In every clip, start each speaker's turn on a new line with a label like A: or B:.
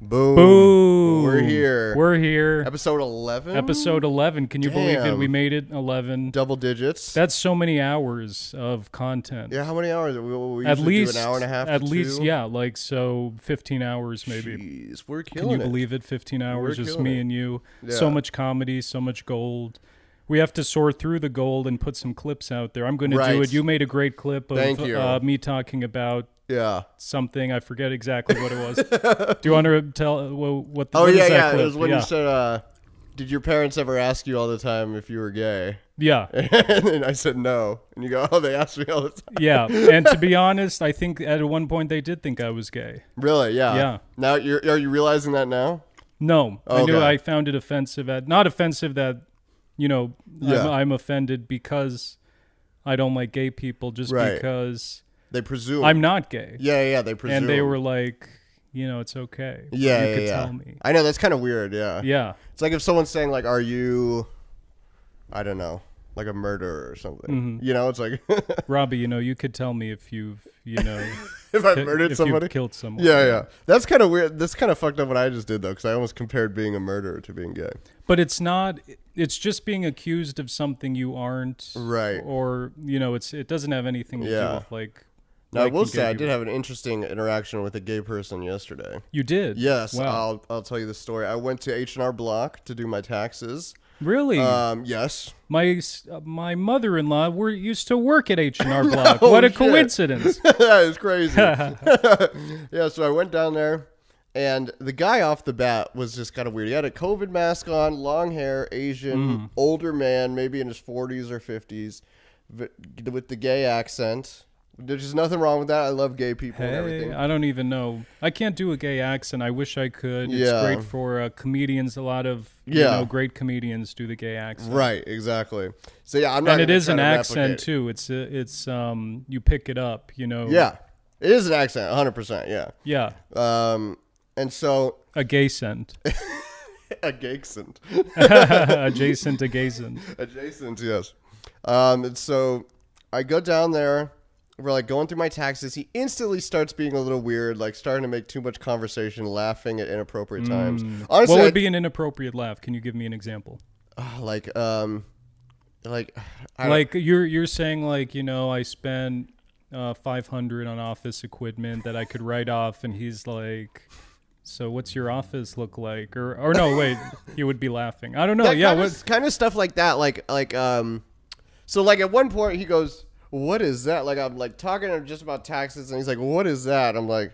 A: Boom.
B: Boom.
A: We're here.
B: We're here.
A: Episode 11?
B: Episode 11. Can you believe that
A: Damn.
B: we made it 11?
A: Double digits.
B: That's so many hours of content.
A: yeah, how many hours? We, we
B: at
A: usually
B: least
A: do an hour and a half.
B: At
A: to
B: least,
A: two?
B: yeah, like so 15 hours maybe.
A: Jeez, we're
B: Can
A: killing
B: you
A: it.
B: believe it? 15 hours, just
A: killing
B: me
A: it.
B: and you.
A: Yeah.
B: So much comedy, so much gold. We have to sort through the gold and put some clips out there. I'm going to do
A: Right.
B: it. You made a great clip of
A: Thank you.
B: Uh, me talking about
A: Yeah.
B: something. I forget exactly what it was. do you want to tell well, what the
A: Oh,
B: what is
A: yeah,
B: that
A: yeah.
B: clip?
A: It was when
B: yeah.
A: you said, uh, did your parents ever ask you all the time if you were gay?
B: yeah.
A: and then I said no. And you go, oh, they asked me all the time.
B: Yeah, and to be honest, I think at one point they did think I was gay.
A: Really? Yeah.
B: Yeah.
A: Now, you're, are you realizing that now?
B: No, I knew
A: Okay.
B: I found it offensive. At not offensive that you know
A: Yeah.
B: I'm, I'm offended because I don't like gay people, just
A: Right.
B: because
A: They presume.
B: I'm not gay.
A: yeah, yeah, they presume.
B: and they were like, you know, it's okay.
A: yeah,
B: you
A: yeah,
B: could
A: yeah.
B: tell me.
A: I know, that's kind of weird, yeah.
B: Yeah,
A: It's like if someone's saying like, "Are you?" I don't know, like a murderer or something.
B: Mm-hmm.
A: You know, it's like
B: Robbie, you know, you could tell me if you've you know
A: if I
B: ki-
A: murdered
B: if
A: somebody.
B: you've killed someone.
A: yeah, yeah. That's kind of weird. That's kind of fucked up what I just did though, because I almost compared being a murderer to being gay.
B: but it's not it's just being accused of something you aren't
A: Right.
B: or you know it's it doesn't have anything to do
A: Yeah.
B: with like
A: Now I
B: like
A: will
B: you
A: say I
B: gave-
A: did have an interesting interaction with a gay person yesterday.
B: you did
A: Yes,
B: wow
A: I'll I'll tell you the story. I went to H and R Block to do my taxes.
B: really
A: Um, yes,
B: my s- uh, my mother-in-law were used to work at h&r block what a
A: shit.
B: coincidence
A: that is crazy. yeah, so I went down there, and the guy off the bat was just kind of weird. He had a COVID mask on, long hair, Asian,
B: Mm.
A: older man, maybe in his 40s or 50s, v- with the gay accent. There's just nothing wrong with that. I love gay people and
B: hey,
A: everything.
B: i don't even know i can't do a gay accent i wish i could
A: Yeah.
B: it's great for uh, comedians a lot of you
A: Yeah.
B: know great comedians do the gay accent
A: Right, exactly. So yeah, I'm not.
B: and it
A: gonna
B: is
A: try
B: an
A: to
B: accent
A: replicate it.
B: too it's uh, it's um you pick it up you know
A: Yeah, it is an accent, 100. percent Yeah.
B: yeah
A: Um, and so
B: a gay scent
A: adjacent,
B: adjacent to Gazin.
A: adjacent, yes. Um, and so I go down there. We're like going through my taxes. He instantly starts being a little weird, like starting to make too much conversation, laughing at inappropriate times. Honestly,
B: Mm. What
A: I-
B: would be an inappropriate laugh? Can you give me an example?
A: ah, like, um, like, I like,
B: Like you're you're saying like you know I spent uh, five hundred on office equipment that I could write off, and he's like, so what's your office look like? Or or no wait, he would be laughing. I don't know.
A: that
B: yeah,
A: kind,
B: what,
A: of, kind of stuff like that. Like, like, um, so like at one point he goes, "What is that?" Like I'm like talking to him just about taxes, and he's like, "What is that?" I'm like.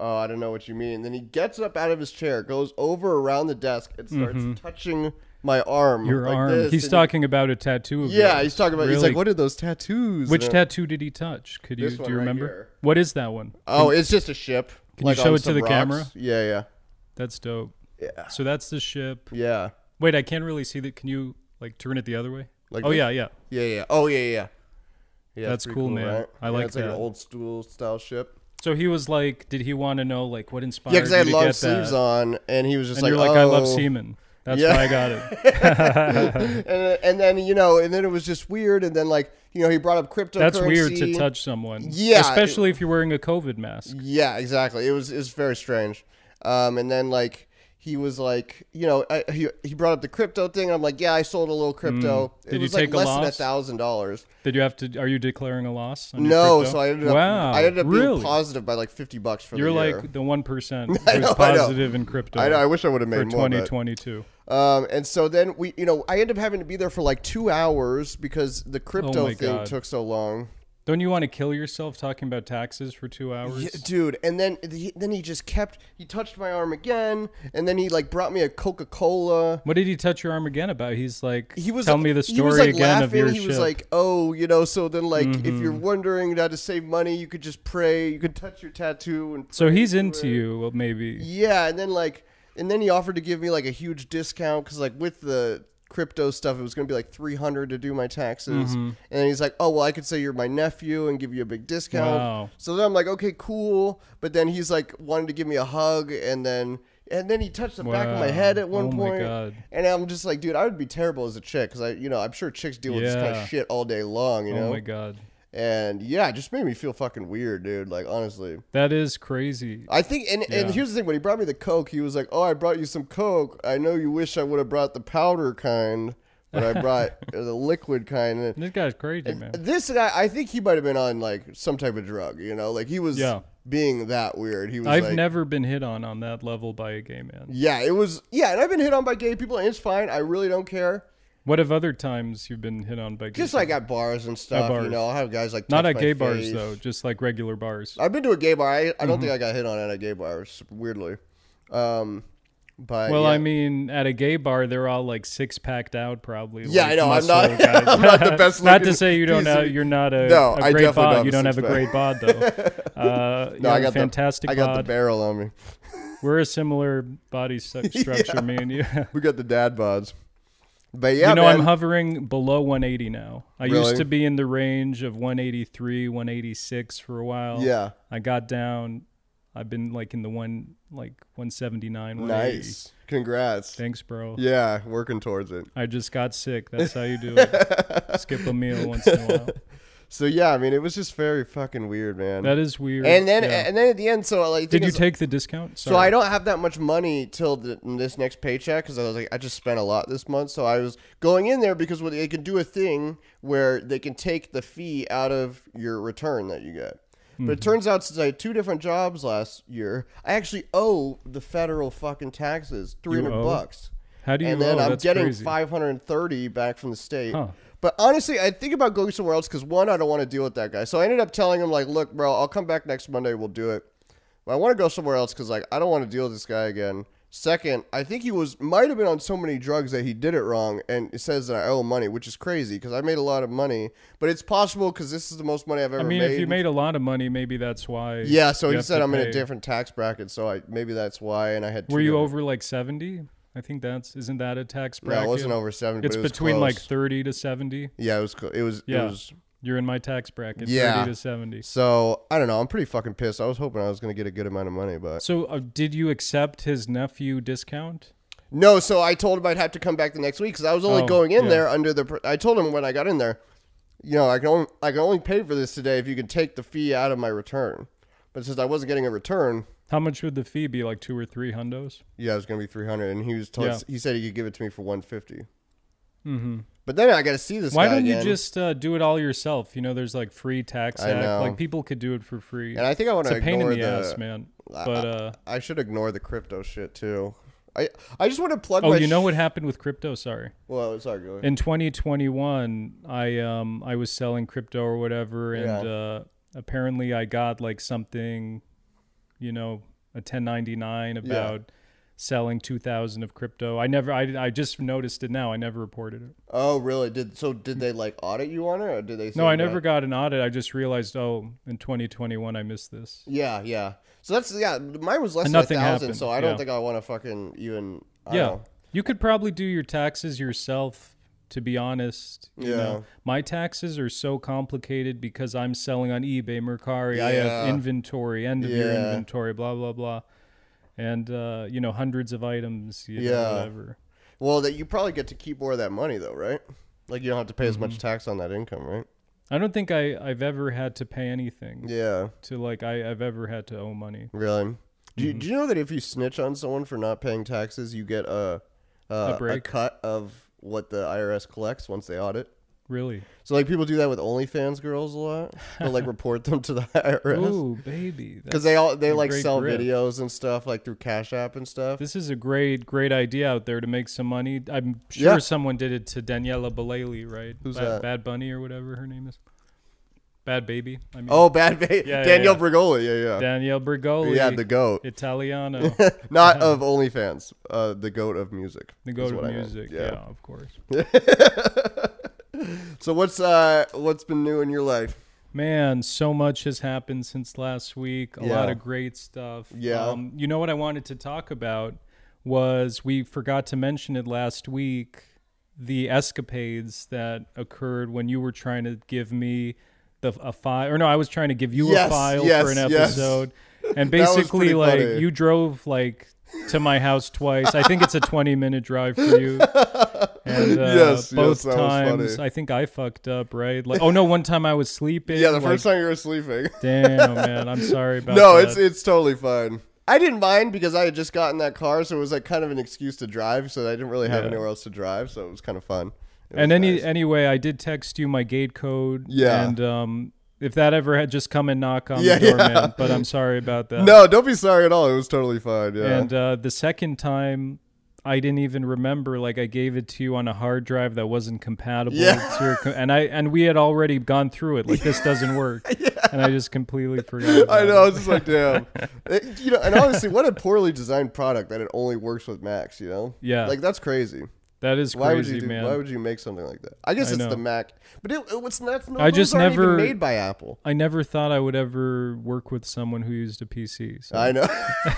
A: Oh, I don't know what you mean. Then he gets up out of his chair, goes over around the desk, and starts touching my arm.
B: Mm-hmm. your
A: like
B: arm.
A: this,
B: he's
A: and he-
B: talking about a tattoo. Of
A: Yeah,
B: yours.
A: he's talking about. He's
B: Really?
A: like, "What are those tattoos?"
B: Which
A: And I-
B: tattoo did he touch? Could you
A: This
B: do
A: one
B: you
A: right
B: remember?
A: here.
B: What is that one?
A: Oh, it's just a ship.
B: Can you show
A: on
B: it to
A: some
B: the
A: rocks.
B: camera?
A: Yeah, yeah,
B: That's dope.
A: Yeah.
B: So that's the ship.
A: yeah,
B: Wait, I can't really see that. Can you like turn it the other way?
A: Like
B: oh
A: this?
B: yeah, yeah.
A: yeah, yeah. Oh, yeah, yeah. Yeah,
B: That's
A: pretty
B: cool, man. I
A: Yeah,
B: like
A: it's like
B: that.
A: an old stool style ship.
B: So he was like, did he want to know like what inspired
A: Yeah, because I
B: you
A: had
B: to
A: long
B: get
A: sleeves
B: that?
A: on, and he was just
B: and
A: like,
B: you're like,
A: oh.
B: I love semen. That's
A: Yeah.
B: why I got it.
A: and, and then you know, and then it was just weird. And then like you know, he brought up cryptocurrency.
B: That's weird to touch someone.
A: Yeah,
B: especially if you're wearing a COVID mask.
A: Yeah, exactly. It was it was very strange. Um, and then like he was like, you know, I, he he brought up the crypto thing. I'm like, yeah, I sold a little crypto. It
B: Mm. Did you
A: was
B: take a
A: like less than a
B: loss?
A: thousand dollars.
B: Did you have to? Are you declaring a loss? on your
A: No,
B: crypto?
A: so I ended up
B: Wow,
A: I ended up
B: really?
A: being positive by like fifty bucks for
B: You're
A: the year.
B: like the one percent who's
A: know, I know.
B: positive in crypto
A: I know. I wish I would have made
B: for
A: more. but-
B: 2022.
A: Um, and so then we, you know, I ended up having to be there for like two hours because the crypto
B: Oh my
A: thing
B: God.
A: took so long.
B: Don't you want to kill yourself talking about taxes for two hours?
A: Yeah, dude, and then he, then he just kept he touched my arm again, and then he like brought me a Coca Cola.
B: What did he touch your arm again about? He's like,
A: he was
B: tell me the
A: he
B: story
A: was, like,
B: again of
A: laughing.
B: your
A: he was
B: ship. Mm-hmm.
A: like oh you know so then like if you're wondering how to save money you could just pray you could touch your tattoo and
B: so
A: pray
B: he's
A: to
B: into
A: it.
B: you, maybe.
A: yeah and then like and then he offered to give me like a huge discount because like with the crypto stuff it was gonna be like 300 to do my taxes
B: Mm-hmm.
A: and then he's like oh well i could say you're my nephew and give you a big discount
B: Wow.
A: so then i'm like okay cool but then he's like wanted to give me a hug and then and then he touched the back of my
B: Wow.
A: head at one
B: Oh my
A: point
B: God.
A: and I'm just like, dude, I would be terrible as a chick because I, you know, I'm sure chicks deal with this kind
B: Yeah.
A: of shit all day long, you
B: Oh
A: know.
B: my god.
A: And yeah, it just made me feel fucking weird, dude. Like honestly,
B: That is crazy.
A: I think. And,
B: Yeah.
A: and here's the thing: when he brought me the coke, he was like, "Oh, I brought you some coke. I know you wish I would have brought the powder kind, but I brought the liquid kind." And
B: This guy's crazy, man.
A: This guy, I think he might have been on like some type of drug. You know, like he was
B: Yeah.
A: being that weird. He was.
B: I've
A: like,
B: never been hit on on that level by a gay man.
A: Yeah, it was. Yeah, and I've been hit on by gay people, and it's fine. I really don't care.
B: What have other times you've been hit on by gay
A: Just
B: people?
A: like at bars and stuff, you
B: bars.
A: know, I have guys like
B: Not
A: touch
B: at
A: my
B: gay bars,
A: face. Uh,
B: though, Mm-hmm. just like regular bars.
A: I've been to a gay bar. I, I don't think I got hit on at a gay bar. s- Weirdly, um, but
B: Well,
A: yeah.
B: I mean, at a gay bar, they're all like six packed out, probably.
A: Yeah,
B: like,
A: I know. I'm not.
B: muscle guys.
A: I'm not the best.
B: not to
A: looking
B: say you don't
A: piece
B: know
A: of-
B: you're not a,
A: No,
B: a
A: I definitely
B: great
A: don't
B: bod.
A: have
B: You
A: a
B: don't have a
A: six-pack.
B: great bod though. Uh, you
A: No, I
B: have a
A: got the-
B: fantastic
A: I got the
B: bod.
A: barrel on me.
B: We're a similar body stu- structure, me and you.
A: We got the dad bods. But yeah,
B: you know,
A: man.
B: I'm hovering below 180 now. I
A: Really?
B: used to be in the range of 183, 186 for a while.
A: yeah,
B: I got down. I've been like in the one, like 179, 180.
A: nice. Congrats.
B: Thanks, bro.
A: Yeah, working towards it.
B: I just got sick. That's how you do it. Skip a meal once in a while.
A: So yeah, I mean, it was just very fucking weird, man.
B: That is weird.
A: and then,
B: Yeah.
A: and then at the end, so like, the
B: did
A: thing
B: you
A: is-
B: take the discount?
A: So I don't have that much money till the, this next paycheck because I was like, I just spent a lot this month. So I was going in there because what they can do a thing where they can take the fee out of your return that you get. But
B: Mm-hmm.
A: it turns out since I had two different jobs last year, I actually owe the federal fucking taxes three
B: You
A: hundred
B: owe?
A: bucks,
B: How do you?
A: and then
B: oh,
A: I'm
B: that's
A: getting
B: crazy.
A: five hundred and thirty back from the state.
B: Huh.
A: But honestly, I think about going somewhere else because one, I don't want to deal with that guy. So I ended up telling him like, "Look, bro, I'll come back next Monday. We'll do it." But I want to go somewhere else because like I don't want to deal with this guy again. Second, I think he was might have been on so many drugs that he did it wrong, and it says that I owe money, which is crazy because I made a lot of money. But it's possible because this is the most money I've ever
B: I mean,
A: made.
B: if you made a lot of money, maybe that's why.
A: yeah, so
B: you
A: he
B: have
A: said
B: to
A: I'm in
B: pay.
A: a different tax bracket, so I maybe that's why. And I had two
B: Were you
A: different-
B: over like 70? I think that's isn't that a tax
A: No,
B: bracket?
A: I wasn't over seventy.
B: It's
A: but it was
B: between
A: close.
B: like 30 to 70.
A: yeah, it was cl- it was
B: Yeah.
A: it was
B: You're in my tax bracket,
A: Yeah.
B: 30 to 70.
A: So I don't know. I'm pretty fucking pissed. I was hoping I was gonna get a good amount of money, but
B: So, uh, did you accept his nephew discount?
A: no. So I told him I'd have to come back the next week because I was only
B: Oh,
A: going in
B: yeah.
A: there under the. pr- I told him when I got in there, you know, I can only I can only pay for this today if you can take the fee out of my return. But since I wasn't getting a return,
B: How much would the fee be? Like two or three hundos?
A: yeah, it was gonna be 300. And he was told,
B: Yeah.
A: he said he could give it to me for 150.
B: Mm-hmm.
A: But then I got to see this.
B: Why
A: guy
B: don't you
A: again,
B: just uh, do it all yourself? You know, there's like free tax
A: I
B: act.
A: know.
B: Like people could do it for free.
A: And I think I want
B: it's
A: to
B: a pain in
A: ignore
B: the,
A: the.
B: ass, man.
A: I-
B: But uh,
A: I should ignore the crypto shit too. I I just want to plug.
B: oh,
A: my
B: you know
A: sh-
B: what happened with crypto? Sorry.
A: Well, sorry. Go ahead.
B: in 2021 i um i was selling crypto or whatever and
A: Yeah.
B: uh apparently i got like something you know a 1099 about selling 2000 of crypto i never I, I just noticed it now i never reported it
A: Oh, really? Did so? Did they like audit you on it, or did they? say
B: no i
A: no?
B: never got an audit i just realized oh in 2021 i missed this
A: Yeah, yeah. So that's yeah. Mine was less
B: And nothing
A: than a thousand,
B: happened,
A: so I don't
B: yeah.
A: think I want to fucking even. I
B: yeah
A: don't know.
B: you could probably do your taxes yourself to be honest you
A: Yeah.
B: know my taxes are so complicated because i'm selling on ebay mercari i
A: Yeah.
B: have inventory end of year
A: Yeah.
B: inventory blah blah blah and uh, you know hundreds of items you know,
A: Yeah.
B: whatever
A: Well, that you probably get to keep more of that money though, right? Like you don't have to pay as
B: Mm-hmm.
A: much tax on that income, right?
B: i don't think I, i've ever had to pay anything
A: Yeah,
B: to like I, i've ever had to owe money
A: really. Do you,
B: Mm-hmm.
A: do you know that if you snitch on someone for not paying taxes, you get a a, a
B: break?
A: cut of what the IRS collects once they audit?
B: really
A: So like people do that with OnlyFans girls a lot. They'll like report them to the IRS.
B: Ooh, baby
A: because
B: that's-
A: they all they
B: a
A: like
B: great
A: sell
B: grip.
A: videos and stuff like through Cash App and stuff.
B: this is a great great idea out there to make some money i'm sure
A: Yeah.
B: someone did it to daniela Bellali, right
A: Who's
B: bad,
A: that?
B: bad bunny or whatever her name is bad baby i mean
A: Oh, bad baby,
B: Yeah, yeah,
A: Danielle
B: yeah.
A: Brigoli, yeah, yeah,
B: danielle brigoli
A: yeah, the goat,
B: italiano
A: not of OnlyFans, uh, the goat of music.
B: the
A: is
B: go to
A: what I meant,
B: music yeah. of course
A: So what's uh what's been new in your life?
B: man so much has happened since last week a
A: Yeah.
B: lot of great stuff Um,
A: Yeah.
B: you know what i wanted to talk about was we forgot to mention it last week the escapades that occurred when you were trying to give me the a file or no i was trying to give you
A: Yes,
B: a file
A: yes,
B: for an
A: yes.
B: episode and
A: That was
B: basically
A: pretty
B: like
A: funny.
B: you drove like to my house twice i think it's a 20 minute drive for you And, uh,
A: Yes, yes,
B: both
A: that was
B: times
A: funny.
B: I think I fucked up, right? Like, oh no, one time I was sleeping.
A: yeah, the
B: like,
A: first time you were sleeping.
B: Damn, oh, man, I'm sorry about
A: no,
B: that.
A: it's it's totally fine. I didn't mind because I had just gotten that car, so it was like kind of an excuse to drive. So I didn't really have
B: Yeah.
A: anywhere else to drive, so it was kind of fun. It
B: and
A: was
B: any
A: nice.
B: anyway, I did text you my gate code.
A: Yeah.
B: and um, if that ever had just come and knock on
A: Yeah,
B: the door,
A: yeah.
B: man. But I'm sorry about that.
A: no, don't be sorry at all. It was totally fine. Yeah,
B: uh, And uh, the second time, I didn't even remember. Like I gave it to you on a hard drive that wasn't compatible.
A: Yeah.
B: To your co- and I and we had already gone through it. Like this doesn't work. And I just completely forgot. About
A: I know. I
B: It.
A: was just like, damn. It- you know, and honestly, what a poorly designed product that it only works with Macs. You know,
B: Yeah.
A: like that's crazy.
B: That is crazy,
A: Why would you do,
B: man.
A: Why would you make something like that? I guess
B: I
A: it's
B: know.
A: the Mac, but it, it, it's not. No,
B: I
A: those
B: just
A: aren't
B: never-
A: even made by Apple.
B: I never thought I would ever work with someone who used a PC. So.
A: I know.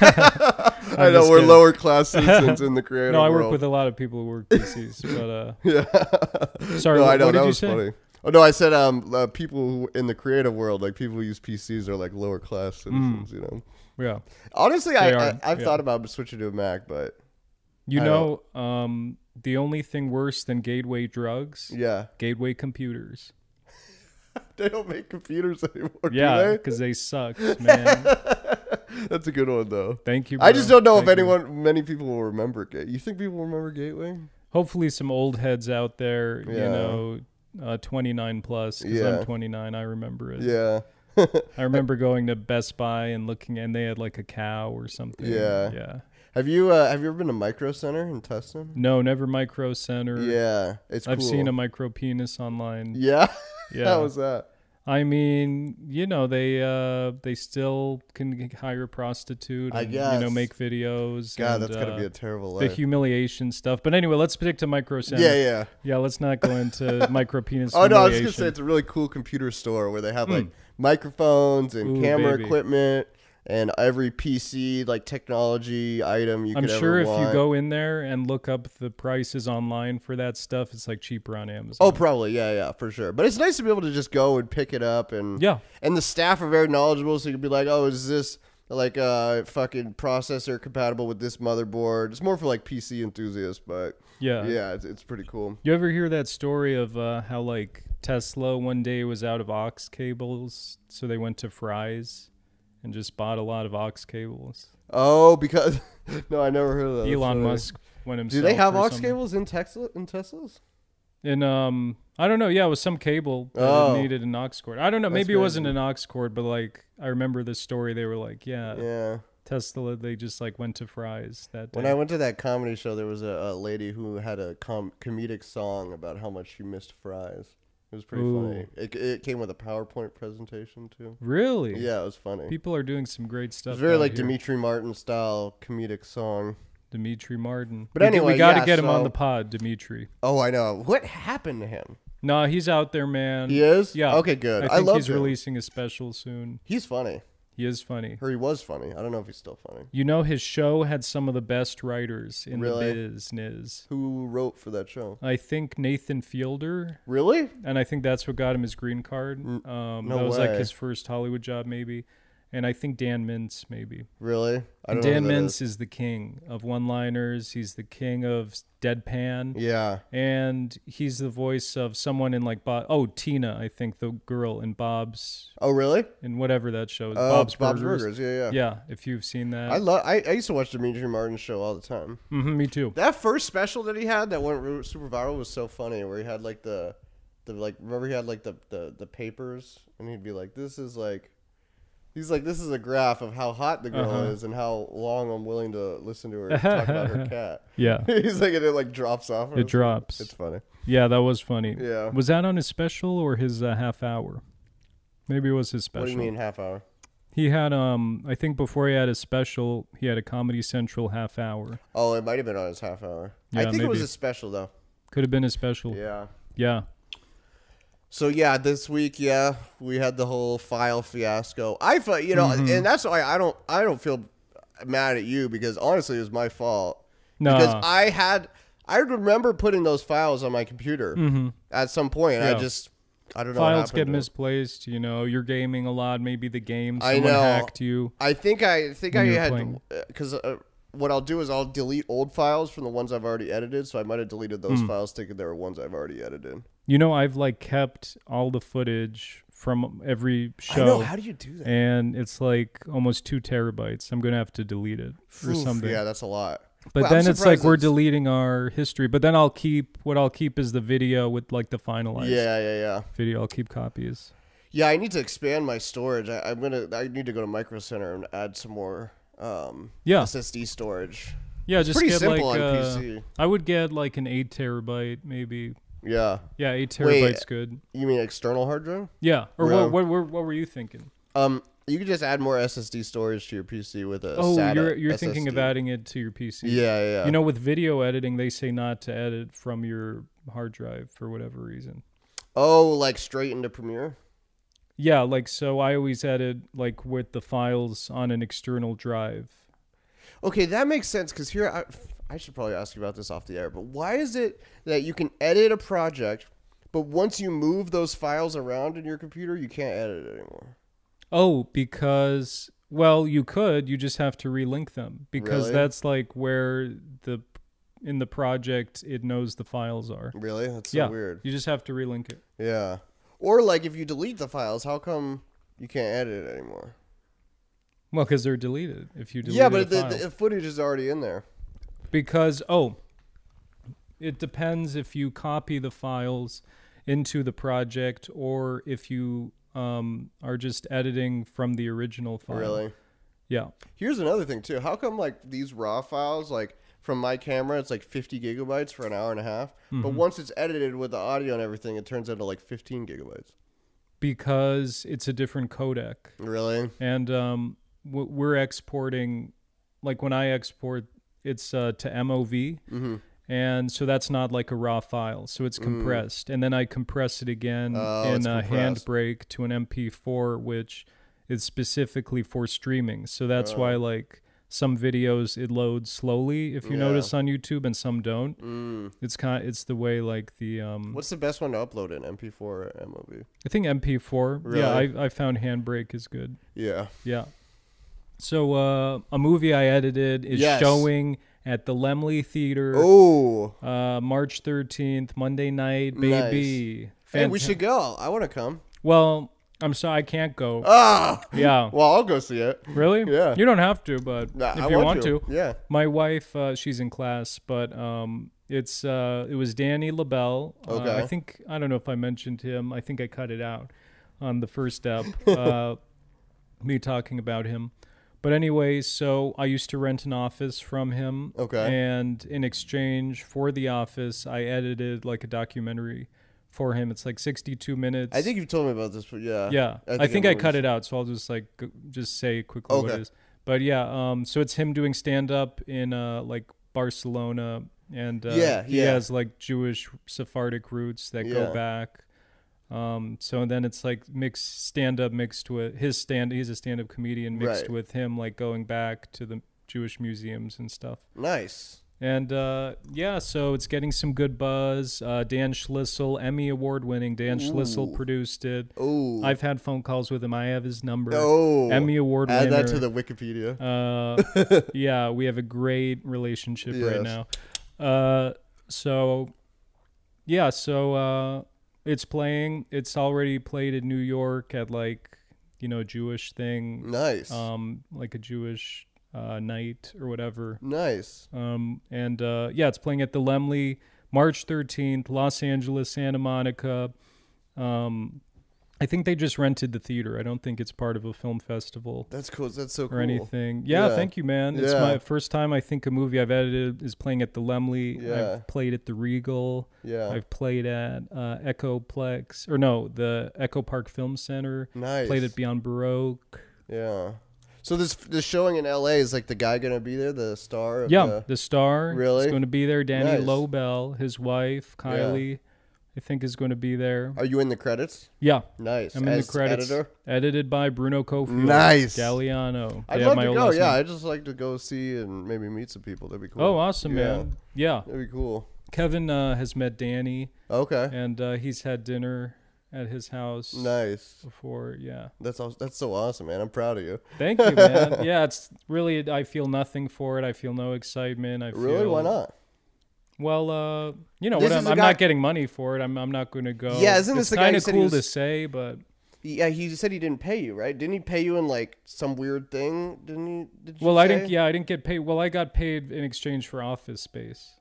A: I know.
B: just
A: We're
B: kidding.
A: lower class citizens in the creative
B: no, I
A: world.
B: work with a lot of people who work PCs, but uh,
A: Yeah.
B: Sorry,
A: no,
B: wh-
A: I know
B: what did
A: that
B: you
A: was
B: say?
A: funny. Oh no, I said um uh, people who, in the creative world, like people who use PCs, are like lower class citizens. You know.
B: yeah,
A: Honestly, I,
B: Hmm. They
A: I
B: are,
A: I've
B: yeah.
A: thought about switching to a Mac, but
B: you
A: I
B: know, um, the only thing worse than gateway drugs,
A: yeah,
B: gateway computers.
A: they don't make computers anymore.
B: Yeah,
A: do
B: because they suck, man.
A: they? that's a good one though.
B: Thank you.
A: I just
B: bro.
A: don't know if
B: Thank you.
A: anyone, many people will remember Gateway. You think people remember Gateway?
B: Hopefully, some old heads out there,
A: Yeah.
B: you know, uh, 29 plus. Because
A: Yeah.
B: I'm 29, I remember it.
A: Yeah.
B: I remember going to Best Buy and looking, and they had like a cow or something.
A: Yeah.
B: yeah.
A: have you uh, have you ever been to Micro Center in Tustin?
B: No, never micro center.
A: Yeah, it's.
B: I've
A: cool.
B: seen a micro penis online.
A: Yeah,
B: Yeah.
A: how was that?
B: I mean, you know, they uh they still can g- hire a prostitute
A: I
B: and you know
A: guess.
B: make videos.
A: God,
B: and,
A: that's gotta
B: uh,
A: be a terrible
B: the
A: life.
B: humiliation stuff. But anyway, let's predict a micro center.
A: yeah, yeah.
B: Yeah, let's not go into micro penis.
A: Oh no, I was gonna say
B: humiliation.
A: it's a really cool computer store where they have like microphones and
B: Hmm. Ooh,
A: camera
B: baby.
A: equipment and every PC like technology item you
B: I'm
A: could
B: sure
A: ever
B: if
A: want.
B: you go in there and look up the prices online for that stuff, it's like cheaper on Amazon.
A: Oh, probably yeah, yeah, for sure. But it's nice to be able to just go and pick it up and
B: Yeah.
A: And the staff are very knowledgeable, so you can be like, oh, is this like uh fucking processor compatible with this motherboard? It's more for like PC enthusiasts, but
B: yeah,
A: yeah, it's, it's pretty cool.
B: You ever hear that story of uh, how like Tesla one day was out of aux cables, so they went to Fry's and just bought a lot of aux cables.
A: Oh, because no, I never heard of that. That's
B: Elon
A: funny.
B: Musk went
A: Do
B: himself.
A: they have
B: or
A: aux
B: something.
A: cables in Tesla in Teslas?
B: In um, I don't know. Yeah, it was some cable that
A: Oh.
B: needed an aux cord. I don't know. Maybe it wasn't
A: crazy.
B: an aux cord, but like I remember this story. They were like, yeah,
A: Yeah.
B: Tesla. They just like went to Fry's that day.
A: When I went to that comedy show, there was a, a lady who had a com- comedic song about how much she missed fries. It was pretty
B: Ooh.
A: funny. It, it came with a PowerPoint presentation too.
B: really?
A: Yeah, it was funny.
B: People are doing some great stuff.
A: It's very
B: out
A: like
B: here.
A: Dimitri Martin style comedic song.
B: Dimitri Martin.
A: But
B: We g-
A: anyway,
B: we gotta
A: yeah,
B: get him
A: so-
B: on the pod, Dimitri.
A: Oh, I know. What happened to him?
B: No, he's out there, man.
A: He is.
B: Yeah.
A: Okay, good.
B: I
A: I,
B: think
A: love
B: he's
A: him.
B: releasing a special soon.
A: He's funny,
B: He is funny.
A: or he was funny. I don't know if he's still funny.
B: You know, his show had some of the best writers in
A: Really?
B: the business.
A: Who wrote for that show?
B: I think Nathan Fielder,
A: Really?
B: and I think that's what got him his green card. Um,
A: Mm, no
B: that was
A: way.
B: like his first Hollywood job, maybe. And I think Dan Mintz, maybe.
A: Really? I
B: And
A: don't know
B: Dan
A: who that is.
B: Mintz is the king of one-liners. He's the king of s- deadpan.
A: Yeah.
B: And he's the voice of someone in like Bob. Oh, Tina, I think the girl in Bob's
A: Oh, really?
B: in whatever that show is.
A: Uh,
B: Bob's,
A: Bob's Burgers.
B: Burgers.
A: Yeah, yeah.
B: Yeah, if you've seen that.
A: I love. I, I used to watch Dimitri Martin's show all the time.
B: Mhm, me too.
A: That first special that he had that went ru- super viral was so funny. Where he had like the, the like remember he had like the the, the papers and he'd be like, this is like. He's like, this is a graph of how hot the girl
B: Uh-huh.
A: is and how long I'm willing to listen to her talk about her cat.
B: Yeah,
A: He's like, and it like drops off. or
B: it
A: something.
B: drops.
A: It's funny.
B: yeah, that was funny.
A: Yeah.
B: Was that on his special or his uh, half hour? Maybe it was his special.
A: What do you mean half hour?
B: He had um, I think before he had his special, he had a Comedy Central half hour.
A: Oh, it might have been on his half hour. I
B: Yeah,
A: think it was
B: maybe.
A: a special though.
B: Could have been his special.
A: Yeah.
B: Yeah.
A: So yeah, this week, yeah, we had the whole file fiasco. I felt, you know,
B: Mm-hmm.
A: and that's why I don't, I don't feel mad at you because honestly, it was my fault. Because
B: Nah.
A: I had, I remember putting those files on my computer at some point, and I
B: Mm-hmm. Yeah.
A: just, I don't know. what
B: Files
A: happened
B: get
A: to it.
B: misplaced. You know, you're gaming a lot. Maybe the game
A: I
B: someone
A: know.
B: hacked you.
A: I think I think I
B: When you were
A: had
B: playing.
A: because uh, what I'll do is I'll delete old files from the ones I've already edited. So I might have deleted those
B: Mm.
A: files thinking they were ones I've already edited.
B: You know, I've like kept all the footage from every show.
A: I know. How do you do that?
B: and it's like almost two terabytes. I'm gonna have to delete it or
A: Oof,
B: something.
A: Yeah, that's a lot.
B: But
A: Well, I'm
B: then it's like
A: surprised
B: we're
A: it's-
B: deleting our history. But then I'll keep what I'll keep is the video with like the finalized
A: Yeah, yeah, yeah.
B: video. I'll keep copies.
A: Yeah, I need to expand my storage. I, I'm gonna. I need to go to Micro Center and add some more um,
B: Yeah.
A: SSD storage.
B: Yeah, just
A: pretty
B: get
A: simple
B: like
A: on
B: uh,
A: PC.
B: I would get like an eight terabyte maybe.
A: Yeah.
B: Yeah, eight
A: Wait.
B: terabytes good.
A: You mean external hard drive?
B: Yeah. Or
A: Yeah.
B: What, what what what were you thinking?
A: Um, you could just add more SSD storage to your PC with a.
B: oh,
A: SATA
B: you're you're thinking of
A: SSD.
B: adding it to your PC.
A: Yeah, yeah.
B: You know, with video editing, they say not to edit from your hard drive for whatever reason.
A: Oh, like straight into Premiere.
B: Yeah, like so I always edit like with the files on an external drive.
A: Okay, that makes sense because here I, I should probably ask you about this off the air, but why is it that you can edit a project, but once you move those files around in your computer, you can't edit it anymore?
B: Oh, because well, you could, you just have to relink them because
A: Really?
B: that's like where the in the project it knows the files are.
A: Really? That's so
B: yeah.
A: weird.
B: You just have to relink it.
A: Yeah. Or like if you delete the files, how come you can't edit it anymore?
B: Well, because they're deleted if you delete
A: yeah, but
B: a
A: the,
B: file.
A: the footage is already in there.
B: because oh it depends if you copy the files into the project or if you um, are just editing from the original file.
A: Really.
B: Yeah.
A: Here's another thing too. How come like these raw files, like from my camera, it's like 50 gigabytes for an hour and a half, but once it's edited with the audio and everything, it turns into like 15 gigabytes.
B: because it's a different codec
A: Really?
B: and um, w- we're exporting like when i export it's uh, to mov
A: Mm-hmm.
B: and so that's not like a raw file so it's compressed and then i compress it again
A: Mm. Oh,
B: in
A: it's
B: a
A: compressed.
B: handbrake to an mp4 which is specifically for streaming so that's
A: Oh.
B: why like some videos it loads slowly if you
A: Yeah.
B: notice on youtube and some don't
A: Mm.
B: it's kind it's the way like the um
A: What's the best one to upload in MP4 or MOV?
B: i think mp4 yeah
A: Really?
B: I, I found handbrake is good
A: Yeah.
B: yeah. So uh, a movie I edited is
A: Yes.
B: showing at the Lemley Theater
A: Oh,
B: uh, March 13th, Monday night, baby.
A: hey, we
B: Fanta-
A: should go. I want to come.
B: Well, I'm sorry I can't go.
A: Ah,
B: yeah.
A: well, I'll go see it.
B: Really?
A: Yeah.
B: You don't have to, but
A: Nah,
B: if
A: I
B: you
A: want,
B: to.
A: yeah.
B: My wife, uh, she's in class, but um, it's uh, it was Danny LaBelle. Uh,
A: Okay.
B: I think I don't know if I mentioned him. I think I cut it out on the first step. Uh, me talking about him. But anyway, so I used to rent an office from him.
A: Okay.
B: And in exchange for the office, I edited like a documentary for him. It's like 62 minutes.
A: I think you've told me about this, but yeah.
B: Yeah, I think I,
A: remember
B: cut
A: this.
B: it out, so I'll just like g- just say quickly what it
A: Okay.
B: is. But yeah, um, so it's him doing stand up in uh like Barcelona, and uh,
A: Yeah,
B: he
A: yeah.
B: has like Jewish Sephardic roots that
A: Yeah.
B: go back. Um, so then it's like mixed stand up mixed with his stand. He's a stand up comedian mixed
A: Right.
B: with him like going back to the Jewish museums and stuff.
A: Nice.
B: And uh, yeah, so it's getting some good buzz. Uh, Dan Schlissel, Emmy award winning Dan Schlissel,
A: Ooh.
B: produced it.
A: Oh,
B: I've had phone calls with him. I have his number.
A: oh.
B: Emmy award
A: Add
B: winner.
A: that to the Wikipedia.
B: Uh, yeah, we have a great relationship
A: Yes.
B: right now. Uh, so, yeah, so uh, it's playing. It's already played in New York at like you know a Jewish thing,
A: nice.
B: um, like a Jewish uh, night or whatever.
A: nice.
B: Um, and uh, yeah, it's playing at the Lemley March 13th, Los Angeles, Santa Monica. Um, I think they just rented the theater. I don't think it's part of a film festival
A: That's cool. That's so
B: or
A: cool.
B: anything. Yeah,
A: Yeah.
B: thank you, man. It's
A: Yeah.
B: my first time I think a movie I've edited is playing at the Lemley.
A: Yeah.
B: I've played at the Regal.
A: Yeah.
B: I've played at uh, Echoplex, or no, the Echo Park Film Center.
A: nice.
B: Played at Beyond Baroque.
A: Yeah. So this this showing in L.A. is like the guy gonna be there, the star. Of
B: Yeah,
A: The,
B: the star is
A: Really?
B: going to be there. Danny
A: Nice.
B: Lobel, his wife Kylie, I think is going to be there.
A: are you in the credits?
B: Yeah,
A: Nice.
B: I'm in
A: As
B: the credits.
A: Editor.
B: Edited by Bruno Kofield.
A: Nice.
B: Galliano.
A: I'd
B: They have
A: love
B: my
A: to
B: old
A: go.
B: last
A: Yeah,
B: name.
A: I'd just like to go see and maybe meet some people. That'd be cool.
B: Oh, awesome,
A: Yeah.
B: man. Yeah,
A: That'd be cool.
B: Kevin uh, has met Danny,
A: Okay.
B: and uh, he's had dinner at his house
A: Nice.
B: before. Yeah.
A: That's aw- that's so awesome, man. I'm proud of you.
B: Thank you, man. yeah, it's really. I feel nothing for it. I feel no excitement. I
A: Really?
B: Feel,
A: Why not?
B: Well, uh, you know,
A: This
B: what, I'm,
A: is a
B: I'm
A: guy-
B: not getting money for it. I'm, I'm not going to go.
A: Yeah, isn't this
B: it's
A: the guy who
B: kind of
A: said he
B: cool to
A: was-
B: say, but
A: Yeah, he said he didn't pay you, right? Didn't he pay you in like some weird thing? Didn't he? Did you
B: well, I
A: say?
B: didn't. Yeah, I didn't get paid. Well, I got paid in exchange for office space,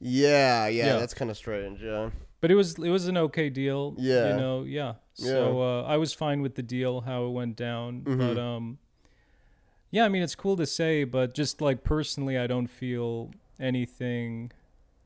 A: Yeah, yeah,
B: Yeah.
A: that's kind of strange. Yeah.
B: but it was it was an okay deal.
A: Yeah. Mm-hmm.
B: you know, yeah. So uh, I was fine with the deal, how it went down. But um, yeah, I mean, it's cool to say, but just like personally, I don't feel anything,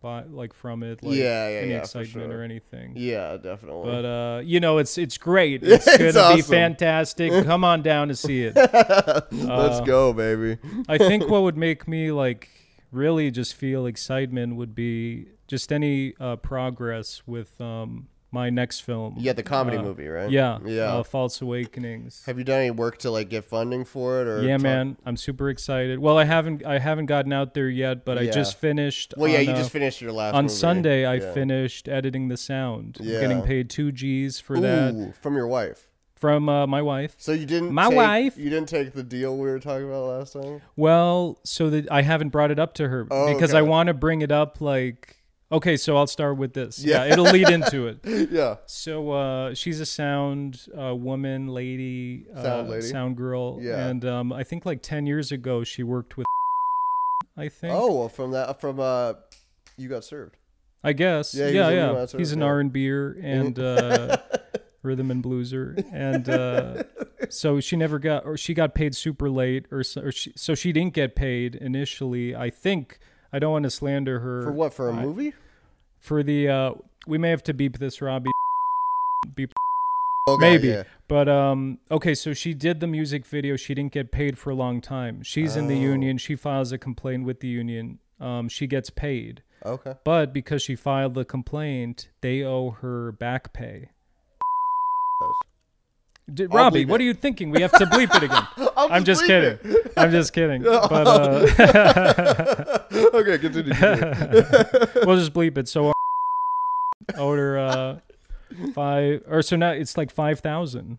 B: by, like from it, like
A: Yeah, yeah,
B: any
A: yeah, for
B: excitement
A: sure.
B: or anything.
A: Yeah, definitely.
B: But uh, you know, it's it's great. It's,
A: It's
B: gonna be
A: awesome.
B: fantastic. Come on down to see it. uh,
A: Let's go, baby.
B: I think what would make me like really just feel excitement would be just any uh, progress with um, my next film.
A: Yeah, the comedy
B: uh,
A: movie, right?
B: Yeah,
A: Yeah.
B: Uh, False Awakenings.
A: Have you done any work to like get funding for it or
B: yeah,
A: talk-
B: man, I'm super excited. Well, I haven't I haven't gotten out there yet, but I
A: Yeah.
B: just finished.
A: Well, yeah,
B: on,
A: you
B: uh,
A: just finished your last
B: on
A: movie.
B: Sunday. I
A: Yeah.
B: finished editing the sound. I'm
A: Yeah.
B: getting paid two G's for
A: Ooh,
B: that
A: from your wife.
B: from uh, my wife.
A: So you didn't
B: My
A: take-
B: wife?
A: You didn't take the deal we were talking about last time.
B: Well, so that I haven't brought it up to her
A: Oh,
B: because
A: okay.
B: I want to bring it up like okay, so I'll start with this.
A: Yeah.
B: Yeah, it'll lead into it.
A: yeah.
B: So uh, she's a sound uh, woman, lady, uh,
A: Sound lady.
B: sound girl,
A: Yeah.
B: and um, I think like ten years ago she worked with. I think.
A: Oh, well, from that from uh, you got served.
B: I guess.
A: Yeah,
B: Yeah,
A: he
B: yeah.
A: was a freelancer,
B: He's an
A: yeah.
B: R and B'er and uh, rhythm and blueser, and uh, so she never got, or she got paid super late, or so, or she, so she didn't get paid initially. I think I don't want to slander her
A: For what? For a movie?
B: for the. Uh, we may have to beep this, Robbie. Beep.
A: Okay,
B: Maybe,
A: yeah.
B: but um, okay. So she did the music video. She didn't get paid for a long time. She's in the
A: Oh.
B: union. She files a complaint with the union. Um, she gets paid.
A: Okay.
B: But because she filed the complaint, they owe her back pay. D-
A: I'll
B: Robbie,
A: bleep
B: what
A: it.
B: are you thinking? We have to bleep it again.
A: I'll
B: I'm just
A: bleep
B: kidding.
A: it.
B: I'm just kidding. But uh,
A: okay, continue. continue.
B: we'll just bleep it. So uh, owed her uh, five, or so now it's like five thousand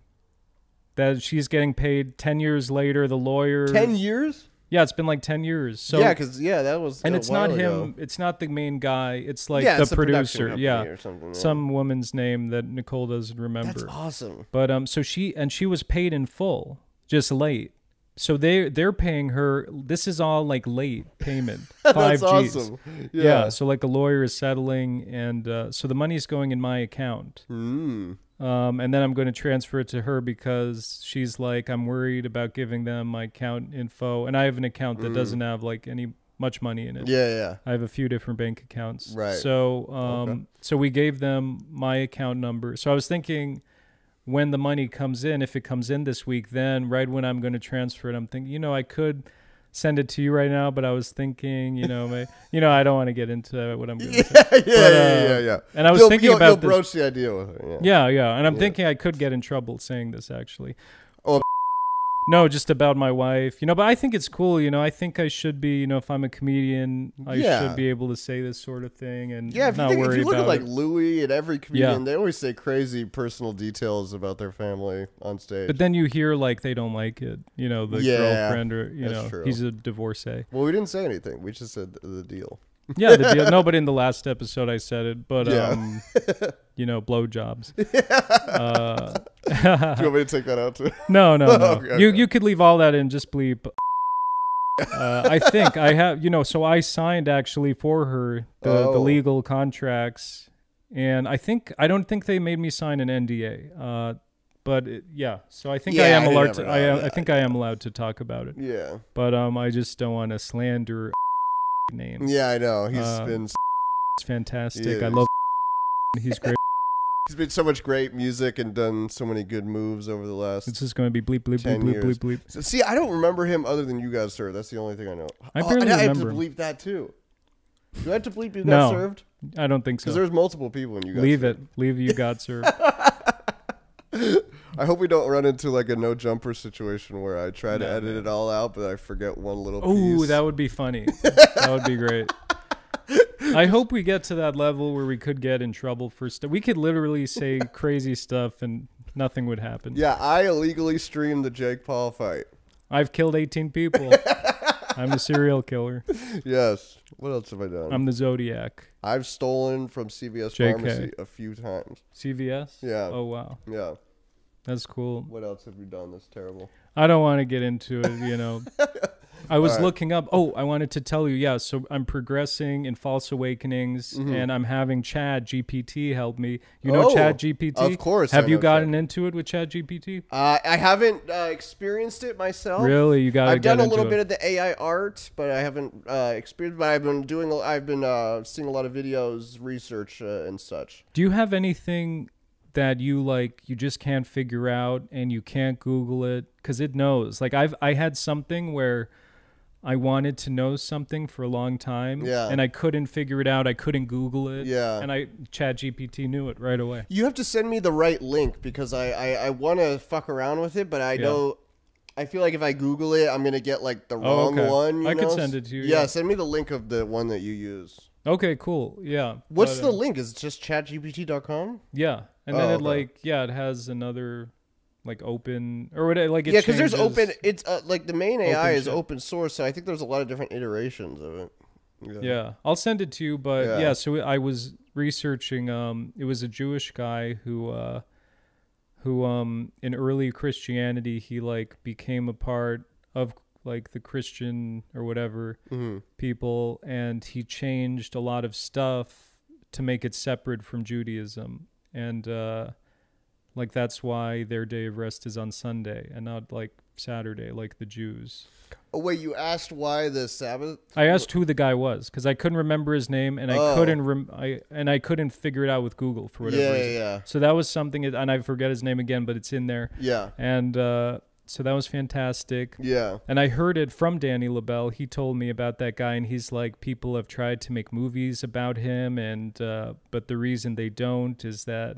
B: that she's getting paid ten years later. The lawyer,
A: Ten years?
B: yeah, it's been like ten years. So
A: yeah, because yeah, that was.
B: and
A: a
B: it's not
A: while
B: him.
A: ago.
B: It's not the main guy. It's like
A: yeah,
B: the
A: it's a production
B: producer.
A: company
B: Yeah,
A: or something, yeah.
B: some woman's name that Nicole doesn't remember.
A: That's awesome.
B: But um, so she and she was paid in full, just late. So they they're paying her. This is all like late payment.
A: That's
B: Five G's.
A: awesome.
B: Yeah.
A: Yeah.
B: So like a lawyer is settling, and uh, so the money's going in my account.
A: Mm.
B: Um, and then I'm going to transfer it to her because she's like, I'm worried about giving them my account info, and I have an account
A: Mm.
B: that doesn't have like any much money in it.
A: Yeah, yeah.
B: I have a few different bank accounts.
A: Right.
B: So, um, so we gave them my account number. So I was thinking, when the money comes in, if it comes in this week, then right when I'm going to transfer it, I'm thinking, you know, I could send it to you right now, but I was thinking, you know, may, you know, I don't want to get into what I'm going to.
A: yeah, yeah, yeah,
B: uh,
A: yeah, yeah.
B: and I was
A: you'll,
B: thinking
A: you'll,
B: about
A: you'll
B: this-
A: broach the idea with her. Yeah.
B: Yeah, yeah. And I'm thinking I could get in trouble saying this actually.
A: Oh.
B: No, just about my wife. You know, but I think it's cool, you know. I think I should be, you know, if I'm a comedian, I
A: Yeah.
B: should be able to say this sort of thing and
A: Yeah, if you,
B: not
A: think, if
B: worry
A: you look
B: about
A: at like
B: it.
A: Louis and every comedian, they always say crazy personal details about their family on stage.
B: But then you hear like they don't like it, you know, the
A: Yeah,
B: girlfriend or you
A: that's
B: know,
A: true.
B: he's a divorcee.
A: well, we didn't say anything. We just said the, the deal.
B: Yeah, the deal. no, but in the last episode I said it, but
A: Yeah.
B: um, you know, blowjobs.
A: Do you want me to take that out too?
B: Uh, No, no, no.
A: Okay,
B: You
A: okay.
B: you could leave all that in, just bleep. Uh, I think I have, you know, so I signed actually for her the, the
A: Oh.
B: legal contracts, and I think I don't think they made me sign an NDA. Uh, but it, yeah, so I think I
A: Yeah,
B: am
A: you
B: allowed.
A: never
B: To,
A: know.
B: I am,
A: Yeah,
B: I think I am allowed to talk about it,
A: yeah.
B: but um, I just don't want to slander names.
A: Yeah, I know. He's
B: Uh,
A: been
B: It's fantastic.
A: Yeah.
B: I love. He's great.
A: he's been so much great music and done so many good moves over the last.
B: It's just going to be bleep bleep
A: 10
B: bleep bleep
A: years.
B: bleep bleep.
A: So, see, I don't remember him other than you got served. That's the only thing I know. Oh,
B: I
A: and
B: barely
A: I have to
B: remember him.
A: bleep that too. Do I have to bleep you got
B: No.
A: served?
B: I don't think
A: Because
B: so.
A: there's multiple people in you got
B: Leave
A: served.
B: it. Leave you got served.
A: I hope we don't run into like a no jumper situation where I try to
B: No,
A: edit it all out, but I forget one little
B: Oh,
A: piece.
B: that would be funny. that would be great. I hope we get to that level where we could get in trouble for stuff. We could literally say crazy stuff and nothing would happen.
A: Yeah, I illegally streamed the Jake Paul fight.
B: I've killed 18 people. I'm a serial killer.
A: Yes. What else have I done?
B: I'm the Zodiac.
A: i have stolen from CVS
B: JK.
A: pharmacy a few times.
B: CVS?
A: Yeah.
B: Oh, wow.
A: Yeah.
B: That's cool.
A: What else have you done that's terrible?
B: I don't want to get into it, you know. I was
A: Alright.
B: looking up. Oh, I wanted to tell you. Yeah, so I'm progressing in False Awakenings, and I'm having Chad GPT help me. You know
A: Mm-hmm. Oh,
B: Chad GPT.
A: of course I
B: Have you
A: know
B: gotten into it with Chad GPT?
A: Uh, I haven't uh, experienced it myself.
B: Really, you gotta
A: Oh, I've
B: get
A: done a
B: into
A: little
B: it.
A: bit of the AI art, but I haven't uh, experienced. But I've been doing. a- I've been uh, seeing a lot of videos, research, uh, and such.
B: Do you have anything that you like you just can't figure out and you can't Google it because it knows? Like I've I had something where I wanted to know something for a long time,
A: Yeah.
B: and I couldn't figure it out. I couldn't Google it,
A: Yeah.
B: and I Chad GPT knew it right away.
A: You have to send me the right link because I I, I want to fuck around with it, but I know. I feel like if I Google it, I'm gonna get like the wrong
B: Oh, okay.
A: one. You
B: I could
A: know?
B: send it to you,
A: Yeah,
B: yeah.
A: send me the link of the one that you use.
B: Okay, cool. Yeah.
A: What's
B: but,
A: the
B: uh,
A: link? Is it just ChatGPT.com?
B: yeah? And then
A: Oh,
B: it
A: okay.
B: like yeah, it has another like open or what? Like it
A: Yeah, because there's
B: changes-
A: open. It's uh, like the main AI
B: Open
A: is
B: shit.
A: open source, so I think there's a lot of different iterations of it.
B: Yeah, I'll send it to you. But
A: Yeah.
B: yeah, so I was researching. Um, it was a Jewish guy who, uh, who um, in early Christianity, he like became a part of like the Christian or whatever people, and he changed a lot of stuff to make it separate from Judaism, and uh, like that's why their day of rest is on Sunday and not like Saturday, like the Jews.
A: Oh wait, you asked why the Sabbath?
B: I asked who the guy was because I couldn't remember his name and I
A: Oh.
B: couldn't rem- I and I couldn't figure it out with Google for whatever
A: Yeah, yeah,
B: reason.
A: yeah,
B: So that was something, and I forget his name again, but it's in there.
A: yeah,
B: And uh, so that was fantastic.
A: yeah.
B: And I heard it from Danny LaBelle. He told me about that guy, and he's like, people have tried to make movies about him, and uh, but the reason they don't is that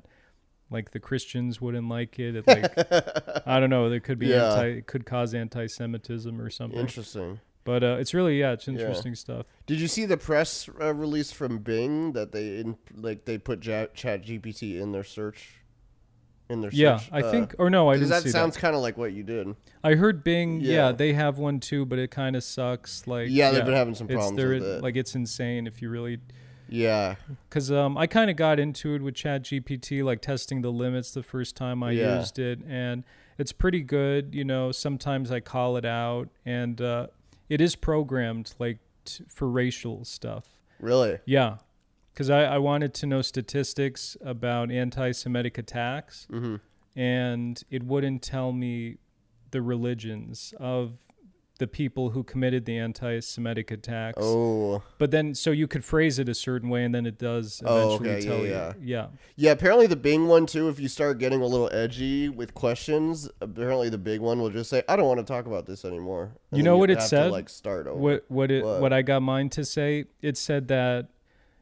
B: like the Christians wouldn't like it. it like I don't know, there could be
A: Yeah.
B: anti, it could cause anti-Semitism or something.
A: Interesting.
B: But uh, it's really yeah, it's interesting stuff.
A: Did you see the press uh, release from Bing that they in, like they put ja- Chat GPT in their search? In their
B: Yeah,
A: search?
B: I
A: uh,
B: think, or no, I
A: 'cause
B: didn't
A: that
B: see
A: sounds
B: that.
A: kind of like what you did.
B: I heard Bing. Yeah.
A: Yeah.
B: they have one too, but it kind of sucks. Like,
A: Yeah, they've been having some
B: it's-
A: problems
B: they're-
A: with it.
B: Like, it's insane if you really,
A: Yeah,
B: because um, I kind of got into it with ChatGPT, like testing the limits the first time I
A: Yeah.
B: used it, and it's pretty good. You know, sometimes I call it out, and uh, it is programmed like t- for racial stuff.
A: really.
B: Yeah, because I, I wanted to know statistics about anti-Semitic attacks,
A: Mm-hmm.
B: and it wouldn't tell me the religions of the people who committed the anti-Semitic attacks.
A: Oh,
B: But then, so you could phrase it a certain way, and then it does
A: Oh,
B: eventually
A: okay, yeah,
B: tell
A: yeah.
B: you. Yeah.
A: yeah. Apparently, the Bing one too. If you start getting a little edgy with questions, apparently the big one will just say, "I don't want to talk about this anymore." And
B: You
A: then
B: know what it
A: have to,
B: said?
A: like start over.
B: What what it
A: What?
B: what? I got mine to say? It said that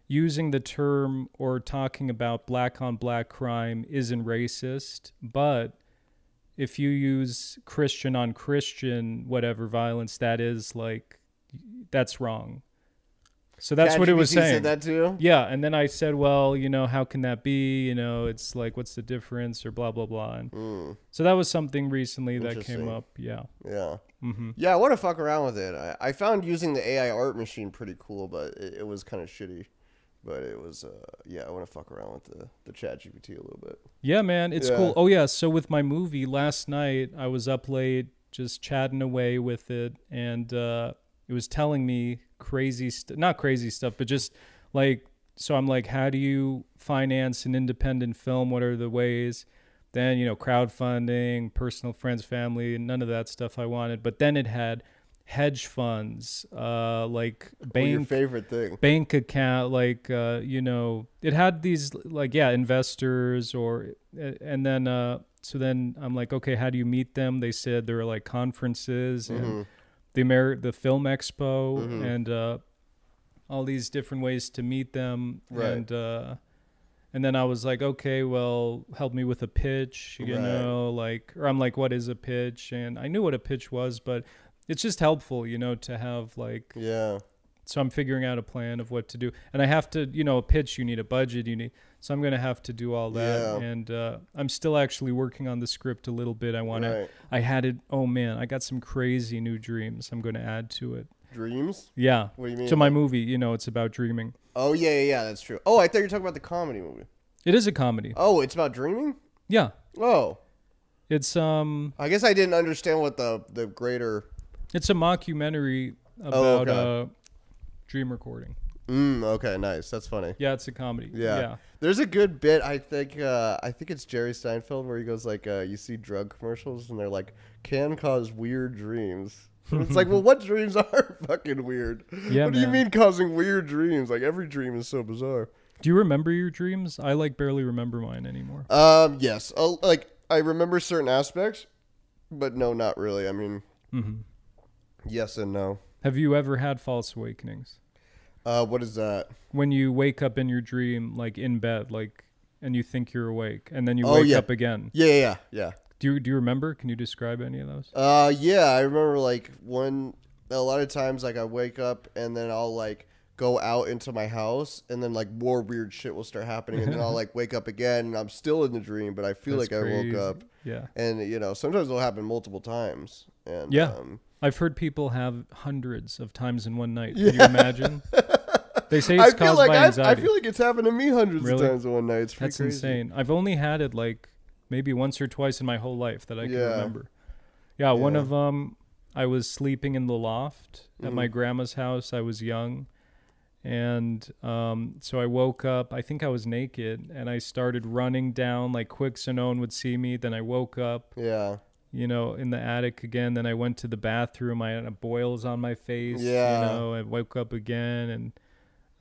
B: using the term or talking about black on black crime isn't racist, but if you use Christian on Christian whatever violence, that is like that's wrong. So that's what it was
A: ChatGPT
B: saying.
A: Said that too.
B: yeah, and then I said, well, you know, how can that be? You know, it's like what's the difference or blah blah blah. And so that was something recently that came
A: Hmm. Interesting.
B: up. Yeah. Mm-hmm.
A: Yeah. Yeah, I want to fuck around with it. I, I found using the AI art machine pretty cool, but it, it was kind of shitty. But it was, uh, yeah, I want to fuck around with the, the chat GPT a little bit.
B: Yeah, man, it's
A: Yeah.
B: cool. Oh yeah, so with my movie last night, I was up late just chatting away with it, and uh, it was telling me crazy st- not crazy stuff, but just like so. I'm like, how do you finance an independent film? What are the ways? Then you know, crowdfunding, personal friends, family, and none of that stuff I wanted. But then it had hedge funds, uh, like
A: Well, Oh, your
B: bank
A: favorite thing.
B: bank account like uh you know it had these like yeah investors or and then uh so then i'm like okay how do you meet them they said there are like conferences
A: Mm-hmm.
B: and the Amer- the film expo and uh all these different ways to meet them
A: Right.
B: and uh and then I was like, okay, well, help me with a pitch, you
A: Right.
B: know, like, or I'm like, what is a pitch? And I knew what a pitch was, but it's just helpful, you know, to have like
A: Yeah.
B: so I'm figuring out a plan of what to do, and I have to, you know, a pitch. You need a budget. You need, so I'm gonna have to do all that.
A: Yeah.
B: And uh, I'm still actually working on the script a little bit. I want
A: Right.
B: to. I had it. Oh man, I got some crazy new dreams. I'm gonna add to it.
A: Dreams?
B: Yeah.
A: What do you mean?
B: So my movie, you know, it's about dreaming.
A: oh yeah, yeah, yeah, that's true. Oh, I thought you were talking about the comedy movie.
B: It is a comedy.
A: Oh, it's about dreaming.
B: Yeah.
A: Oh,
B: It's um
A: I guess I didn't understand what the the greater.
B: it's a mockumentary
A: Oh,
B: about uh
A: okay.
B: dream recording.
A: Mm, okay, nice. That's funny.
B: Yeah, it's a comedy.
A: Yeah. There's a good bit I think uh, I think it's Jerry Seinfeld where he goes like uh, you see drug commercials and they're like can cause weird dreams. And it's like, well, what dreams are fucking weird?
B: Yeah,
A: what do you
B: man.
A: mean causing weird dreams? Like every dream is so bizarre.
B: Do you remember your dreams? I like barely remember mine anymore.
A: Um, yes, uh, like I remember certain aspects, but no, not really. I mean, yes and no.
B: Mm-hmm. Have you ever had false awakenings?
A: Uh, what is that?
B: When you wake up in your dream like in bed like and you think you're awake and then you
A: Oh,
B: wake
A: yeah.
B: up again.
A: Yeah, yeah, yeah.
B: Do you do you remember? Can you describe any of those?
A: Uh, yeah, I remember like one a lot of times like I wake up and then I'll like go out into my house and then like more weird shit will start happening and then I'll like wake up again and I'm still in the dream but I feel
B: That's
A: like I
B: crazy.
A: woke up
B: Yeah.
A: and you know sometimes it'll happen multiple times and
B: Yeah.
A: um,
B: I've heard people have hundreds of times in one night. Can you imagine? they say it's
A: I feel
B: caused
A: like
B: by
A: I've, I
B: anxiety.
A: feel like it's happened to me hundreds
B: Really?
A: of times in one night. It's pretty
B: That's
A: crazy.
B: insane. I've only had it like maybe once or twice in my whole life that I can
A: Yeah.
B: remember. Yeah, one
A: Yeah.
B: of um I was sleeping in the loft at
A: Mm.
B: my grandma's house. I was young. And um, so I woke up. I think I was naked, and I started running down like quick, so no one would see me. Then I woke up,
A: Yeah,
B: you know, in the attic again. Then I went to the bathroom. I had uh, boils on my face.
A: Yeah.
B: You know, I woke up again and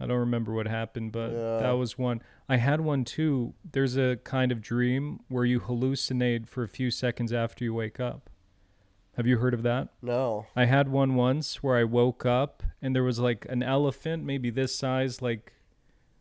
B: I don't remember what happened, but
A: Yeah.
B: that was one. I had one too. There's a kind of dream where you hallucinate for a few seconds after you wake up. Have you heard of that?
A: no,
B: I had one once where I woke up and there was like an elephant, maybe this size, like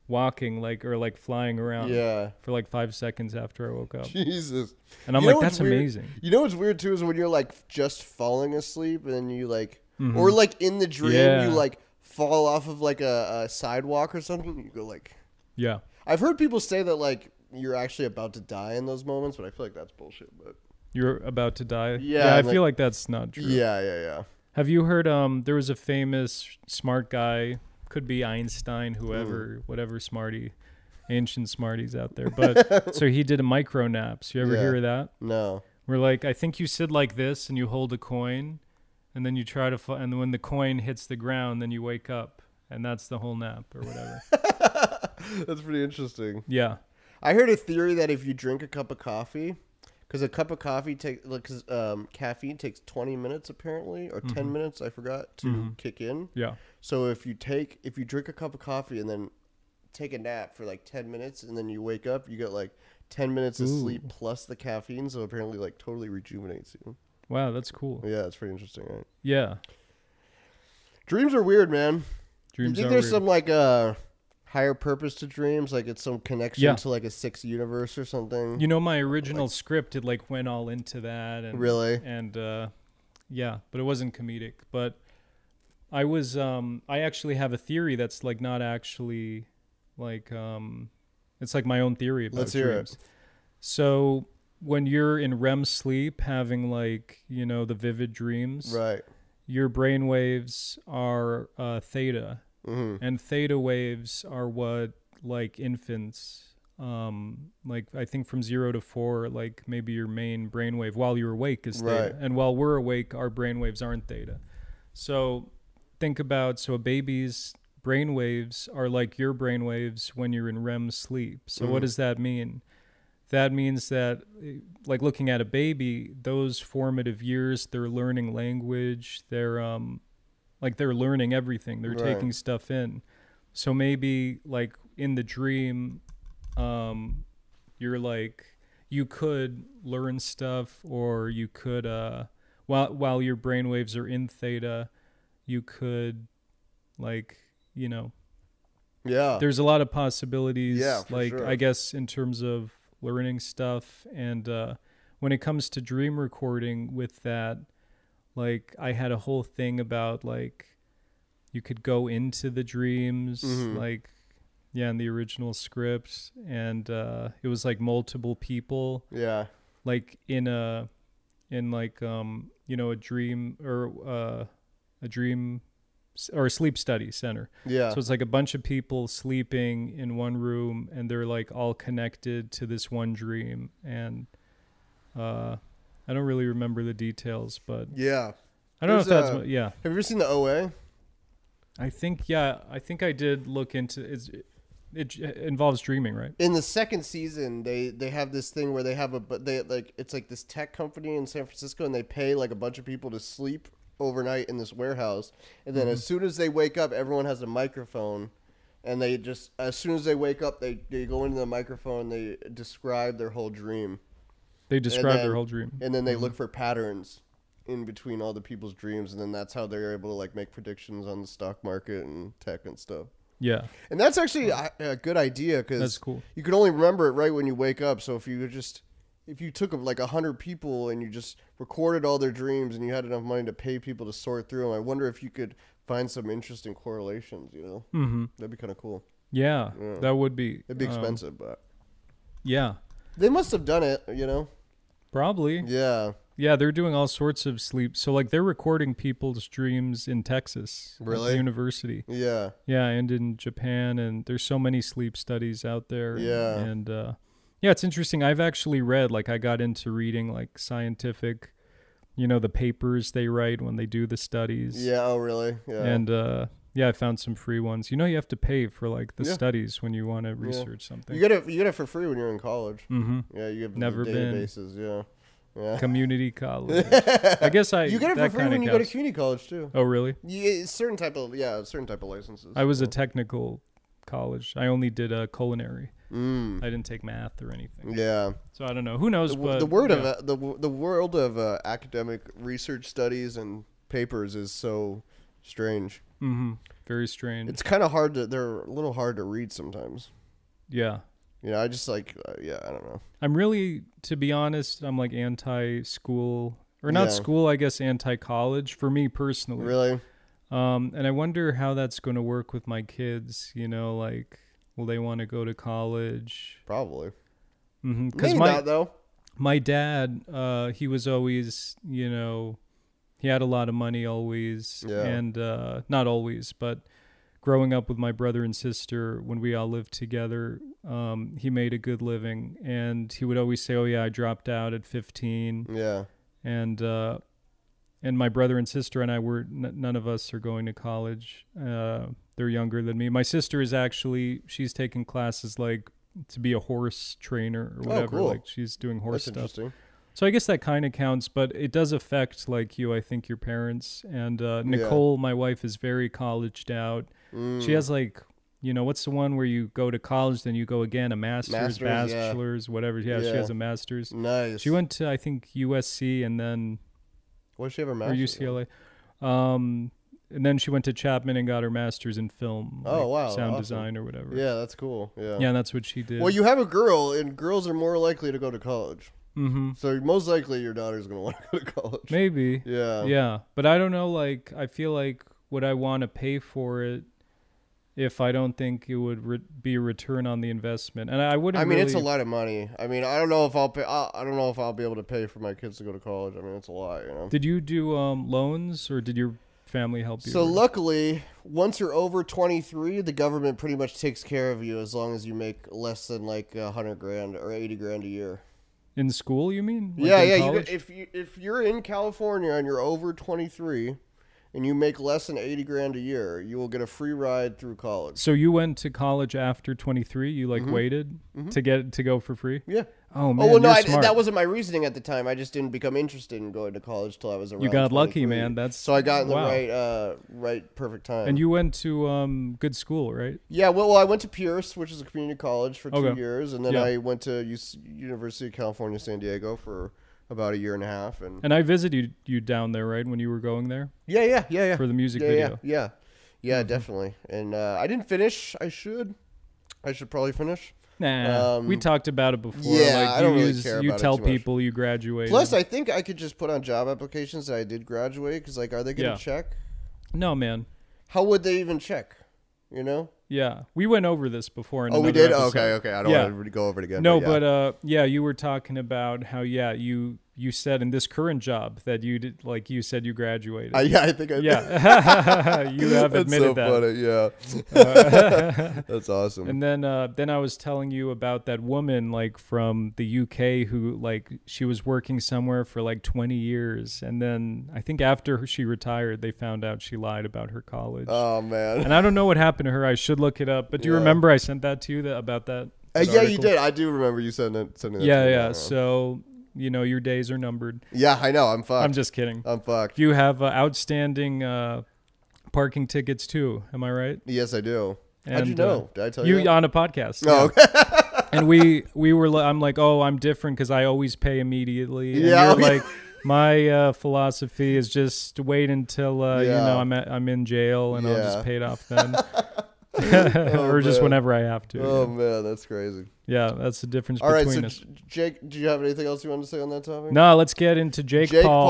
B: walking, like, or like flying around.
A: yeah,
B: For like five seconds after I woke up,
A: Jesus.
B: and I'm
A: You know
B: like,
A: what's
B: "That's
A: weird?
B: amazing."
A: You know what's weird too is when you're like just falling asleep and then you like, or like in the dream
B: Yeah.
A: you like fall off of like a, a sidewalk or something. You go like,
B: Yeah,
A: I've heard people say that like you're actually about to die in those moments, but I feel like that's bullshit. But
B: You're about to die.
A: Yeah,
B: I
A: I'm
B: feel like that's not true.
A: yeah, yeah, yeah.
B: Have you heard um there was a famous smart guy, could be Einstein, whoever, whatever smarty, ancient smarties out there. But so he did a micro naps. You ever
A: Yeah.
B: hear of that?
A: No,
B: Where like I think you sit like this and you hold a coin and then you try to fi- and when the coin hits the ground then you wake up and that's the whole nap or whatever.
A: that's pretty interesting.
B: yeah.
A: I heard a theory that if you drink a cup of coffee, because a cup of coffee takes, because um, caffeine takes 20 minutes apparently, or 10 minutes, I forgot, to kick in.
B: Yeah.
A: So if you take, if you drink a cup of coffee and then take a nap for like 10 minutes and then you wake up, you get like 10 minutes of sleep plus the caffeine. So apparently, like, totally rejuvenates you.
B: Wow, that's cool.
A: Yeah, it's pretty interesting, right?
B: Yeah.
A: Dreams are weird, man.
B: Dreams
A: you
B: are
A: think there's
B: weird.
A: some like uh, higher purpose to dreams? Like it's some connection
B: Yeah.
A: to like a sixth universe or something?
B: You know, my original script it like went all into that and
A: Really?
B: and uh, yeah, but it wasn't comedic. But I was um, I actually have a theory that's like not actually like um, it's like my own theory about
A: Let's hear it.
B: dreams. So when you're in REM sleep, having like you know the vivid dreams,
A: right.
B: your brain waves are uh, theta,
A: Mm-hmm.
B: and theta waves are what like infants, um, like I think from zero to four, like maybe your main brainwave while you're awake is theta,
A: Right.
B: and while we're awake, our brainwaves aren't theta. So think about so a baby's brainwaves are like your brainwaves when you're in REM sleep. So what does that mean? that means that eh, like looking at a baby those formative years they're learning language they're um like they're learning everything they're
A: Right.
B: taking stuff in so maybe like in the dream um you're like you could learn stuff or you could uh while while your brainwaves are in theta you could like you know
A: Yeah.
B: there's a lot of possibilities
A: Yeah, for
B: like
A: sure.
B: i guess in terms of learning stuff and uh, when it comes to dream recording with that like i had a whole thing about like you could go into the dreams
A: Mm-hmm.
B: like yeah in the original script and uh it was like multiple people
A: Yeah.
B: like in a in like um you know a dream or uh a dream s- or a sleep study center
A: Yeah.
B: so it's like a bunch of people sleeping in one room and they're like all connected to this one dream and uh i don't really remember the details but
A: yeah.
B: i don't know
A: There's uh,
B: if that's
A: a-
B: what, yeah
A: Have you ever seen the OA?
B: i think yeah i think i did look into it's, it, it involves dreaming right
A: in the second season they they have this thing where they have a but they like it's like this tech company in San Francisco and they pay like a bunch of people to sleep overnight in this warehouse and then as soon as they wake up everyone has a microphone and they just as soon as they wake up they, they go into the microphone they describe their whole dream
B: they describe
A: then-
B: their whole dream
A: and then they look for patterns in between all the people's dreams and then that's how they're able to like make predictions on the stock market and tech and stuff
B: yeah
A: and that's actually a, a good idea because
B: That's cool.
A: you can only remember it right when you wake up. So if you could just if you took like a hundred people and you just recorded all their dreams and you had enough money to pay people to sort through them, I wonder if you could find some interesting correlations. You know,
B: mm-hmm.
A: that'd be kind of cool.
B: yeah,
A: Yeah.
B: that would be
A: It'd be
B: um,
A: expensive, but
B: yeah
A: they must have done it. You know,
B: probably
A: yeah,
B: Yeah, they're doing all sorts of sleep. So like they're recording people's dreams in Texas, at the
A: Really?
B: university.
A: yeah,
B: Yeah, and in Japan, and there's so many sleep studies out there.
A: Yeah.
B: and uh, yeah, it's interesting. I've actually read like I got into reading like scientific, you know, the papers they write when they do the studies.
A: yeah. Oh, really? Yeah,
B: and uh, yeah, I found some free ones. You know, you have to pay for like the
A: Yeah.
B: studies when you want to research
A: you
B: something.
A: get it. You get it for free when you're in college.
B: hmm
A: Yeah, you have the
B: Never been.
A: databases. Yeah, yeah.
B: Community college. I guess I.
A: You get it for
B: that
A: free
B: kinda
A: when you go to
B: counts.
A: community college too.
B: Oh really?
A: Yeah, certain type of yeah, certain type of licenses.
B: I was a technical college. I only did uh, culinary.
A: Mm.
B: I didn't take math or anything.
A: Yeah,
B: So I don't know. Who knows?
A: Hmm. the,
B: but
A: the word
B: yeah.
A: of uh, the the world of uh, academic research studies and papers is so strange.
B: Mhm. Very strange.
A: It's kind of hard to they're a little hard to read sometimes.
B: yeah.
A: You know, I just like uh, yeah, I don't know.
B: I'm really, to be honest, I'm like anti-school or not
A: Yeah.
B: school. I guess anti-college for me personally.
A: Really?
B: Um, and I wonder how that's going to work with my kids. You know, like will they want to go to college?
A: Probably.
B: Because
A: Maybe
B: my
A: not though.
B: my dad uh he was always you know he had a lot of money always
A: Yeah.
B: and uh not always but growing up with my brother and sister when we all lived together um he made a good living and he would always say oh yeah i dropped out at 15
A: Yeah.
B: and uh and my brother and sister and i were n- none of us are going to college uh they're younger than me my sister is actually she's taking classes like to be a horse trainer or
A: Oh,
B: whatever
A: cool.
B: like she's doing horse
A: That's
B: stuff
A: interesting.
B: so I guess that kind of counts, but it does affect like you. I think your parents and
A: Yeah.
B: uh, Nicole, my wife, is very colleged out.
A: Mm.
B: She has like, you know, what's the one where you go to college, then you go again, a master's,
A: Masters, yeah.
B: bachelor's, whatever. Yeah, she
A: Yeah.
B: has a master's.
A: nice.
B: She went to I think USC and then
A: What she ever
B: or UCLA, um, and then she went to Chapman and got her master's in film.
A: Oh, wow,
B: sound
A: awesome.
B: design or whatever.
A: Yeah, that's cool. Yeah.
B: yeah, and that's what she did.
A: Well, you have a girl, and girls are more likely to go to college.
B: mm-hmm.
A: So most likely, your daughter's gonna want to go to college.
B: maybe.
A: Yeah.
B: yeah but i don't know like i feel like would i want to pay for it if i don't think it would re- be a return on the investment and i wouldn't
A: I mean, it's a
B: really-
A: lot of money. I mean, I don't know if I'll pay. I, I don't know if I'll be able to pay for my kids to go to college. I mean, it's a lot, you know.
B: did you do um loans or did your family help you
A: So
B: with it?
A: luckily, once you're over 23, the government pretty much takes care of you as long as you make less than like a hundred grand or eighty grand a year.
B: in school you mean Like,
A: yeah,
B: in
A: yeah. You
B: college?
A: could, if you if you're in California and you're over 23, and you make less than eighty grand a year, you will get a free ride through college.
B: so you went to college after 23 you like waited to get to go for free
A: Yeah.
B: oh man
A: Mm-hmm. oh well, no,
B: you're
A: I,
B: smart.
A: that wasn't my reasoning at the time. I just didn't become interested in going to college till I was around.
B: you got lucky
A: 23.
B: man that's
A: So I got in the
B: wow.
A: right, uh, right, perfect time.
B: and you went to um good school right
A: yeah. Well, well, I went to Pierce, which is a community college, for two
B: Okay.
A: years, and then
B: Yeah.
A: I went to UC, University of California, San Diego, for about a year and a half. And
B: and i visited you down there right when you were going there
A: yeah, yeah, yeah, yeah,
B: for the music
A: yeah,
B: video Mm-hmm.
A: yeah, yeah, yeah, definitely. And uh, I didn't finish. I should. I should probably finish.
B: Nah, we
A: Um,
B: talked about it before.
A: yeah,
B: like
A: I
B: you
A: don't really
B: use,
A: care
B: you
A: about it
B: tell
A: too much.
B: people you graduated.
A: Plus, I think I could just put on job applications that I did graduate because, like, are they going to
B: Yeah.
A: check?
B: no man,
A: How would they even check? You know?
B: Yeah, we went over this before. In
A: Oh, we
B: another
A: did. Oh,
B: episode.
A: okay, okay. I don't
B: Yeah.
A: want to go over it again.
B: No,
A: yeah.
B: but uh, yeah, you were talking about how yeah you you said in this current job that you did like you said you graduated.
A: I, Uh, yeah, I think I,
B: yeah, you have
A: That's
B: admitted
A: so
B: that.
A: funny. Yeah, that's awesome.
B: And then uh, then I was telling you about that woman like from the UK who like she was working somewhere for like 20 years and then I think after she retired they found out she lied about her college.
A: oh man.
B: and I don't know what happened to her. I should look it up. But do you
A: Yeah.
B: remember I sent that to you that about that?
A: Uh,
B: that
A: yeah, you
B: article?
A: did. I do remember you sending that. Sending that
B: Yeah,
A: to me.
B: yeah. So, you know, your days are numbered.
A: yeah, I know. I'm fucked.
B: I'm just kidding.
A: I'm fucked.
B: You have uh, outstanding uh, parking tickets too, am I right?
A: Yes, I do. How'd you
B: And, uh,
A: know? Did I tell you?
B: You on a podcast.
A: No,
B: yeah. and we we were li- I'm like, "Oh, I'm different cuz I always pay immediately." And
A: Yeah,
B: you're
A: oh, yeah.
B: like my uh, philosophy is just wait until uh, you
A: Yeah.
B: know I'm at, I'm in jail and I'll just
A: Yeah. Oh,
B: pay it off then, or just
A: man.
B: whenever I have to.
A: Oh man, that's crazy.
B: Yeah, that's the difference
A: All right,
B: between
A: so
B: us.
A: J- Jake, do you have anything else you want to say on that topic?
B: No, let's get into Jake,
A: Jake
B: Paul.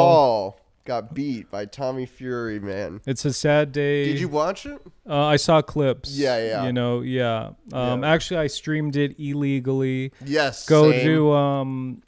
A: Paul. got beat by Tommy Fury, man.
B: It's a sad day.
A: Did you watch it?
B: Uh, I saw clips.
A: Yeah, yeah.
B: You know, yeah. Um,
A: Yeah.
B: Actually, I streamed it illegally.
A: Yes.
B: Go
A: same.
B: to um,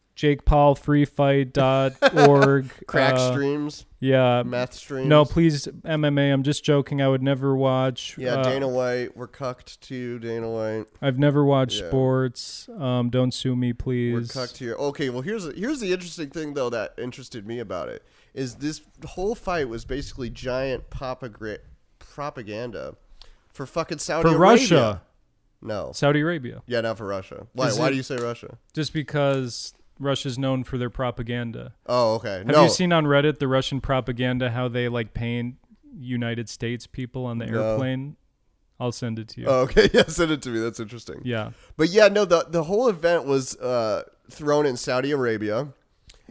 B: jakepaulfreefight.org.
A: crack
B: uh,
A: streams,
B: Yeah.
A: math streams.
B: No, please, MMA. I'm just joking. I would never watch.
A: Yeah,
B: uh,
A: Dana White. We're cucked to you, Dana White.
B: I've never watched
A: Yeah.
B: sports. Um, don't sue me,
A: We're
B: please.
A: cucked here. Okay, well here's here's the interesting thing though that interested me about it is this whole fight was basically giant propagra- propaganda for fucking Saudi
B: For
A: Arabia.
B: Russia,
A: No.
B: Saudi Arabia,
A: Yeah, not for Russia. Why?
B: Is
A: Why
B: it-
A: do you say Russia?
B: just because Russia's known for their propaganda.
A: Oh, okay.
B: Have
A: no.
B: you seen on Reddit the Russian propaganda how they like paint United States people on the
A: No.
B: airplane? I'll send it to you.
A: Oh, okay. Yeah, send it to me. That's interesting.
B: yeah.
A: But yeah, no. The the whole event was uh, thrown in Saudi Arabia.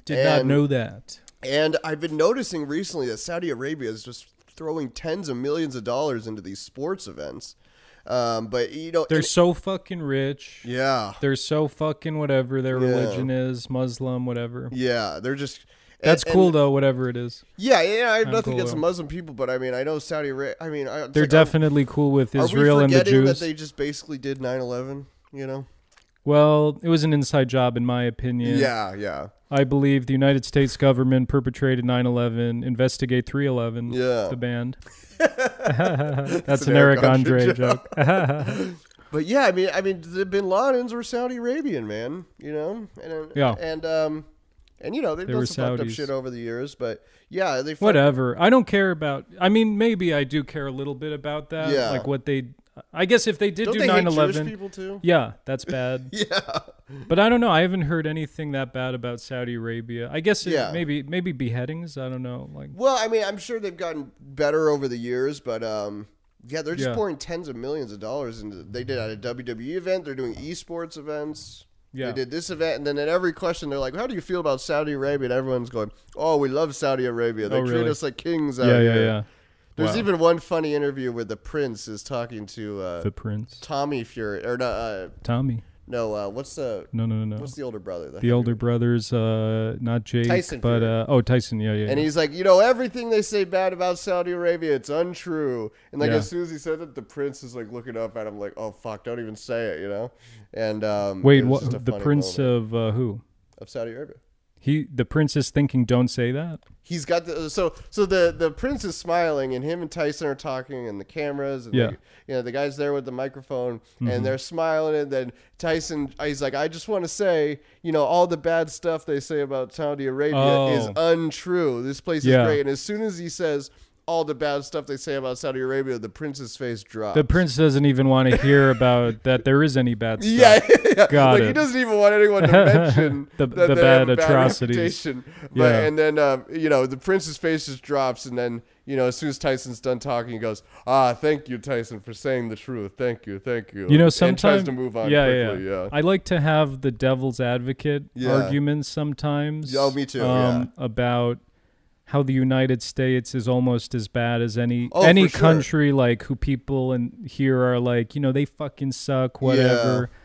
B: Did not
A: And-
B: know that.
A: And I've been noticing recently that Saudi Arabia is just throwing tens of millions of dollars into these sports events. Um, but you know,
B: They're
A: and-
B: so fucking rich.
A: yeah,
B: They're so fucking whatever their
A: Yeah.
B: religion is, Muslim, whatever.
A: yeah, they're just and-
B: That's
A: and-
B: cool though, whatever it is.
A: Yeah, yeah, I have
B: I'm
A: nothing
B: cool
A: against
B: though.
A: Muslim people, but I mean, I know Saudi Arabia. I mean, I,
B: They're
A: like, are-
B: definitely cool with
A: are we
B: Israel and the
A: forgetting
B: Jews.
A: That they just basically did 9-11, You know?
B: well, it was an inside job in my opinion.
A: Yeah, yeah,
B: I believe the United States government perpetrated 9/11, investigate 3/11.
A: Yeah.
B: The band. That's
A: an
B: an Eric
A: Eric
B: Andre
A: Andre
B: joke.
A: But yeah, I mean, I mean, the Bin Ladens were Saudi Arabian, man. You know, and uh,
B: Yeah.
A: and um, and you know, they've
B: They
A: done
B: were
A: some fucked up
B: Saudis.
A: shit over the years, but yeah, they fuck-
B: Whatever. I don't care about. I mean, maybe I do care a little bit about that.
A: Yeah.
B: Like what they. I guess if they did
A: Don't
B: do
A: they hate
B: nine
A: Jewish
B: eleven.
A: people too?
B: Yeah, that's bad.
A: Yeah.
B: but I don't know. I haven't heard anything that bad about Saudi Arabia. I guess it,
A: Yeah.
B: maybe maybe beheadings. I don't know. Like
A: Well, I mean, I'm sure they've gotten better over the years, but um, yeah, they're just
B: Yeah.
A: pouring tens of millions of dollars into. They did at a WWE event. They're doing esports events.
B: Yeah.
A: They did this event, and then at every question, they're like, "How do you feel about Saudi Arabia?" And everyone's going, "Oh, we love Saudi Arabia. They
B: Oh,
A: treat
B: really?
A: us like kings out
B: yeah, yeah,
A: here."
B: yeah.
A: There's
B: Wow.
A: even one funny interview where the prince is talking to uh,
B: The Prince,
A: Tommy Fury, or no, uh,
B: Tommy.
A: no, uh, what's the
B: No, no, no, no.
A: what's the older brother?
B: The older brothers, uh, not Jake,
A: Tyson
B: but
A: Fury.
B: uh, oh Tyson. Yeah, yeah.
A: And
B: yeah.
A: he's like, you know, everything they say bad about Saudi Arabia, it's untrue. And like
B: Yeah.
A: as soon as he said that, the prince is like looking up at him, like, oh fuck, don't even say it, you know. And um,
B: Wait,
A: it was just a
B: what? The
A: funny
B: Prince
A: moment
B: of uh, who?
A: of Saudi Arabia.
B: He, the Prince is thinking. Don't say that.
A: He's got the so so the the prince is smiling and him and Tyson are talking and the cameras and
B: Yeah. Mm-hmm.
A: the, you know the guy's there with the microphone and they're smiling and then Tyson he's like I just want to say you know all the bad stuff they say about Saudi Arabia is
B: Oh.
A: untrue this place
B: Yeah.
A: is great and as soon as he says all the bad stuff they say about Saudi Arabia the prince's face drops
B: The prince doesn't even want to hear about that there is any bad stuff.
A: yeah, yeah.
B: Got
A: like
B: it.
A: he doesn't even want anyone to mention
B: The-
A: that
B: the
A: they have
B: bad
A: a bad
B: atrocities.
A: reputation. But,
B: Yeah.
A: and then uh, you know the prince's face just drops, and then you know as soon as Tyson's done talking, he goes, "Ah, thank you, Tyson, for saying the truth. Thank you, thank you."
B: You know,
A: and tries
B: sometimes
A: to move on
B: yeah,
A: quickly.
B: yeah,
A: Yeah,
B: I like to have the devil's advocate
A: Yeah.
B: arguments sometimes.
A: Yeah, oh, me too,
B: Um, About how the United States is almost as bad as any
A: Oh,
B: any
A: for sure.
B: country, like who people in here are like, you know, they fucking suck, whatever.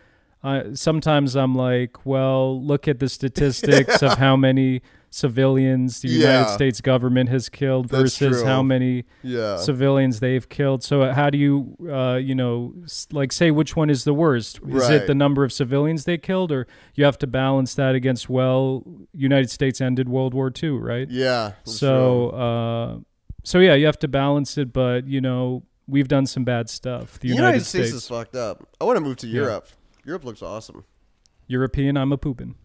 B: Uh, sometimes I'm like, well, look at the statistics of how many civilians the United
A: Yeah.
B: States government has killed
A: That's
B: versus
A: true.
B: how many
A: Yeah.
B: civilians they've killed. So how do you, uh, you know, s- like say which one is the worst? Is it
A: Right.
B: the number of civilians they killed, or you have to balance that against well, United States ended World War II, right?
A: yeah. that's
B: so, uh, so yeah, you have to balance it, but you know, we've done some bad stuff. The
A: true.
B: United, States,
A: is fucked up. I want to move to Europe. Europe looks awesome.
B: European, I'm a poopin.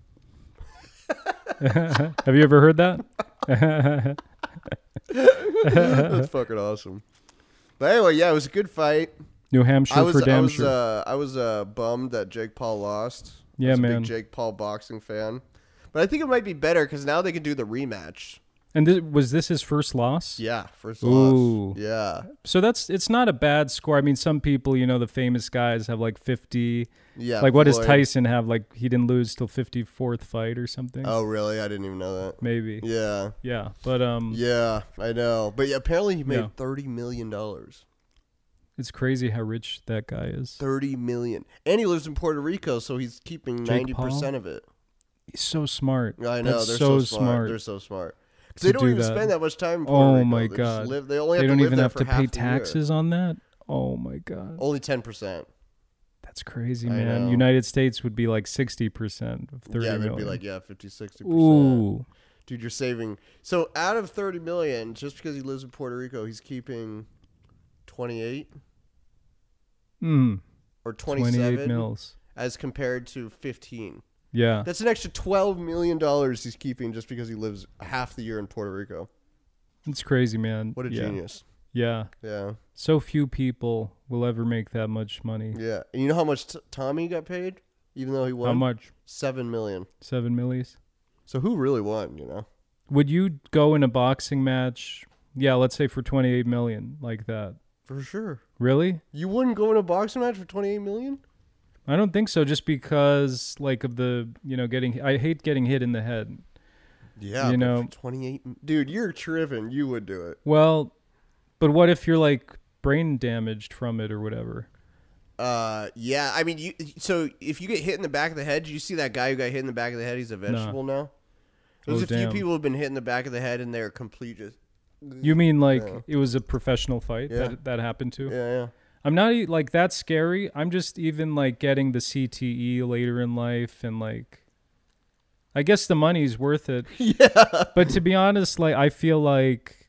B: have you ever heard that?
A: That's fucking awesome. But anyway, yeah, it was a good fight.
B: New Hampshire
A: I was
B: for
A: I
B: damn
A: was
B: sure.
A: uh, I was uh, bummed that Jake Paul lost.
B: Yeah,
A: I was A
B: man.
A: big Jake Paul boxing fan, but I think it might be better because now they can do the rematch.
B: and thi- was this his first loss?
A: Yeah, first
B: Ooh.
A: loss. Yeah,
B: So that's it's not a bad score. I mean, some people, you know, the famous guys have like fifty.
A: yeah.
B: like what does
A: Floyd.
B: Tyson have? Like he didn't lose till fifty fourth fight or something.
A: Oh, really? I didn't even know that.
B: maybe. Yeah.
A: Yeah,
B: But um,
A: yeah, I know. But yeah, apparently he made
B: Yeah.
A: thirty million dollars.
B: it's crazy how rich that guy is.
A: Thirty million, and he lives in Puerto Rico, so he's keeping
B: Jake
A: ninety
B: Paul?
A: percent of it.
B: He's so smart.
A: I know
B: That's
A: they're
B: so
A: so, smart. They're so smart. 'Cause they
B: to
A: don't
B: do
A: even
B: that.
A: spend that much time. In Puerto
B: Oh
A: Rico.
B: my
A: They just
B: God.
A: live- they only have
B: They
A: to
B: don't
A: live
B: even
A: there
B: have
A: for
B: to
A: half
B: pay
A: the year.
B: taxes on that. Oh my god,
A: Only ten percent.
B: that's crazy,
A: I
B: man.
A: know.
B: United States would be like sixty percent of thirty
A: yeah,
B: million.
A: they'd be like, yeah, 50, 60 percent.
B: Ooh,
A: Dude, you're saving. So out of thirty million, just because he lives in Puerto Rico, he's keeping twenty-eight
B: mm,
A: or
B: twenty-eight
A: twenty-seven,
B: mils.
A: as compared to fifteen.
B: Yeah,
A: That's an extra twelve million dollars he's keeping just because he lives half the year in Puerto Rico.
B: it's crazy, man.
A: What a
B: yeah.
A: genius!
B: Yeah,
A: Yeah,
B: so few people will ever make that much money.
A: yeah. And you know how much t- Tommy got paid, even though he won
B: How much?
A: seven million.
B: Seven millies.
A: So who really won? You know?
B: Would you go in a boxing match? Yeah, let's say for 28 million, like that.
A: For sure.
B: Really?
A: You wouldn't go in a boxing match for twenty-eight million?
B: I don't think so just because like of the, you know, getting I hate getting hit in the head.
A: Yeah, but
B: You know-
A: for twenty-eight. m- Dude, you're tripping. You would do it.
B: Well, but what if you're like brain damaged from it or whatever?
A: Uh, yeah. I mean, you. So if you get hit in the back of the head, did you see that guy who got hit in the back of the head? He's a vegetable now. There's
B: Oh,
A: a
B: damn.
A: few people who've been hit in the back of the head and they're complete just.
B: You mean like
A: Yeah.
B: it was a professional fight
A: Yeah.
B: that that happened to?
A: Yeah, yeah.
B: I'm not e- like that's scary. I'm just even like getting the CTE later in life and like I guess the money's worth it.
A: Yeah.
B: but to be honest, like I feel like,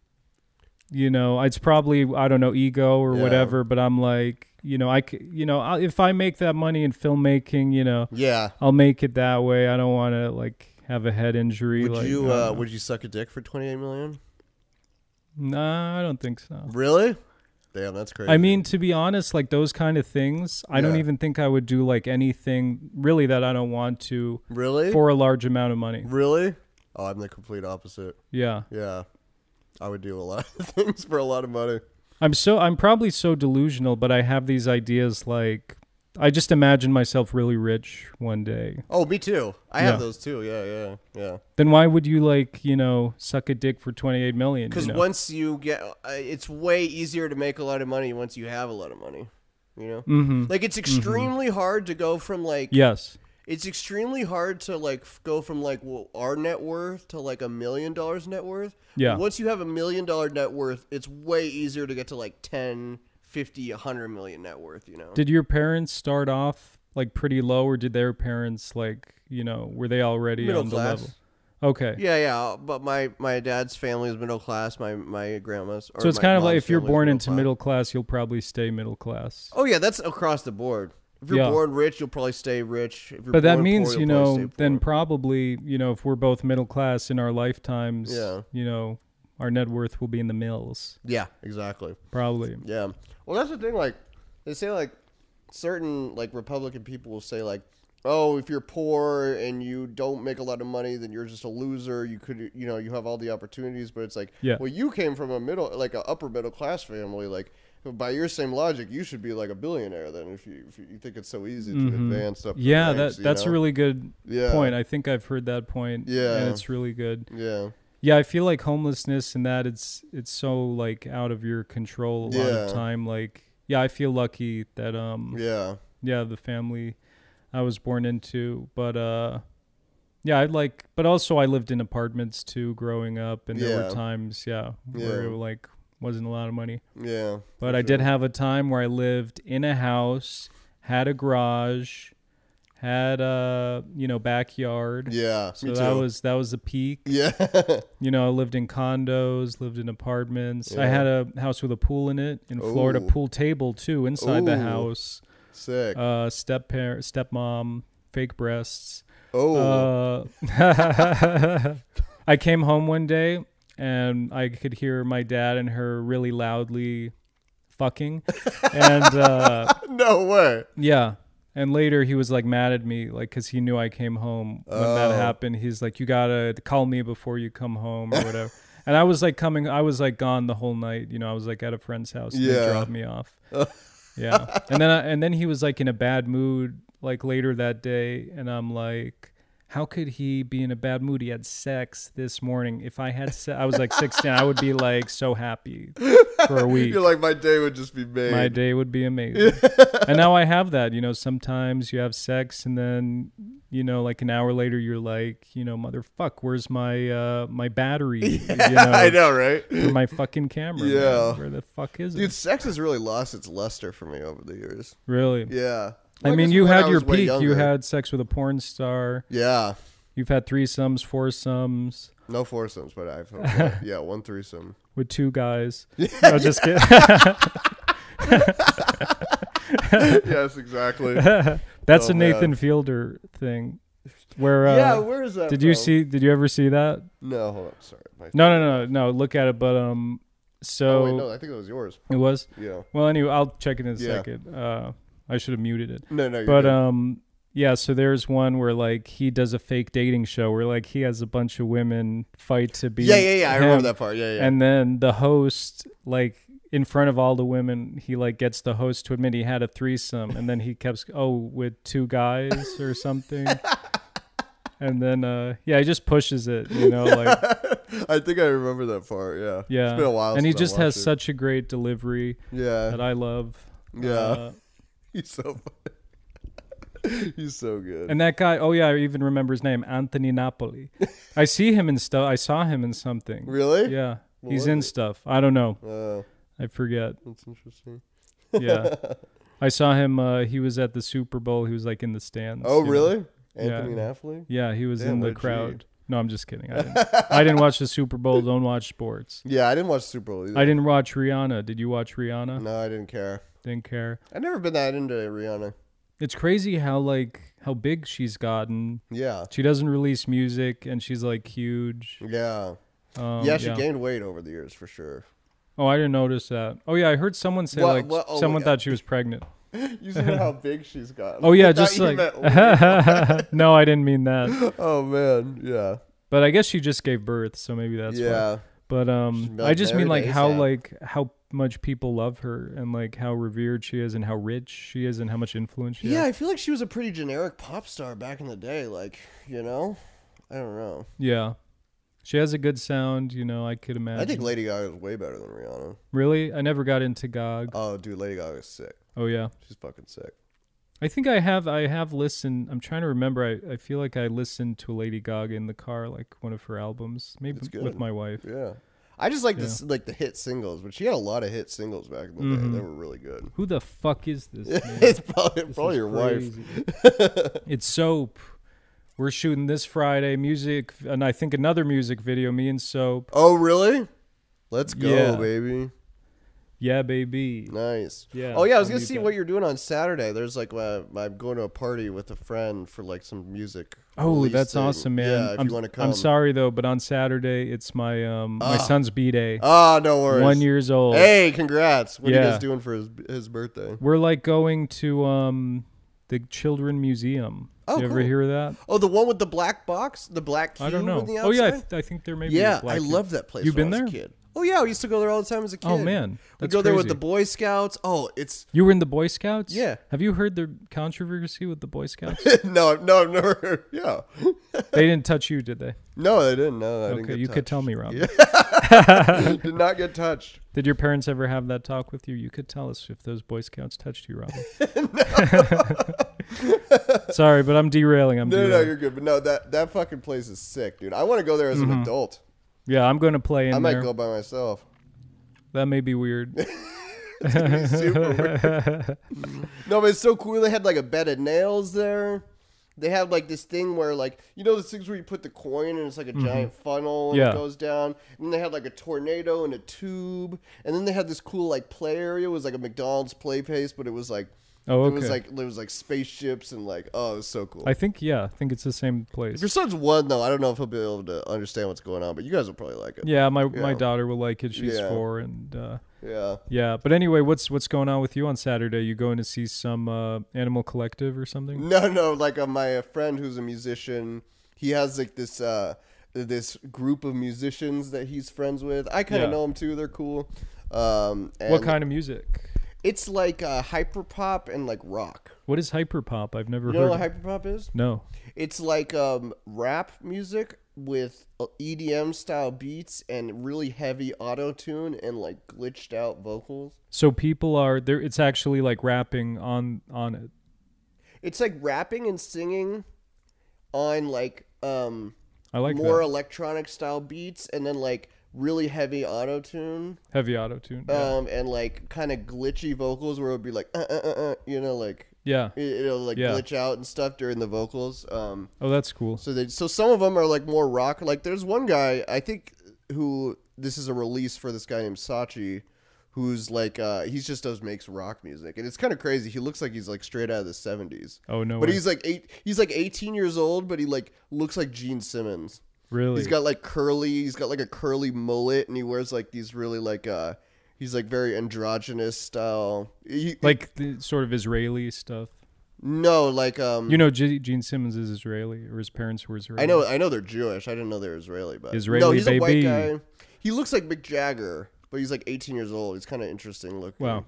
B: you know, it's probably I don't know ego or
A: Yeah.
B: whatever. But I'm like, you know, I c- you know, I, if I make that money in filmmaking, you know,
A: Yeah.
B: I'll make it that way. I don't want to like have a head injury.
A: Would
B: like,
A: you
B: I
A: uh
B: don't know.
A: would you suck a dick for 28 million?
B: nah, I don't think so.
A: Really? Damn, that's crazy.
B: I mean, to be honest, like those kind of things, I don't
A: Yeah.
B: even think I would do like anything really that I don't want to
A: really?
B: for a large amount of money.
A: really? Oh, I'm the complete opposite.
B: Yeah.
A: Yeah. I would do a lot of things for a lot of money.
B: I'm so I'm probably so delusional, but I have these ideas like I just imagine myself really rich one day.
A: Oh, me too. I
B: Yeah.
A: have those too. Yeah, yeah, yeah.
B: Then why would you like, you know, suck a dick for 28 million?
A: Because
B: you know?
A: once you get, uh, it's way easier to make a lot of money once you have a lot of money. You know,
B: Mhm.
A: like it's extremely hard to go from like
B: Yes.
A: it's extremely hard to like f- go from like w our net worth to like a million dollars net worth.
B: Yeah.
A: Once you have a million dollar net worth, it's way easier to get to like 10, 50, 100 million net worth. You know.
B: Did your parents start off like pretty low or did their parents like, you know, were they already
A: Middle
B: on the
A: class.
B: level? Okay.
A: yeah, yeah, but my my dad's family is middle class. My my grandma's. Or
B: so it's
A: my
B: kind of
A: mom's
B: like if you're
A: family's
B: born into
A: class.
B: middle class, you'll probably stay middle class.
A: Oh yeah, that's across the board. If you're
B: Yeah.
A: born rich, you'll probably stay rich. If you're
B: But that
A: born
B: means,
A: poor,
B: you
A: you'll probably
B: know,
A: stay
B: then
A: poor.
B: probably, you know, if we're both middle class in our lifetimes,
A: Yeah.
B: you know, our net worth will be in the mills.
A: yeah, exactly.
B: Probably.
A: Yeah. Well, that's the thing. Like they say, like certain like Republican people will say, like, oh, if you're poor and you don't make a lot of money, then you're just a loser. You could, you know, you have all the opportunities, but it's like,
B: Yeah.
A: well, you came from a middle, like a upper middle class family, like. By your same logic, you should be like a billionaire then. If you if you think it's so easy to advance up, the
B: Mm-hmm. Yeah,
A: ranks,
B: that
A: you
B: that's
A: know?
B: a really good
A: Yeah.
B: point. I think I've heard that point. And
A: Yeah.
B: it's really good.
A: yeah.
B: Yeah, I feel like homelessness and that it's it's so like out of your control a lot of
A: Yeah.
B: time. Like yeah, I feel lucky that um
A: Yeah.
B: yeah, the family I was born into. But uh Yeah, I like, but also I lived in apartments too growing up, and there
A: Yeah.
B: were times, yeah,
A: Yeah.
B: where it, like wasn't a lot of money.
A: Yeah.
B: But I did have a time where I lived in a house, had a garage, had a you know backyard.
A: Yeah.
B: So
A: me
B: that
A: too.
B: was that was the peak.
A: Yeah.
B: You know, I lived in condos, lived in apartments. I
A: Yeah.
B: had a house with a pool in it in Florida,
A: Ooh.
B: pool table too inside
A: Ooh.
B: the house.
A: Sick.
B: Uh, step parent, stepmom, fake breasts.
A: oh.
B: Uh, I came home one day and I could hear my dad and her really loudly fucking. And uh,
A: no way.
B: yeah. And later he was like mad at me, like, because he knew I came home when that happened. He's like, you gotta call me before you come home or whatever. and I was like coming, I was like gone the whole night. You know, I was like at a friend's house and
A: Yeah.
B: they dropped me off. yeah. And then, I, and then he was like in a bad mood, like later that day. And I'm like, how could he be in a bad mood? He had sex this morning. If I had, se- I was like 16, I would be like so happy for a week
A: You're like my day would just be made.
B: my day would be amazing. and now I have that. You know, sometimes you have sex and then, you know, like an hour later you're like, you know, motherfuck, where's my uh my battery? you know,
A: I know, right?
B: Or my fucking camera. man?
A: Yeah.
B: Where the fuck is
A: Dude,
B: it?
A: sex has really lost its luster for me over the years.
B: Really?
A: Yeah.
B: I
A: Well,
B: mean,
A: guess
B: you
A: when
B: had
A: I
B: your
A: was way
B: peak. You
A: younger.
B: had sex with a porn star.
A: Yeah.
B: You've had threesomes, fooursums
A: No foursomes, but I've had- yeah one threesome.
B: with two guys. no, just kidding.
A: yes, exactly.
B: That's
A: Oh,
B: a
A: man.
B: Nathan Fielder thing. Where uh,
A: yeah, where is that?
B: did you
A: from?
B: see? Did you ever see that?
A: No, hold on. Sorry. My-
B: No, no, no, no. Look at it, but um, so
A: Oh, wait, no, I think that was yours.
B: it was.
A: Yeah.
B: Well, anyway, I'll check it in a
A: Yeah.
B: second. Uh, I should have muted it.
A: No, no. You're
B: But
A: good.
B: um, yeah. So there's one where like he does a fake dating show where like he has a bunch of women fight to be.
A: yeah, yeah, yeah. I
B: him.
A: remember that part. Yeah, yeah.
B: And then the host, like in front of all the women, he like gets the host to admit he had a threesome, and then he kept oh with two guys or something. And then, uh, yeah, he just pushes it, you know, like
A: I think I remember that part. Yeah.
B: Yeah.
A: It's been a while.
B: And he
A: since I
B: just has
A: watched it.
B: such a great delivery
A: Yeah.
B: that I love.
A: Yeah.
B: Uh,
A: He's so funny. He's so good.
B: and that guy, oh yeah, I even remember his name, Anthony Napoli. I see him in stuff. I saw him in something.
A: really?
B: Yeah.
A: What
B: He's
A: was
B: in
A: it?
B: stuff. I don't know.
A: Oh,
B: I forget.
A: that's interesting.
B: Yeah. I saw him uh he was at the Super Bowl. He was like in the stands.
A: Oh,
B: you know?
A: really?
B: Yeah.
A: Anthony Napoli?
B: Yeah, he was
A: Damn,
B: in
A: what
B: the
A: a G.
B: crowd. No, I'm just kidding. I didn't, I didn't watch the Super Bowl. Don't watch sports.
A: Yeah, I didn't watch Super Bowl either.
B: I didn't watch Rihanna. Did you watch Rihanna?
A: no, I didn't care.
B: Didn't care.
A: I've never been that into Rihanna.
B: It's crazy how like how big she's gotten
A: Yeah.
B: She doesn't release music, and she's like huge.
A: Yeah.
B: Um,
A: yeah, she gained weight over the years for sure.
B: Oh, I didn't notice that. Oh yeah, I heard someone say
A: What-
B: like
A: what- oh,
B: someone
A: yeah.
B: thought she was pregnant.
A: You see how big she's gotten.
B: Oh yeah,
A: I thought
B: just
A: you
B: like
A: meant weight.
B: no, I didn't mean that.
A: oh man, yeah.
B: But I guess she just gave birth, so maybe that's Why.
A: yeah.
B: But um,
A: been,
B: I
A: like,
B: just mean like
A: married
B: how
A: ASAP.
B: like how much people love her and like how revered she is and how rich she is and how much influence she
A: Yeah,
B: has.
A: I feel like she was a pretty generic pop star back in the day, like, you know? I don't know.
B: Yeah. She has a good sound, you know. I could imagine.
A: I think Lady Gaga is way better than Rihanna.
B: really, I never got into Gog.
A: Oh, dude, Lady Gaga's sick.
B: Oh yeah,
A: She's fucking sick.
B: I think I have I have listened. I'm trying to remember. I, I feel like I listened to Lady Gaga in the car, like one of her albums, maybe
A: It's good.
B: with my wife.
A: Yeah. I just like this like the hit singles, but she had a lot of hit singles back in the
B: Mm-hmm.
A: day. They were really good.
B: Who the fuck is this? man?
A: it's probably, probably
B: This is
A: your wife.
B: crazy. it's Soap. We're shooting this Friday music, and I think another music video. Me and Soap.
A: Oh, really? Let's go,
B: Yeah.
A: baby.
B: Yeah, baby.
A: Nice.
B: Yeah,
A: Oh yeah, I was
B: I'll
A: gonna
B: leave
A: see
B: that.
A: what you're doing on Saturday. There's like uh, I'm going to a party with a friend for like some music.
B: Oh,
A: release
B: that's
A: thing.
B: awesome, man.
A: Yeah, if
B: I'm,
A: you want to come.
B: I'm sorry though, but on Saturday it's my um my son's b day.
A: Ah, no worries.
B: One years old.
A: Hey, congrats. What are you
B: Yeah.
A: guys doing for his his birthday?
B: We're like going to um the Children Museum.
A: Oh,
B: you ever
A: cool.
B: hear of that?
A: Oh, the one with the black box, the black cube
B: I don't know.
A: on the outside.
B: Oh yeah, I, th- I think there may be. a
A: Yeah,
B: black
A: I
B: kid.
A: loved that place.
B: You've
A: when
B: been
A: I was
B: there?
A: A kid. Oh yeah, I used to go there all the time as a kid.
B: Oh, man.
A: we
B: That's
A: go there with the
B: crazy.
A: Boy Scouts. Oh, it's
B: You were in the Boy Scouts.
A: Yeah.
B: Have you heard the controversy with the Boy Scouts?
A: no, no, I've never. Heard. Yeah,
B: they didn't touch you, did they?
A: no, I didn't. No, I didn't.
B: okay,
A: get
B: you could
A: touched.
B: tell me, Rob.
A: Did not get touched.
B: Did your parents ever have that talk with you? You could tell us if those Boy Scouts touched you, Rob. Sorry, but I'm derailing. I'm
A: No, no, no,
B: derailing.
A: you're good. But no, that that fucking place is sick, dude. I want to go there as an adult.
B: yeah, I'm going to play in
A: I might
B: Mm-hmm.
A: go
B: there.
A: by myself.
B: That may be weird.
A: It'd be super weird. no, but it's so cool. They had like a bed of nails there. They had like this thing where like you know those things where you put the coin and it's like a giant funnel and
B: Mm-hmm. Yeah.
A: it goes down. And then they had like a tornado and a tube. And then they had this cool like play area. It was like a McDonald's play place, but it was like
B: Oh,
A: it was
B: okay.
A: like it was like spaceships and like oh it was so cool.
B: I think yeah, I think it's the same place.
A: if your son's one though, I don't know if he'll be able to understand what's going on, but you guys will probably like it.
B: Yeah, my my
A: Yeah.
B: daughter will like it. She's
A: Yeah.
B: four, and uh,
A: Yeah.
B: yeah. But anyway, what's what's going on with you on Saturday? You going to see some uh, Animal Collective or something?
A: No, no, like uh, my uh, friend who's a musician, he has like this uh this group of musicians that he's friends with. I kind of
B: Yeah.
A: know them too. They're cool. Um, and
B: What kind of music?
A: It's like uh, hyper pop and like rock.
B: What is hyperpop? I've never
A: You know
B: heard.
A: what
B: of-
A: hyper pop is?
B: no.
A: It's like um rap music with uh, EDM style beats and really heavy auto tune and like glitched out vocals.
B: So people are there. It's actually like rapping on on it.
A: It's like rapping and singing on like um
B: I like
A: more
B: that.
A: electronic style beats and then like really heavy auto tune
B: heavy auto tune. yeah.
A: um and like kind of glitchy vocals where it would be like uh, uh, uh, uh, you know like
B: yeah.
A: it, it'll like
B: Yeah.
A: glitch out and stuff during the vocals um
B: Oh, that's cool.
A: so they so some of them are like more rock like there's one guy i think who this is a release for this guy named sachi who's like uh he's just does makes rock music and it's kind of crazy he looks like he's like straight out of the 70s
B: Oh no.
A: but
B: way.
A: he's like eight he's like 18 years old but he like looks like gene simmons
B: really.
A: He's got like curly. He's got like a curly mullet, and he wears like these really like uh, he's like very androgynous style. He-
B: like the sort of Israeli stuff.
A: no, like um,
B: You know, G- Gene Simmons is Israeli, or his parents were Israeli.
A: I know, I know they're Jewish. I didn't know they're Israeli, but no,
B: Israeli
A: he's a white
B: baby.
A: guy. He looks like Mick Jagger, but he's like 18 years old. He's kind of interesting looking.
B: Wow.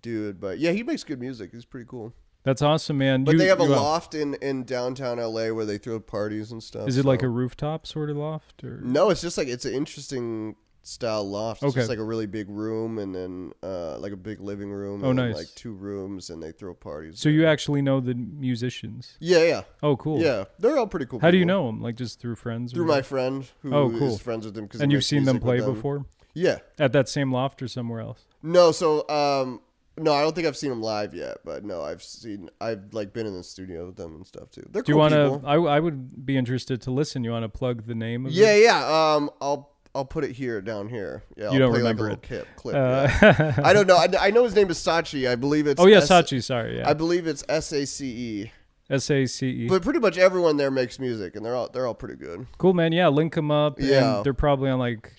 A: Dude, but yeah, he makes good music. He's pretty cool.
B: That's awesome, man.
A: But
B: You-
A: they have a
B: you- uh,
A: loft in in downtown LA where they throw parties and stuff. Mm.
B: Is it like
A: so-
B: a rooftop sort of loft, or
A: No, it's just like it's an interesting style loft. It's
B: Okay.
A: just like a really big room and then uh, like a big living room.
B: Oh,
A: and then,
B: nice.
A: Like two rooms and they throw parties.
B: So you actually know the musicians?
A: yeah, yeah,
B: Oh, cool.
A: yeah. They're all pretty cool.
B: How do you
A: people.
B: know them? Like just through friends? or-
A: Through my friend who
B: Oh,
A: is
B: cool.
A: friends with them. Cause he
B: and you've
A: makes
B: seen them
A: music
B: play
A: with
B: before
A: Yeah.
B: at that same loft or somewhere else?
A: No, so um, no, I don't think I've seen them live yet, but no, I've seen I've like been in the studio with them and stuff too. They're
B: Do you
A: cool
B: want to?
A: people.
B: I, I would be interested to listen. You want to plug the name? Of
A: Yeah,
B: It?
A: yeah. Um, I'll I'll put it here down here. Yeah, I'll
B: don't
A: play,
B: remember
A: like a
B: it.
A: little Clip, clip
B: Uh,
A: yeah. I don't know. I, I know his name is Sachi. I believe it's
B: oh yeah,
A: S-
B: Sachi. Sorry,
A: I
B: yeah.
A: believe it's S A C E.
B: S A C E.
A: But pretty much everyone there makes music, and they're all they're all pretty good.
B: Cool, man. Yeah, link them up. and
A: Yeah.
B: they're probably on like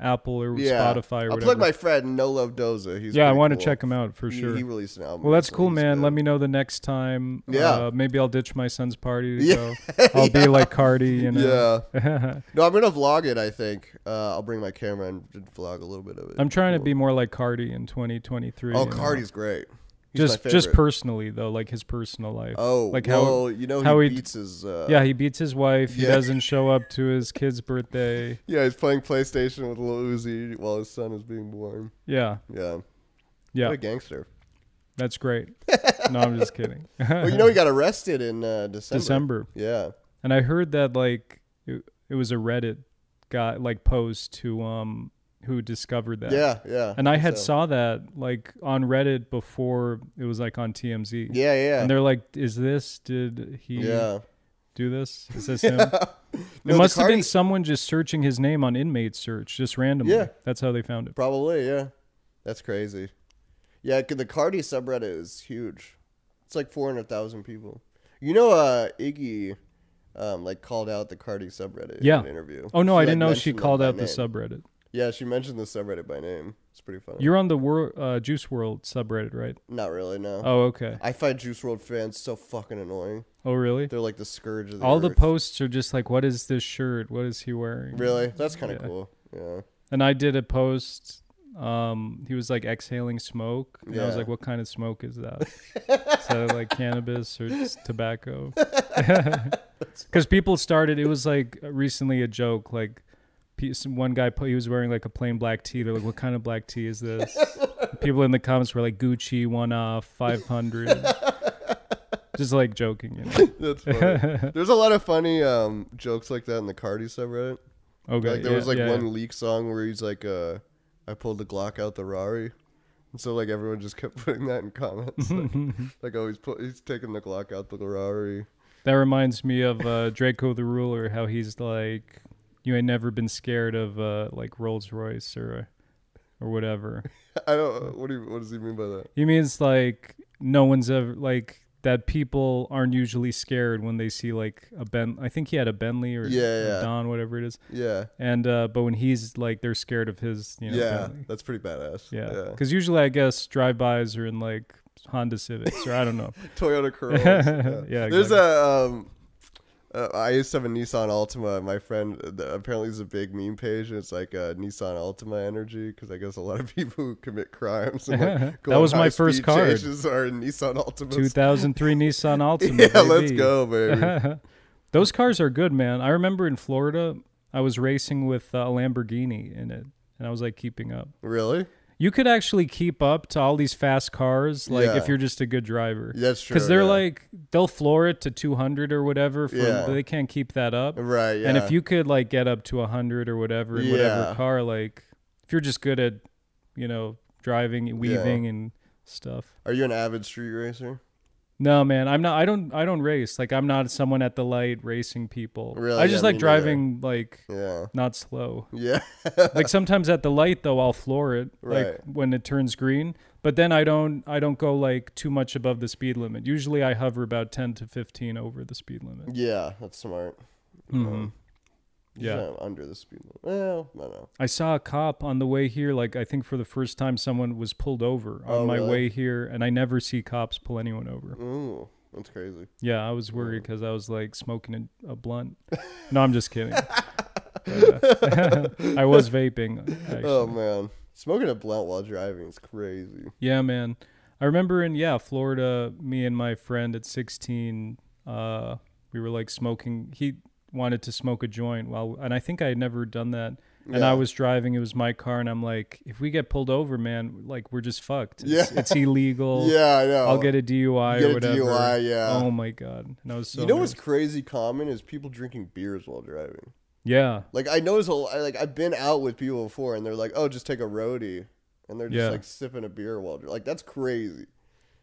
B: Apple or
A: Yeah,
B: Spotify or
A: I
B: whatever.
A: plug my friend No Love Doza. He's
B: yeah, I
A: pretty
B: want to
A: cool.
B: check them out for
A: He-
B: sure.
A: He, released an album.
B: well, that's
A: so
B: cool,
A: he's
B: man.
A: good.
B: Let me know the next time.
A: Yeah.
B: Uh, maybe I'll ditch my son's party to
A: Yeah.
B: go. I'll be like Cardi, you know.
A: Yeah.
B: Yeah.
A: No, I'm gonna vlog it. I think uh, I'll bring my camera and vlog a little bit of it.
B: I'm trying to be more like Cardi in 2023.
A: Oh,
B: you know?
A: Cardi's great. He's
B: just
A: my
B: just
A: favorite.
B: personally though, like his personal life.
A: Oh,
B: like how
A: well, you know
B: how
A: he
B: he-
A: beats his. Uh,
B: yeah, he beats his wife. He
A: Yeah.
B: doesn't show up to his kid's birthday.
A: Yeah, he's playing PlayStation with Lil Uzi while his son is being born.
B: Yeah,
A: Yeah.
B: yeah,
A: What a gangster.
B: that's great. No, I'm just kidding.
A: Well, you know he got arrested in uh, December.
B: December,
A: Yeah.
B: and I heard that like it, it was a Reddit guy like post to um who discovered that.
A: Yeah. Yeah.
B: and I had
A: so.
B: saw that like on Reddit before it was like on TMZ.
A: Yeah. Yeah.
B: and they're like, "Is this? Did he
A: Yeah.
B: do this? Is this him?"
A: No,
B: it
A: the
B: must have
A: Cardi-
B: been someone just searching his name on inmate search, just randomly.
A: Yeah.
B: That's how they found it.
A: Probably, yeah. That's crazy. Yeah, 'cause the Cardi subreddit is huge. It's like 400,000 people. You know, uh, Iggy, um, like called out the Cardi subreddit
B: Yeah.
A: in an interview.
B: Oh, no, I
A: like,
B: didn't know she
A: mentioned them
B: called
A: by
B: out the
A: name.
B: subreddit.
A: Yeah, she mentioned the subreddit by name. It's pretty funny.
B: You're on the Wor- uh, Juice World subreddit, right?
A: Not really, no.
B: Oh, okay.
A: I find Juice World fans so fucking annoying.
B: Oh, really?
A: They're like the scourge of the
B: All the
A: earth.
B: posts are just like, what is this shirt? What is he wearing?
A: Really? That's kind of
B: Yeah.
A: cool. Yeah.
B: And I did a post. Um, he was like exhaling smoke, and I was
A: Yeah.
B: like, "What kind of smoke is that? is that like cannabis or just tobacco?" Because people started. It was like recently a joke. Like pe- some- one guy, po- he was wearing like a plain black tee. They're like, "What kind of black tee is this?" people in the comments were like, "Gucci, one off, 500. Just like joking, you know.
A: That's funny. There's a lot of funny um, jokes like that in the Cardi subreddit.
B: Okay.
A: Like there
B: yeah,
A: was like
B: yeah,
A: one
B: yeah.
A: leak song where he's like, uh, "I pulled the Glock out the Rari," and so like everyone just kept putting that in comments. like, like, oh, he's pu- he's taking the Glock out the Rari.
B: That reminds me of uh, Draco the Ruler, how he's like, you ain't never been scared of uh, like Rolls Royce or or whatever.
A: I don't. What do you, What does he mean by that?
B: He means like no one's ever like that. People aren't usually scared when they see like a Ben. I think he had a Bentley or
A: Yeah,
B: a
A: yeah.
B: Don, whatever it is.
A: Yeah.
B: And uh, but when he's like, they're scared of his. You know,
A: yeah,
B: Bentley.
A: that's pretty badass.
B: yeah. Because usually, I guess drive-bys are in like Honda Civics or I don't know.
A: Toyota Corolla.
B: Yeah,
A: There's
B: exactly.
A: a. Um, uh, I used to have a Nissan Altima. and My friend uh, the, apparently is a big meme page, and it's like uh, Nissan Altima energy because I guess a lot of people who commit crimes. And, like, go
B: That
A: on
B: was my
A: high-speed
B: first card.
A: chases Are in Nissan Altimas.
B: 2003 Nissan Altima.
A: yeah, let's
B: baby.
A: go, baby.
B: Those cars are good, man. I remember in Florida, I was racing with uh, a Lamborghini in it, and I was like keeping up.
A: really?
B: You could actually keep up to all these fast cars, like
A: Yeah.
B: if you're just a good driver.
A: That's true.
B: Because they're
A: yeah.
B: like they'll floor it to 200 or whatever. For,
A: Yeah.
B: They can't keep that up.
A: right. Yeah.
B: And if you could like get up to 100 or whatever in whatever
A: Yeah.
B: car, like if you're just good at, you know, driving, weaving, and stuff.
A: are you an avid street racer?
B: No, man, I'm not. I don't. I don't race. Like I'm not someone at the light racing people.
A: Really?
B: I just
A: Yeah,
B: like
A: me neither.
B: driving like
A: Yeah.
B: not slow.
A: Yeah.
B: Like sometimes at the light though, I'll floor it. Like
A: Right.
B: when it turns green. But then I don't. I don't go like too much above the speed limit. Usually I hover about 10 to 15 over the speed limit.
A: yeah. That's smart. Mm-hmm.
B: Mhm. Yeah.
A: Kind of under the speed limit. Well, I don't know.
B: I saw a cop on the way here. Like I think for the first time, someone was pulled over on
A: Oh,
B: my
A: really?
B: way here, and I never see cops pull anyone over.
A: Ooh, that's crazy.
B: Yeah, I was worried because I was like smoking a, a blunt. No, I'm just kidding. But, uh, I was vaping. Actually.
A: Oh man, smoking a blunt while driving is crazy.
B: Yeah, man. I remember in yeah Florida, me and my friend at 16, uh, we were like smoking. He wanted to smoke a joint while, and I think I had never done that. And
A: Yeah.
B: I was driving. It was my car, and I'm like, if we get pulled over, man, like we're just fucked. It's,
A: Yeah.
B: it's illegal.
A: Yeah, I know.
B: I'll get a DUI
A: Get
B: or
A: a
B: whatever.
A: DUI, yeah.
B: Oh my god. And I was so.
A: you know
B: nervous.
A: what's crazy common is people drinking beers while driving.
B: Yeah.
A: Like I notice a l- I like I've been out with people before and they're like, "Oh, just take a roadie." And they're just
B: Yeah.
A: like sipping a beer while dri- like that's crazy.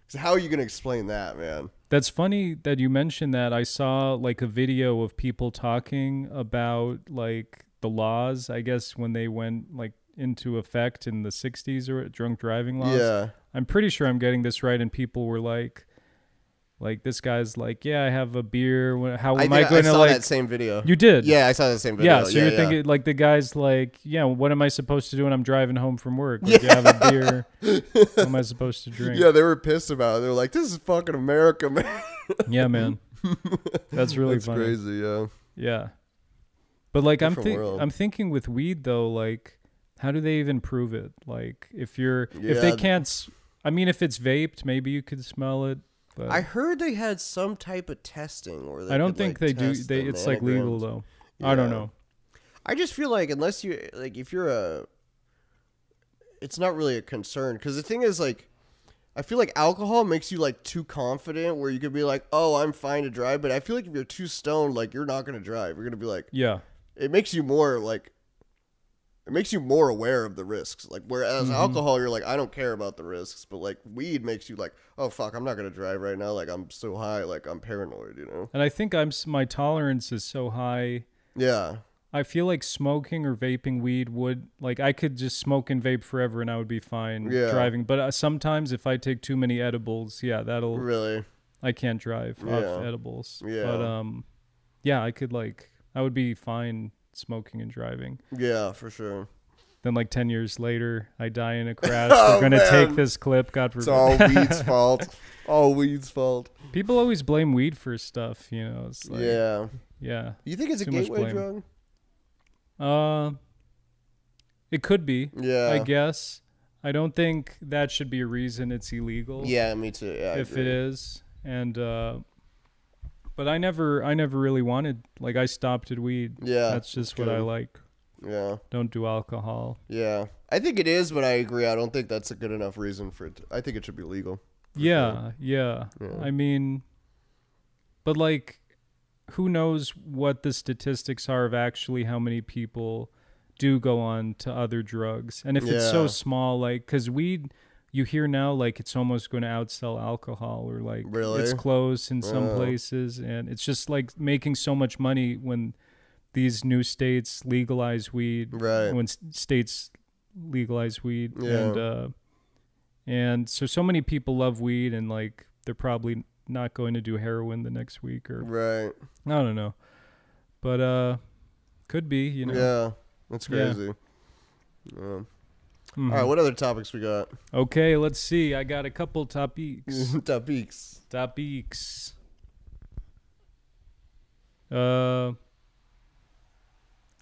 A: 'Cause how are you going to explain that, man?
B: That's funny that you mentioned that. I saw like a video of people talking about like the laws, I guess when they went like into effect in the 60s or drunk driving laws.
A: Yeah.
B: I'm pretty sure I'm getting this right and people were like like this guy's like, "Yeah, I have a beer. Wha- How am I,
A: think
B: going to like
A: same video.
B: You did.
A: yeah, I saw that same video.
B: Yeah, so you're thinking like the guy's like, "Yeah, what am I supposed to do when I'm driving home from work? Like, you have a beer. what am I supposed to drink?"
A: Yeah, they were pissed about it. They're like, "This is fucking America, man."
B: Yeah, man. That's really
A: That's
B: funny.
A: crazy, yeah.
B: Yeah. But like I'm
A: Different
B: think
A: world.
B: I'm thinking with weed though, like how do they even prove it? Like if you're if
A: Yeah.
B: they can't s- I mean if it's vaped, maybe you could smell it. But
A: I
B: I,
A: heard they had some type of testing, or they
B: don't
A: could, like,
B: think they do
A: test
B: they
A: the
B: it's like legal
A: nanograms.
B: though. I don't
A: Yeah.
B: know.
A: I just feel like unless you like, if you're a, it's not really a concern because the thing is like, I feel like alcohol makes you like too confident where you could be like, oh, I'm fine to drive, but I feel like if you're too stoned, like you're not gonna drive. You're gonna be like,
B: Yeah.
A: it makes you more like. It makes you more aware of the risks. Like whereas
B: Mm-hmm.
A: alcohol, you're like, I don't care about the risks, but like weed makes you like, oh fuck, I'm not gonna drive right now. Like I'm so high, like I'm paranoid, you know?
B: And I think I'm s- my tolerance is so high.
A: Yeah.
B: I feel like smoking or vaping weed would like I could just smoke and vape forever and I would be fine
A: Yeah.
B: driving. But uh, sometimes if I take too many edibles, yeah, that'll
A: Really?
B: I can't drive off
A: Yeah.
B: edibles.
A: Yeah.
B: But um yeah, I could like I would be fine smoking and driving.
A: Yeah, for sure.
B: Then like 10 years later, I die in a crash.
A: Oh,
B: They're going to
A: man.
B: take this clip, God
A: It's
B: forbid.
A: all weed's fault. All weed's fault.
B: People always blame weed for stuff, you know. It's like yeah.
A: yeah. You think it's a
B: too much
A: gateway
B: blame.
A: drug?
B: Uh it could be,
A: Yeah.
B: I guess. I don't think that should be a reason it's illegal.
A: Yeah, me too. Yeah, I
B: if it
A: agree.
B: is and uh but i never i never really wanted like i stopped at weed
A: Yeah,
B: that's just what i
A: good.
B: like
A: Yeah.
B: don't do alcohol
A: Yeah. I think it is, but I agree. I don't think that's a good enough reason for it. To, I think it should be legal.
B: yeah, yeah i mean But like, who knows what the statistics are of actually how many people do go on to other drugs? And if it's so
A: Yeah.
B: small, like, because weed, you hear now, like, it's almost going to outsell alcohol or like
A: Really?
B: it's close in some
A: Wow.
B: places. And it's just like making so much money when these new states legalize weed
A: Right.
B: when s- states legalize weed
A: Yeah.
B: and uh and so so many people love weed and like they're probably not going to do heroin the next week or
A: Right.
B: I don't know. But uh could be, you know.
A: Yeah. That's
B: Yeah.
A: crazy. Yeah.
B: Mhm.
A: All right. What other topics we got?
B: Okay, let's see. I got a couple
A: Mm-hmm.
B: topics.
A: topics.
B: topics. Uh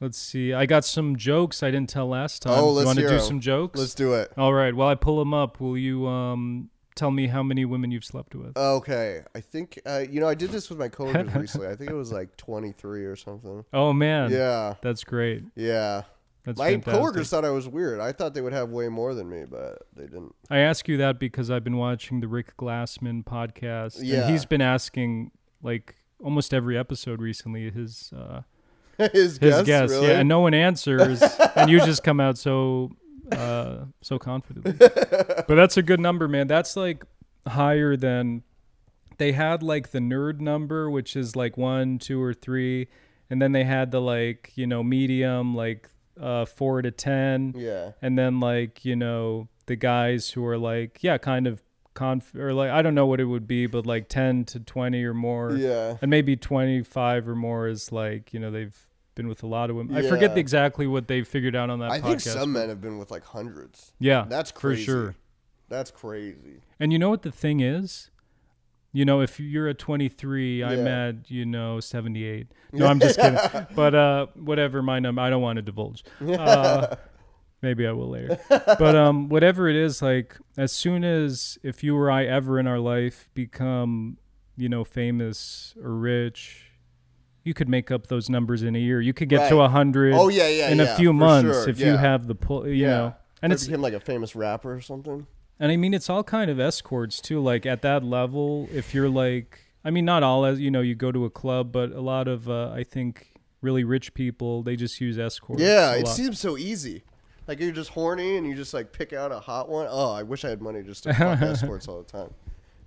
B: Let's see. I got some jokes I didn't tell last time.
A: Oh, let's
B: you want to
A: hear
B: do
A: 'em.
B: some jokes?
A: Let's do it.
B: All right. While I pull them up, will you um tell me how many women you've slept with?
A: Okay. I think uh, you know I did this with my coworkers recently. I think it was like 23 or something.
B: oh man,
A: Yeah.
B: that's great.
A: Yeah.
B: That's
A: my
B: fantastic.
A: coworkers thought I was weird. I thought they would have way more than me, but they didn't.
B: I ask you that because I've been watching the Rick Glassman podcast. and
A: Yeah.
B: he's been asking like almost every episode recently his uh,
A: His,
B: his
A: guess,
B: guess,
A: really?
B: yeah, and no one answers, and you just come out so uh, so confidently. but that's a good number, man. That's like higher than they had like the nerd number, which is like one, two, or three, and then they had the like you know medium, like uh, four to ten,
A: yeah.
B: and then like you know the guys who are like yeah, kind of conf or like I don't know what it would be, but like ten to twenty or more
A: Yeah.
B: and maybe 25 or more is like you know they've been with a lot of women i forget
A: Yeah.
B: the- exactly what they figured out on that
A: I
B: podcast
A: think some men have been with like hundreds.
B: yeah
A: That's
B: for
A: crazy.
B: sure
A: That's crazy.
B: and you know what the thing is you know if you're a 23 i'm
A: Yeah.
B: at you know 78 no i'm just kidding but uh whatever my number i don't want to divulge uh, maybe i will later but um whatever it is like as soon as if you or i ever in our life become you know famous or rich you could make up those numbers in a year you could get to
A: Right.
B: a hundred
A: Oh, yeah, yeah,
B: in
A: yeah,
B: a few
A: for
B: months
A: sure,
B: if you
A: yeah.
B: have the pull you know and
A: Or
B: it's
A: became like a famous rapper or something.
B: and I mean, it's all kind of escorts too. Like at that level, if you're like, I mean, not all as you know, you go to a club, but a lot of uh, I think really rich people they just use escorts.
A: Yeah,
B: a
A: it
B: lot.
A: seems so easy. Like you're just horny and you just like pick out a hot one. Oh, I wish I had money just to fuck escorts all the time.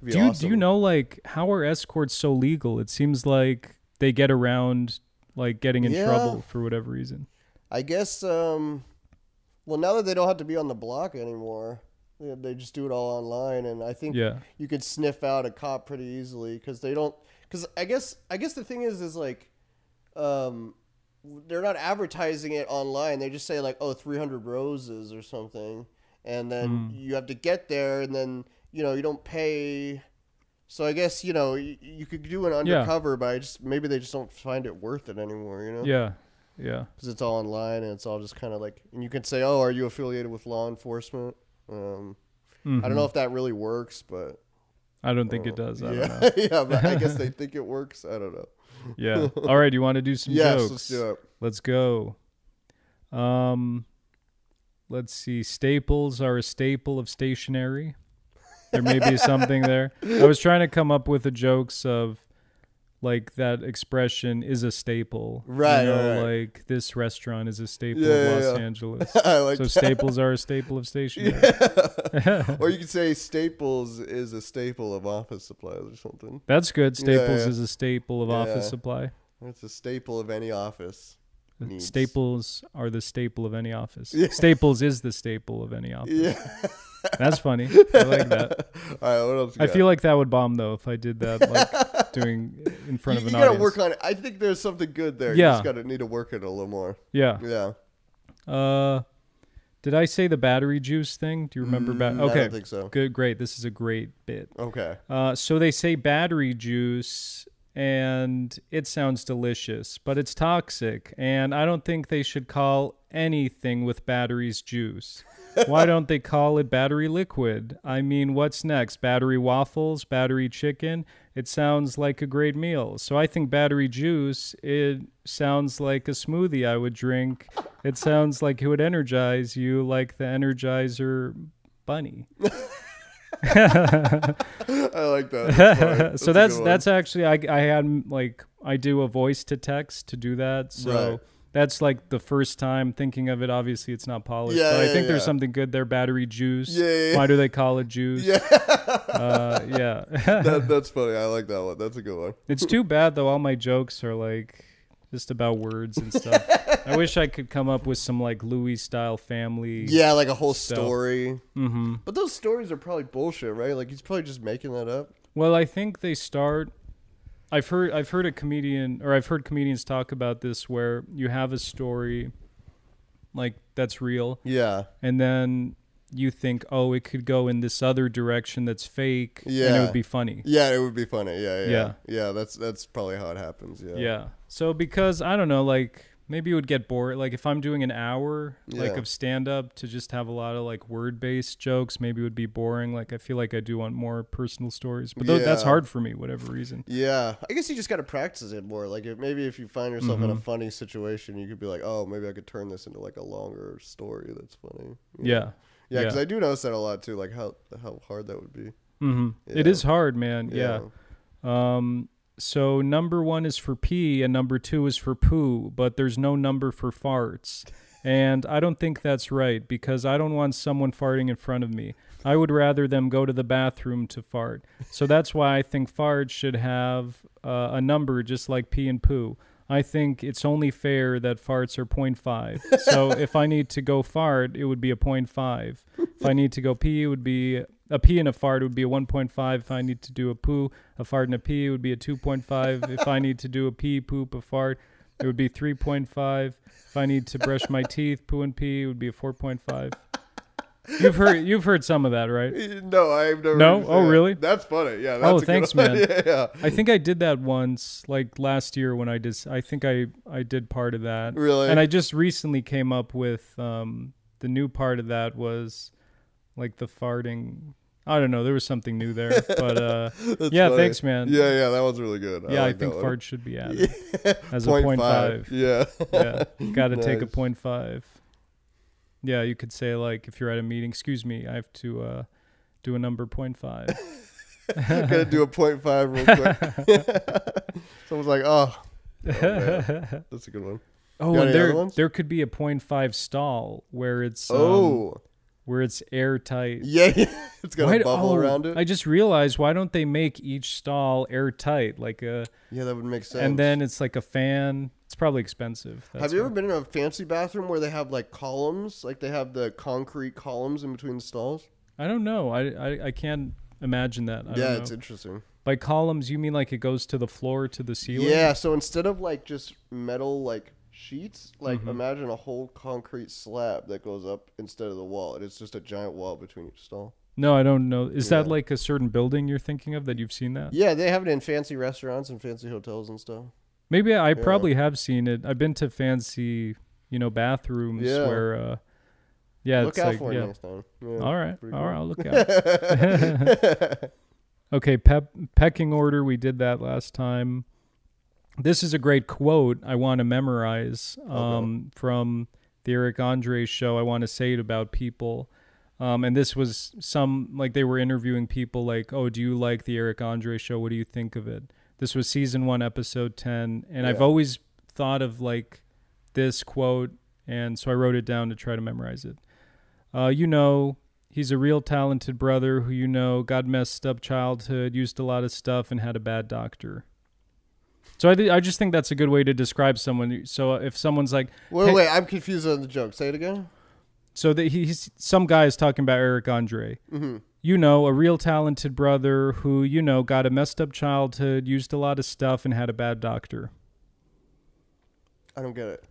A: It'd be
B: do you do
A: awesome.
B: you know like how are escorts so legal? It seems like they get around like getting in
A: Yeah.
B: trouble for whatever reason.
A: I guess. um Well, now that they don't have to be on the block anymore, they, they just do it all online, and I think
B: Yeah.
A: you could sniff out a cop pretty easily because they don't. Because I guess I guess the thing is is like, um, they're not advertising it online. They just say like, oh, 300 roses or something, and
B: Hmm.
A: then you have to get there, and then you know you don't pay. So I guess you know you, you could do an
B: Yeah.
A: undercover, but I just maybe they just don't find it worth it anymore. You know
B: Yeah, yeah.
A: because it's all online and it's all just kind of like and you can say oh are you affiliated with law enforcement um,
B: Mm-hmm.
A: i don't know if that really works but
B: I don't think it does. I don't
A: Oh, yeah
B: know.
A: yeah but i guess they think it works i don't know
B: Yeah. All right. You want to do some
A: yes
B: jokes?
A: let's do it
B: Let's go. Um, let's see. Staples are a staple of stationery. There may be something there. I was trying to come up with the jokes of like that expression is a staple.
A: Right,
B: You know,
A: right, right.
B: like this restaurant is a staple
A: Yeah, yeah,
B: of Los
A: yeah.
B: Angeles.
A: i like
B: so
A: that.
B: staples are a staple of stationery.
A: or you could say staples is a staple of office supplies or something
B: That's good. Staples
A: yeah.
B: is a staple of office
A: Yeah.
B: supply.
A: it's a staple of any office needs.
B: Staples are the staple of any office. Staples is the staple of any office.
A: yeah
B: That's funny. I like that.
A: all right what else you
B: I
A: got?
B: feel like that would bomb though if I did that like doing in front
A: you,
B: of
A: you
B: an
A: gotta
B: audience.
A: work on it i think there's something good there you
B: Yeah.
A: just gotta need to work it a little more
B: yeah.
A: yeah
B: Uh did I say the battery juice thing? Do you remember ba-
A: Mm,
B: Okay.
A: i don't think so
B: Good great. This is a great bit.
A: okay
B: Uh so they say battery juice and it sounds delicious, but it's toxic and I don't think they should call anything with batteries juice. Why don't they call it battery liquid? I mean, what's next? Battery waffles, battery chicken? It sounds like a great meal. So I think battery juice, it sounds like a smoothie I would drink. It sounds like it would energize you like the Energizer bunny.
A: I like that. That's funny.
B: so
A: a
B: that's
A: good one.
B: that's actually I I had like I do a voice to text to do that. So
A: Right.
B: that's like the first time thinking of it. Obviously, it's not polished,
A: Yeah,
B: but I
A: yeah,
B: think there's
A: yeah.
B: something good there. Battery juice.
A: Yeah, yeah, yeah.
B: Why do they call it juice? Yeah. uh, yeah.
A: that, that's funny. I like that one. That's a good one.
B: it's too bad though. All my jokes are like just about words and stuff. I wish I could come up with some like Louis style family.
A: Yeah, like a whole
B: So-
A: story.
B: hmm
A: But those stories are probably bullshit, right? Like he's probably just making that up.
B: Well, I think they start. I've heard I've heard a comedian or I've heard comedians talk about this where you have a story like that's real
A: Yeah.
B: and then you think oh it could go in this other direction that's fake and it
A: Yeah.
B: would be funny.
A: Yeah, it would be funny. Yeah, yeah. Yeah,
B: Yeah.
A: yeah that's that's probably how it happens. Yeah.
B: Yeah. So because I don't know like maybe it would get bored like if I'm doing an hour like
A: Yeah.
B: of stand up to just have a lot of like word based jokes maybe it would be boring like I feel like I do want more personal stories but tho- that's
A: Yeah.
B: hard for me whatever reason.
A: Yeah. I guess you just got to practice it more. Like if, maybe if you find yourself
B: Mm-hmm.
A: in a funny situation, you could be like, "Oh, maybe I could turn this into like a longer story that's funny."
B: Yeah.
A: Yeah, because I do notice that a lot too, like how how hard that would be.
B: hmm It
A: Yeah.
B: is hard, man. Yeah. Um. So number one is for pee, and number two is for poo, but there's no number for farts. And I don't think that's right because I don't want someone farting in front of me. I would rather them go to the bathroom to fart. So that's why I think farts should have uh, a number just like pee and poo. I think it's only fair that farts are 0.5. So if I need to go fart, it would be a 0.5. If I need to go pee, it would be a pee and a fart would be a 1.5. If I need to do a poo, a fart and a pee would be a 2.5. If I need to do a pee, poop, a fart, it would be 3.5. If I need to brush my teeth, poo and pee, it would be a 4.5. You've heard you've heard some of that, right?
A: Yeah. No, I've never.
B: No?
A: heard you say
B: Oh,
A: that.
B: really?
A: That's funny. Yeah. That's
B: Oh,
A: a good
B: thanks,
A: one.
B: man.
A: yeah.
B: I think I did that once, like last year when I did. I think I I did part of that.
A: Really?
B: And I just recently came up with um, the new part of that was like the farting. I don't know. There was something new there, but uh,
A: That's
B: yeah,
A: funny.
B: thanks, man.
A: Yeah, yeah, that one's really good.
B: Yeah, I,
A: like that
B: think
A: one.
B: fart should be added as a
A: Point
B: point
A: five.
B: five.
A: Yeah.
B: Yeah, got to take a
A: Nice.
B: point five. Yeah, you could say like if you're at a meeting, excuse me, I have to uh, do a number point five.
A: I'm gonna do a point five real quick. Someone's like, oh, oh, man. that's a good one.
B: Oh,
A: Got any
B: and
A: other
B: there
A: ones?
B: there could be a point five stall where it's um,
A: oh,
B: where it's airtight.
A: yeah, yeah. it's got
B: Why
A: a
B: do-
A: bubble
B: oh,
A: around it.
B: I just realized why don't they make each stall airtight like a
A: yeah, that would make sense.
B: and then it's like a fan. It's probably expensive.
A: have you ever been in a fancy bathroom where they have like columns, like they have the concrete columns in between the stalls?
B: I don't know. I I, I can't imagine that. I
A: yeah,
B: don't
A: it's
B: know.
A: interesting.
B: By columns, you mean like it goes to the floor to the ceiling?
A: Yeah, so instead of like just metal like sheets, like
B: Mm-hmm.
A: imagine a whole concrete slab that goes up instead of the wall, and it's just a giant wall between each stall.
B: No, I don't know. Is that
A: Yeah.
B: like a certain building you're thinking of that you've seen that?
A: Yeah, they have it in fancy restaurants and fancy hotels and stuff.
B: Maybe I probably have seen it. I've been to fancy, you know, bathrooms
A: Yeah.
B: where, uh, yeah,
A: Look
B: it's
A: out
B: like,
A: for it
B: yeah.
A: next time. Yeah.
B: All right,
A: pretty
B: all right, I'll look out. okay, pep- pecking order. We did that last time. This is a great quote I want to memorize um, from the Eric Andre show. I want to say it about people. Um, and this was some like they were interviewing people like, oh, do you like the Eric Andre show? What do you think of it? This was season one, episode 10. And I've
A: Yeah.
B: always thought of like this quote. And so I wrote it down to try to memorize it. Uh, you know, he's a real talented brother who you know got messed up childhood, used a lot of stuff, and had a bad doctor. So I, thi- I just think that's a good way to describe someone. So if someone's like,
A: Wait,
B: Hey-
A: wait, I'm confused on the joke. Say it again.
B: so that he's some guy is talking about Eric Andre.
A: Mm-hmm.
B: You know, a real talented brother who you know got a messed up childhood, used a lot of stuff, and had a bad doctor.
A: I don't get it.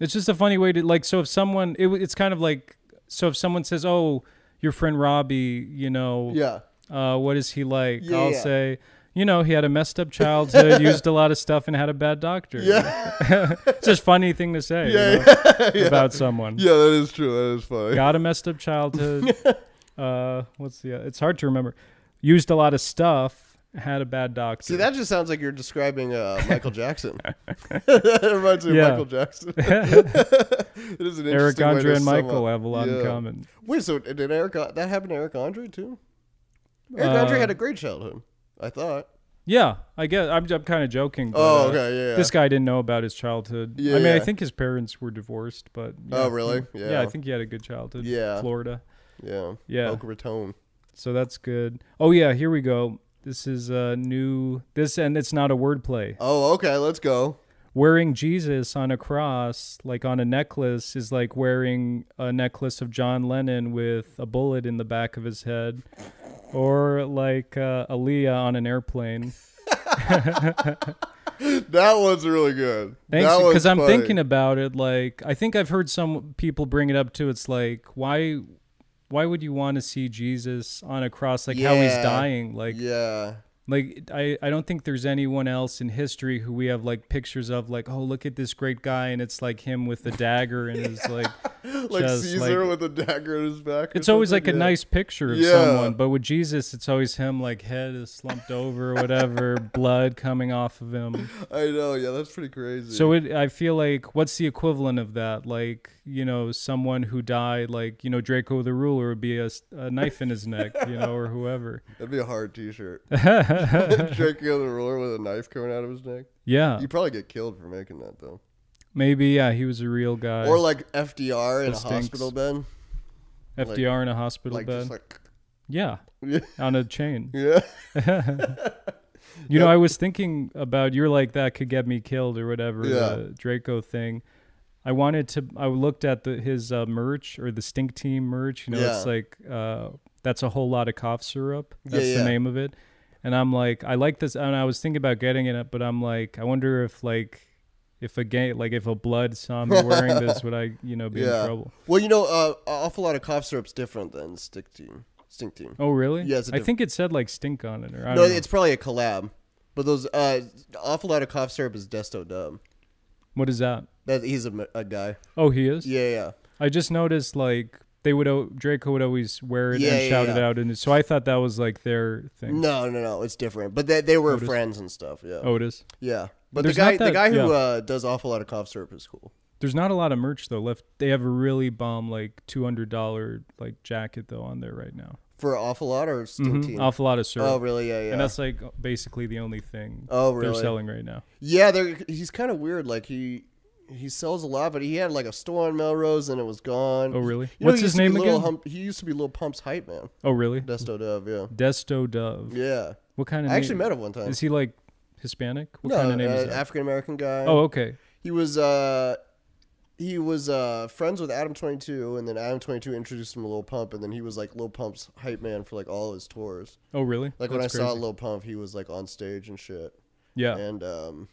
B: It's just a funny way to like. So if someone, it, w- it's kind of like, so if someone says, "Oh, your friend Robbie, you know,
A: Yeah.
B: uh, what is he like?
A: Yeah,
B: I'll
A: yeah.
B: say, you know, he had a messed up childhood, used a lot of stuff, and had a bad doctor.
A: Yeah.
B: it's just funny thing to say you
A: Yeah,
B: know, about someone.
A: Yeah, that is true. That is funny.
B: Got a messed up childhood. uh, what's the? It's hard to remember. Used a lot of stuff, had a bad doctor.
A: See, that just sounds like you're describing uh, Michael Jackson. that reminds me
B: Yeah.
A: of Michael Jackson. it is an interesting way
B: Eric
A: to
B: Andre and
A: sum
B: Michael
A: up.
B: have a lot
A: Yeah.
B: in common.
A: Wait, so did Eric that happened to Eric Andre too? Eric Andre
B: Uh,
A: had a great childhood. I thought.
B: Yeah, I guess I'm, I'm kind of joking. But,
A: Oh,
B: uh,
A: okay, yeah, yeah.
B: This guy didn't know about his childhood.
A: Yeah,
B: I mean,
A: yeah.
B: I think his parents were divorced, but
A: Oh,
B: yeah,
A: really?
B: he- Yeah.
A: Yeah.
B: I think he had a good childhood.
A: Yeah.
B: Florida.
A: Yeah.
B: Yeah.
A: Boca Raton.
B: So that's good. Oh yeah, here we go. This is a new this, and it's not a wordplay.
A: Oh, okay. Let's go.
B: Wearing Jesus on a cross, like on a necklace, is like wearing a necklace of John Lennon with a bullet in the back of his head, or like uh, Aaliyah on an airplane.
A: That one's really good.
B: Thanks,
A: That
B: because
A: one's
B: I'm
A: funny.
B: thinking about it. Like, I think I've heard some people bring it up too. It's like, why, why would you want to see Jesus on a cross? Like how he's
A: Yeah.
B: dying. Like,
A: Yeah.
B: like I, I don't think there's anyone else in history who we have like pictures of. Like, oh, look at this great guy, and it's like him with the dagger, and it's like,
A: Like
B: Just
A: Caesar
B: like-
A: with a dagger in his back. or
B: it's always like
A: something, yeah.
B: a nice picture of
A: Yeah.
B: someone. But with Jesus, it's always him like head is slumped over, whatever, blood coming off of him.
A: I know. Yeah, that's pretty crazy.
B: So it, I feel like what's the equivalent of that? Like you know, someone who died, like you know, Draco the Ruler would be a, s- a knife in his neck, you know, or whoever.
A: that'd be a hard T-shirt. Draco the ruler with a knife coming out of his neck.
B: Yeah,
A: You'd probably get killed for making that though.
B: maybe yeah, he was a real guy.
A: Or like FDR in a
B: That stinks.
A: hospital bed.
B: FDR in a hospital
A: Like
B: bed.
A: just like.
B: yeah,
A: Yeah.
B: on a chain.
A: Yeah.
B: You know, I was thinking about you're like that could get me killed or whatever
A: Yeah.
B: the Draco thing. I wanted to. I looked at the, his uh, merch or the Stink Team merch. You know,
A: Yeah.
B: it's like uh, that's a whole lot of cough syrup.
A: Yeah,
B: That's
A: yeah.
B: the name of it. And I'm like, I like this. And I was thinking about getting it, but I'm like, I wonder if like if a gay like if a blood saw me wearing this, would I you know be in
A: Yeah.
B: trouble?
A: Well, you know, uh, an awful lot of cough syrup's different than stick team. Stink team.
B: Oh really?
A: Yeah, it's a
B: I
A: diff-
B: think it said like stink on it or I
A: no,
B: don't know.
A: it's probably a collab. But those uh, awful lot of cough syrup is Desto Dub.
B: what is that?
A: That he's a, m- a guy.
B: Oh, he is.
A: Yeah, yeah.
B: I just noticed like they would o- Draco would always wear it
A: Yeah,
B: and
A: yeah,
B: shout it
A: yeah.
B: out, and so I thought that was like their thing.
A: No, no, no. It's different. But they, they were friends and stuff. Yeah.
B: Otis.
A: Yeah. But
B: There's
A: the guy,
B: not
A: the
B: that-
A: guy who
B: yeah.
A: uh, does awful lot of cough syrup is cool.
B: There's not a lot of merch though left. They have a really bomb like two hundred dollar like jacket though on there right now.
A: For awful lot or stink team.
B: Mm-hmm. Awful lot of syrup.
A: Oh, really? Yeah, yeah.
B: And that's like basically the only thing
A: Oh,
B: they're
A: really?
B: selling right now.
A: Yeah, they're, he's kind of weird. Like he he sells a lot, but he had like a store in Melrose and it was gone.
B: Oh, really?
A: You know,
B: What's
A: he used
B: his
A: to be
B: name
A: Lil
B: again?
A: Hump- he used to be Lil Pump's hype man.
B: Oh, really?
A: Desto Dove. Yeah.
B: Desto Dove.
A: Yeah.
B: What kind of?
A: I actually
B: name?
A: met him one time.
B: Is he like Hispanic? What
A: no,
B: kind of name is
A: uh,
B: that?
A: African American guy.
B: oh, okay.
A: He was uh he was uh friends with Adam 22 and then Adam 22 introduced him to Lil Pump and then he was like Lil Pump's hype man for like all his tours.
B: Oh, really?
A: Like when I
B: That's
A: saw
B: crazy.
A: Lil Pump, he was like on stage and shit.
B: Yeah.
A: And um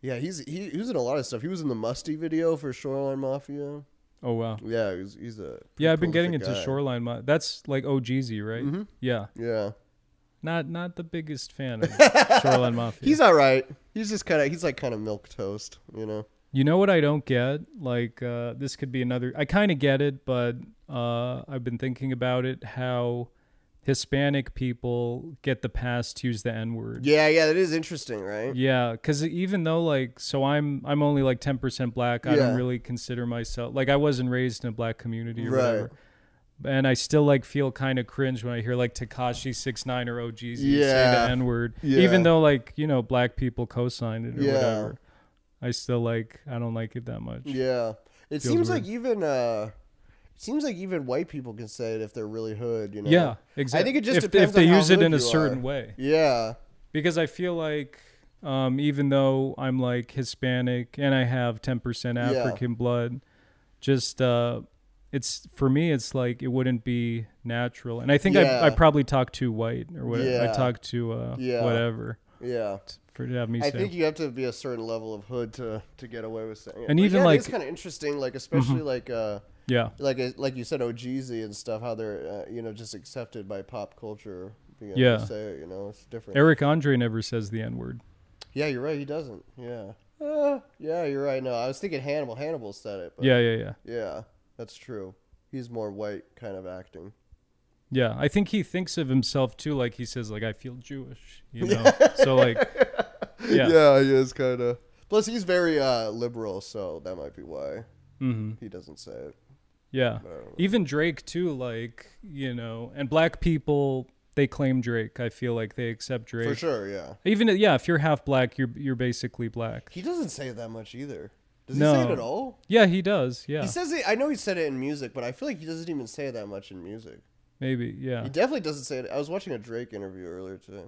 A: yeah, he's he, he was in a lot of stuff. He was in the Musty video for Shoreline Mafia.
B: Oh, wow.
A: Yeah, he's, he's a
B: Yeah, I've been getting
A: prolific
B: into
A: guy. Mm-hmm.
B: Shoreline. Mo- that's like OGZ, right? Yeah.
A: Yeah.
B: Not not the biggest fan of Shoreline Mafia.
A: He's all right. He's just kind of he's like kind of milk toast, you know.
B: you know what I don't get? Like uh, this could be another. I kind of get it, but uh, I've been thinking about it. How Hispanic people get the pass to use the N word.
A: Yeah, yeah, that is interesting, right?
B: Yeah, because even though like, so I'm I'm only like ten percent black. I
A: Yeah.
B: don't really consider myself like I wasn't raised in a black community or
A: Right.
B: whatever. And I still like feel kind of cringe when I hear like Takashi six nine or OGZ say
A: Yeah.
B: the N word,
A: Yeah.
B: even though like you know black people co-signed it or
A: Yeah.
B: whatever. I still like I don't like it that much.
A: Yeah. It
B: Feels
A: seems
B: weird.
A: like even uh it seems like even white people can say it if they're really hood, you know.
B: Yeah, exactly.
A: I think it just
B: if,
A: depends
B: if they
A: on how
B: use it
A: hood
B: in a
A: you
B: certain
A: are.
B: way,
A: Yeah.
B: because I feel like um, even though I'm like Hispanic and I have 10%
A: Yeah.
B: African blood, just uh, it's for me, it's like it wouldn't be natural. And I think
A: Yeah.
B: I, I probably talk too white or whatever.
A: Yeah.
B: I talk to uh,
A: Yeah.
B: whatever
A: Yeah.
B: for to have me
A: I
B: say.
A: think you have to be a certain level of hood to to get away with saying it.
B: And
A: But
B: even,
A: yeah,
B: like- Mm-hmm.
A: it's kind of interesting like especially like uh
B: yeah.
A: like like you said OGZ and stuff how they're uh, you know just accepted by pop culture being able
B: Yeah.
A: to say it, you know, it's different.
B: Eric Andre never says the N word.
A: yeah, you're right, he doesn't. Yeah. Uh, yeah, you're right. No, I was thinking Hannibal. Hannibal said it, but
B: Yeah, yeah, yeah.
A: yeah, that's true. He's more white kind of acting.
B: Yeah, I think he thinks of himself too, like he says, like I feel Jewish, you know. so like, yeah,
A: yeah, he is kind of. Plus, he's very uh, liberal, so that might be why
B: hmm
A: he doesn't say it.
B: Yeah.
A: I don't know.
B: Even Drake too, like, you know, and black people they claim Drake. I feel like they accept Drake.
A: for sure. Yeah,
B: Even yeah, if you're half black, you're you're basically black.
A: he doesn't say it that much either. Does he say it
B: No.
A: at all?
B: Yeah, he does. Yeah,
A: He says it. I know he said it in music, but I feel like he doesn't even say it that much in music.
B: maybe. Yeah,
A: He definitely doesn't say it. I was watching a Drake interview earlier today.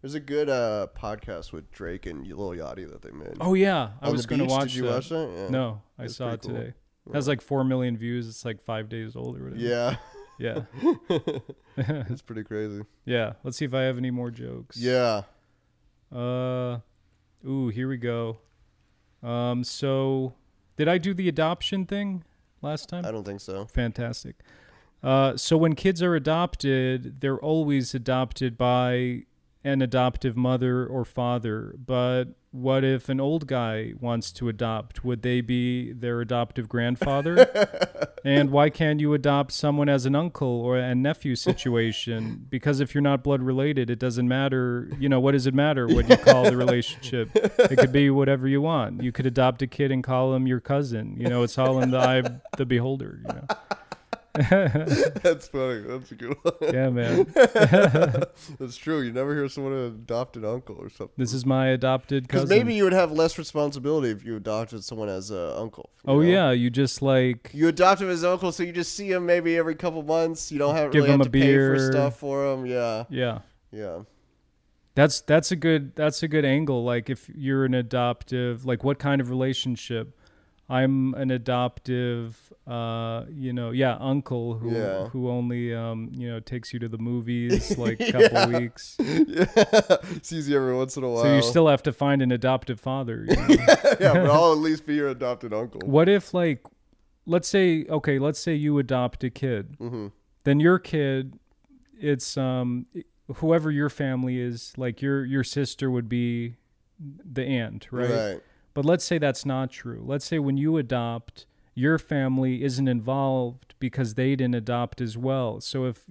A: There's a good uh, podcast with Drake and Lil Yachty that they made.
B: Oh yeah, I
A: On
B: was
A: the
B: going to
A: beach,
B: watch
A: Did you
B: that.
A: watch that? Yeah.
B: No, I
A: It's
B: saw it
A: pretty cool.
B: today. It has like four million views. It's like five days old or whatever.
A: Yeah,
B: yeah,
A: it's pretty crazy.
B: yeah. Let's see if I have any more jokes.
A: Yeah.
B: Uh, ooh, here we go. Um, so did I do the adoption thing last time?
A: I don't think so.
B: Fantastic. Uh, so when kids are adopted, they're always adopted by an adoptive mother or father. But what if an old guy wants to adopt? Would they be their adoptive grandfather? and why can't you adopt someone as an uncle or a nephew situation? Because if you're not blood related, it doesn't matter. You know, what does it matter what you call the relationship? It could be whatever you want. You could adopt a kid and call him your cousin. You know, it's all in the eye of the beholder. You know.
A: That's funny. That's a good one.
B: Yeah, man.
A: That's true. You never hear someone adopt an uncle or something.
B: This is my adopted
A: Because
B: cousin.
A: maybe you would have less responsibility if you adopted someone as an uncle. you
B: oh
A: know?
B: yeah, you just like
A: You adopt him as an uncle, so you just see him maybe every couple months. You don't have
B: Give
A: really
B: him
A: have to
B: a
A: pay for
B: beer.
A: stuff for him. Yeah,
B: yeah.
A: yeah.
B: That's that's a good that's a good angle. Like if you're an adoptive, like what kind of relationship? I'm an adoptive, uh, you know, yeah, uncle who
A: Yeah.
B: who only um, you know takes you to the movies like a couple weeks.
A: yeah. Sees you every once in a while.
B: So you still have to find an adoptive father. You know?
A: yeah, but I'll at least be your adopted uncle.
B: What if like let's say okay, let's say you adopt a kid. Then your kid it's um whoever your family is, like your your sister would be the aunt, right? But let's say that's not true. Let's say when you adopt, your family isn't involved because they didn't adopt as well. So if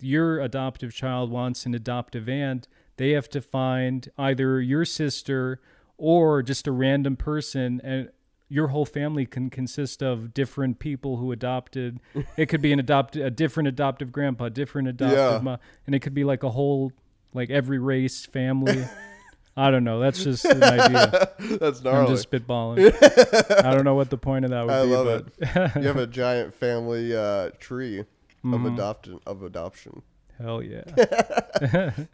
B: your adoptive child wants an adoptive aunt, they have to find either your sister or just a random person and your whole family can consist of different people who adopted. It could be an adopted a different adoptive grandpa, different adoptive
A: Yeah.
B: ma- and it could be like a whole like every race family. I don't know. That's just an idea.
A: That's
B: I'm
A: gnarly.
B: just spitballing. I don't know what the point of that would
A: I
B: be,
A: love
B: but
A: it. You have a giant family uh, tree
B: Mm-hmm.
A: of adoption. Of adoption,
B: hell yeah.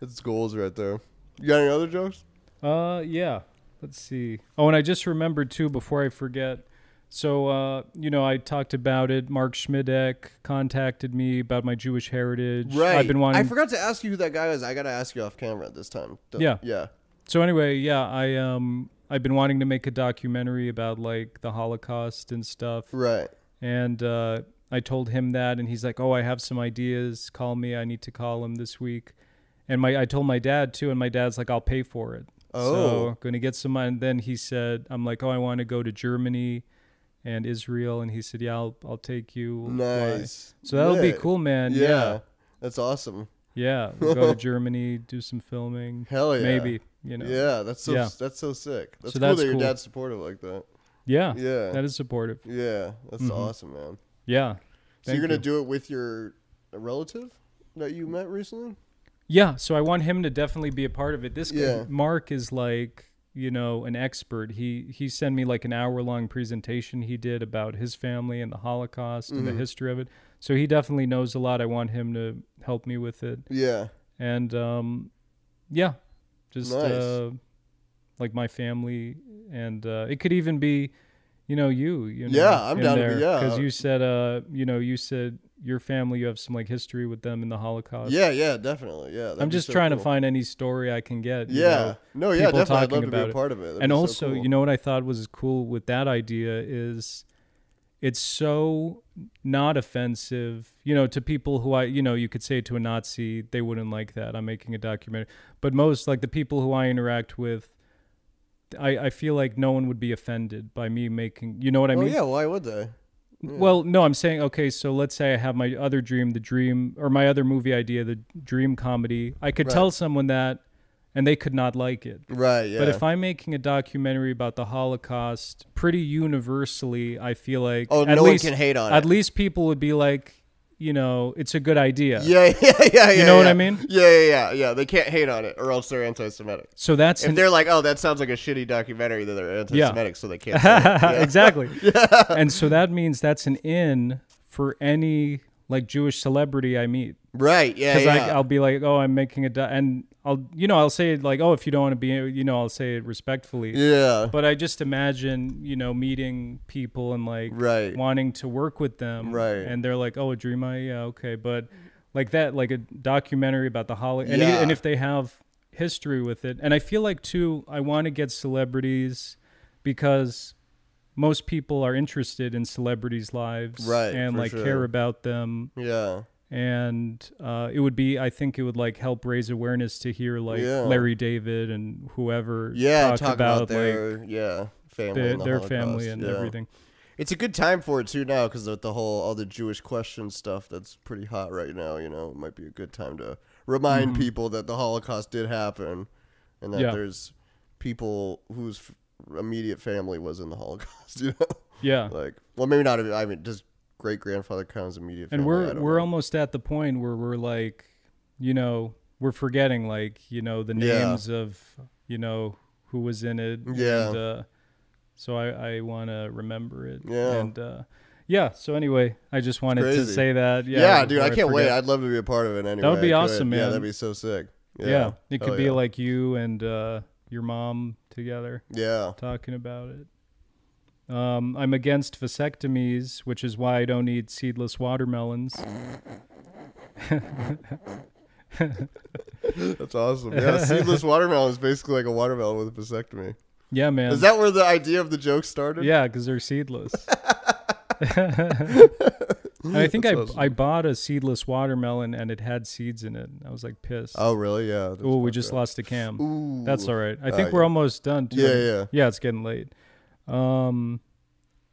A: it's goals right there. You got any other jokes?
B: Uh, yeah. Let's see. Oh, and I just remembered too before I forget. So, uh, you know, I talked about it. Mark Schmidek contacted me about my Jewish heritage. I've been wanting.
A: I forgot to ask you who that guy was. I gotta ask you off camera this time. Don't-
B: Yeah.
A: Yeah.
B: so anyway, yeah, I um, I've been wanting to make a documentary about like the Holocaust and stuff.
A: Right.
B: And uh, I told him that, and he's like, "Oh, I have some ideas. Call me. I need to call him this week." And my, I told my dad too, and my dad's like, "I'll pay for it."
A: Oh.
B: so gonna get some. money. And then he said, "I'm like, oh, I want to go to Germany and Israel," and he said, "Yeah, I'll, I'll take you." We'll fly."
A: Nice.
B: So that'll be
A: Lit.
B: cool, man.
A: Yeah.
B: Yeah,
A: That's awesome.
B: yeah. We'll go to Germany, do some filming.
A: Hell yeah.
B: Maybe you know.
A: Yeah. That's so.
B: Yeah.
A: That's so sick. That's
B: So
A: cool
B: that's
A: that your
B: cool.
A: dad's supportive like that.
B: yeah,
A: Yeah.
B: That is supportive.
A: Yeah. That's awesome, man.
B: Yeah.
A: So
B: Thank
A: you're gonna
B: you.
A: do it with your relative that you met recently?
B: Yeah, so I want him to definitely be a part of it. This guy,
A: Yeah.
B: Mark is like, you know, an expert. He he sent me like an hour long presentation he did about his family and the Holocaust and
A: Mm-hmm.
B: the history of it. So he definitely knows a lot. I want him to help me with it.
A: Yeah.
B: And um yeah, just
A: Nice.
B: uh like my family and uh it could even be you know you, you know.
A: Yeah, I'm down to be- yeah.
B: Cuz you said uh you know, you said your family you have some like history with them in the Holocaust.
A: Yeah. Yeah. Definitely. Yeah. that'd
B: Uh, I'm
A: be
B: just
A: so
B: trying
A: cool.
B: to find any story I can get. you
A: Yeah.
B: know.
A: No. Yeah.
B: people
A: Definitely. I'd
B: talking
A: love to be a
B: about it.
A: part of it. That'd
B: And
A: be so
B: also,
A: cool.
B: you know what I thought was cool with that idea is it's so not offensive, you know, to people who I, you know, you could say to a Nazi, they wouldn't like that. I'm making a documentary. But most, like the people who I interact with, I, I feel like no one would be offended by me making, you know what I
A: oh
B: mean?
A: yeah. Why would they?
B: Well, no, I'm saying okay. So let's say I have my other dream, the dream, or my other movie idea, the dream comedy. I could
A: Right.
B: tell someone that, and they could not like it.
A: Right. Yeah.
B: But if I'm making a documentary about the Holocaust, pretty universally, I feel like
A: Oh,
B: at
A: no one
B: least,
A: can hate on
B: At
A: it.
B: least people would be like, you know, it's a good idea.
A: Yeah, yeah, yeah, yeah.
B: You know what
A: yeah.
B: I mean?
A: Yeah, yeah, yeah, yeah. They can't hate on it, or else they're anti-Semitic.
B: So that's
A: If
B: an
A: they're like, "Oh, that sounds like a shitty documentary," then they're anti-Semitic, so they can't. say it.
B: exactly. And so that means that's an in for any like Jewish celebrity I meet.
A: Right? Yeah,
B: Because
A: yeah.
B: I'll be like, oh, I'm making a, do-, and I'll, you know, I'll say it like, oh, if you don't want to be, you know, I'll say it respectfully.
A: yeah.
B: But I just imagine, you know, meeting people and like
A: Right.
B: wanting to work with them.
A: Right.
B: And they're like, oh, a dream I, yeah, okay. But like that, like a documentary about the Holocaust. And, e-,
A: Yeah.
B: and if they have history with it. And I feel like, too, I want to get celebrities because most people are interested in celebrities' lives
A: Right,
B: and
A: for
B: like
A: sure.
B: care about them.
A: yeah.
B: And uh, it would be, I think it would like help raise awareness to hear like
A: Yeah.
B: Larry David and whoever
A: Yeah.
B: talk, about, like
A: their yeah family,
B: their,
A: and the
B: their
A: Holocaust.
B: family and
A: yeah.
B: everything.
A: It's a good time for it too now because of the whole all the Jewish question stuff that's pretty hot right now. You know, it might be a good time to remind people that the Holocaust did happen and that
B: Mm-hmm. Yeah.
A: there's people whose f- immediate family was in the Holocaust. You know,
B: Yeah.
A: like well, maybe not. I mean, does great grandfather count as immediate?
B: and
A: family? I
B: we're
A: don't
B: we're
A: know.
B: almost at the point where we're like, you know, we're forgetting like, you know, the
A: Yeah.
B: names of, you know, who was in it.
A: Yeah.
B: And, uh, so I, I want to remember it.
A: Yeah.
B: And uh, yeah. So anyway, I just wanted to
A: crazy.
B: say that. Yeah,
A: yeah, dude,
B: before
A: I can't wait.
B: forget.
A: I'd love to be a part of it. Anyway,
B: would be
A: I could.
B: awesome,
A: Yeah,
B: man.
A: that'd be so sick. Yeah,
B: Yeah. It could
A: Hell
B: be
A: yeah.
B: like you and uh, your mom together.
A: yeah.
B: talking about it. Um, I'm against vasectomies, which is why I don't eat seedless watermelons.
A: That's awesome. Yeah, seedless watermelon is basically like a watermelon with a vasectomy.
B: Yeah, man.
A: Is that where the idea of the joke started?
B: yeah, because they're seedless. and I think I,
A: That's awesome.
B: I bought a seedless watermelon and it had seeds in it. I was like pissed.
A: Oh, really? Yeah. that's
B: oh, we
A: fucked
B: just
A: up.
B: lost a cam.
A: Ooh.
B: That's all right. I
A: Oh,
B: think we're
A: yeah.
B: almost done. Too.
A: Yeah, yeah.
B: Yeah, it's getting late. Um,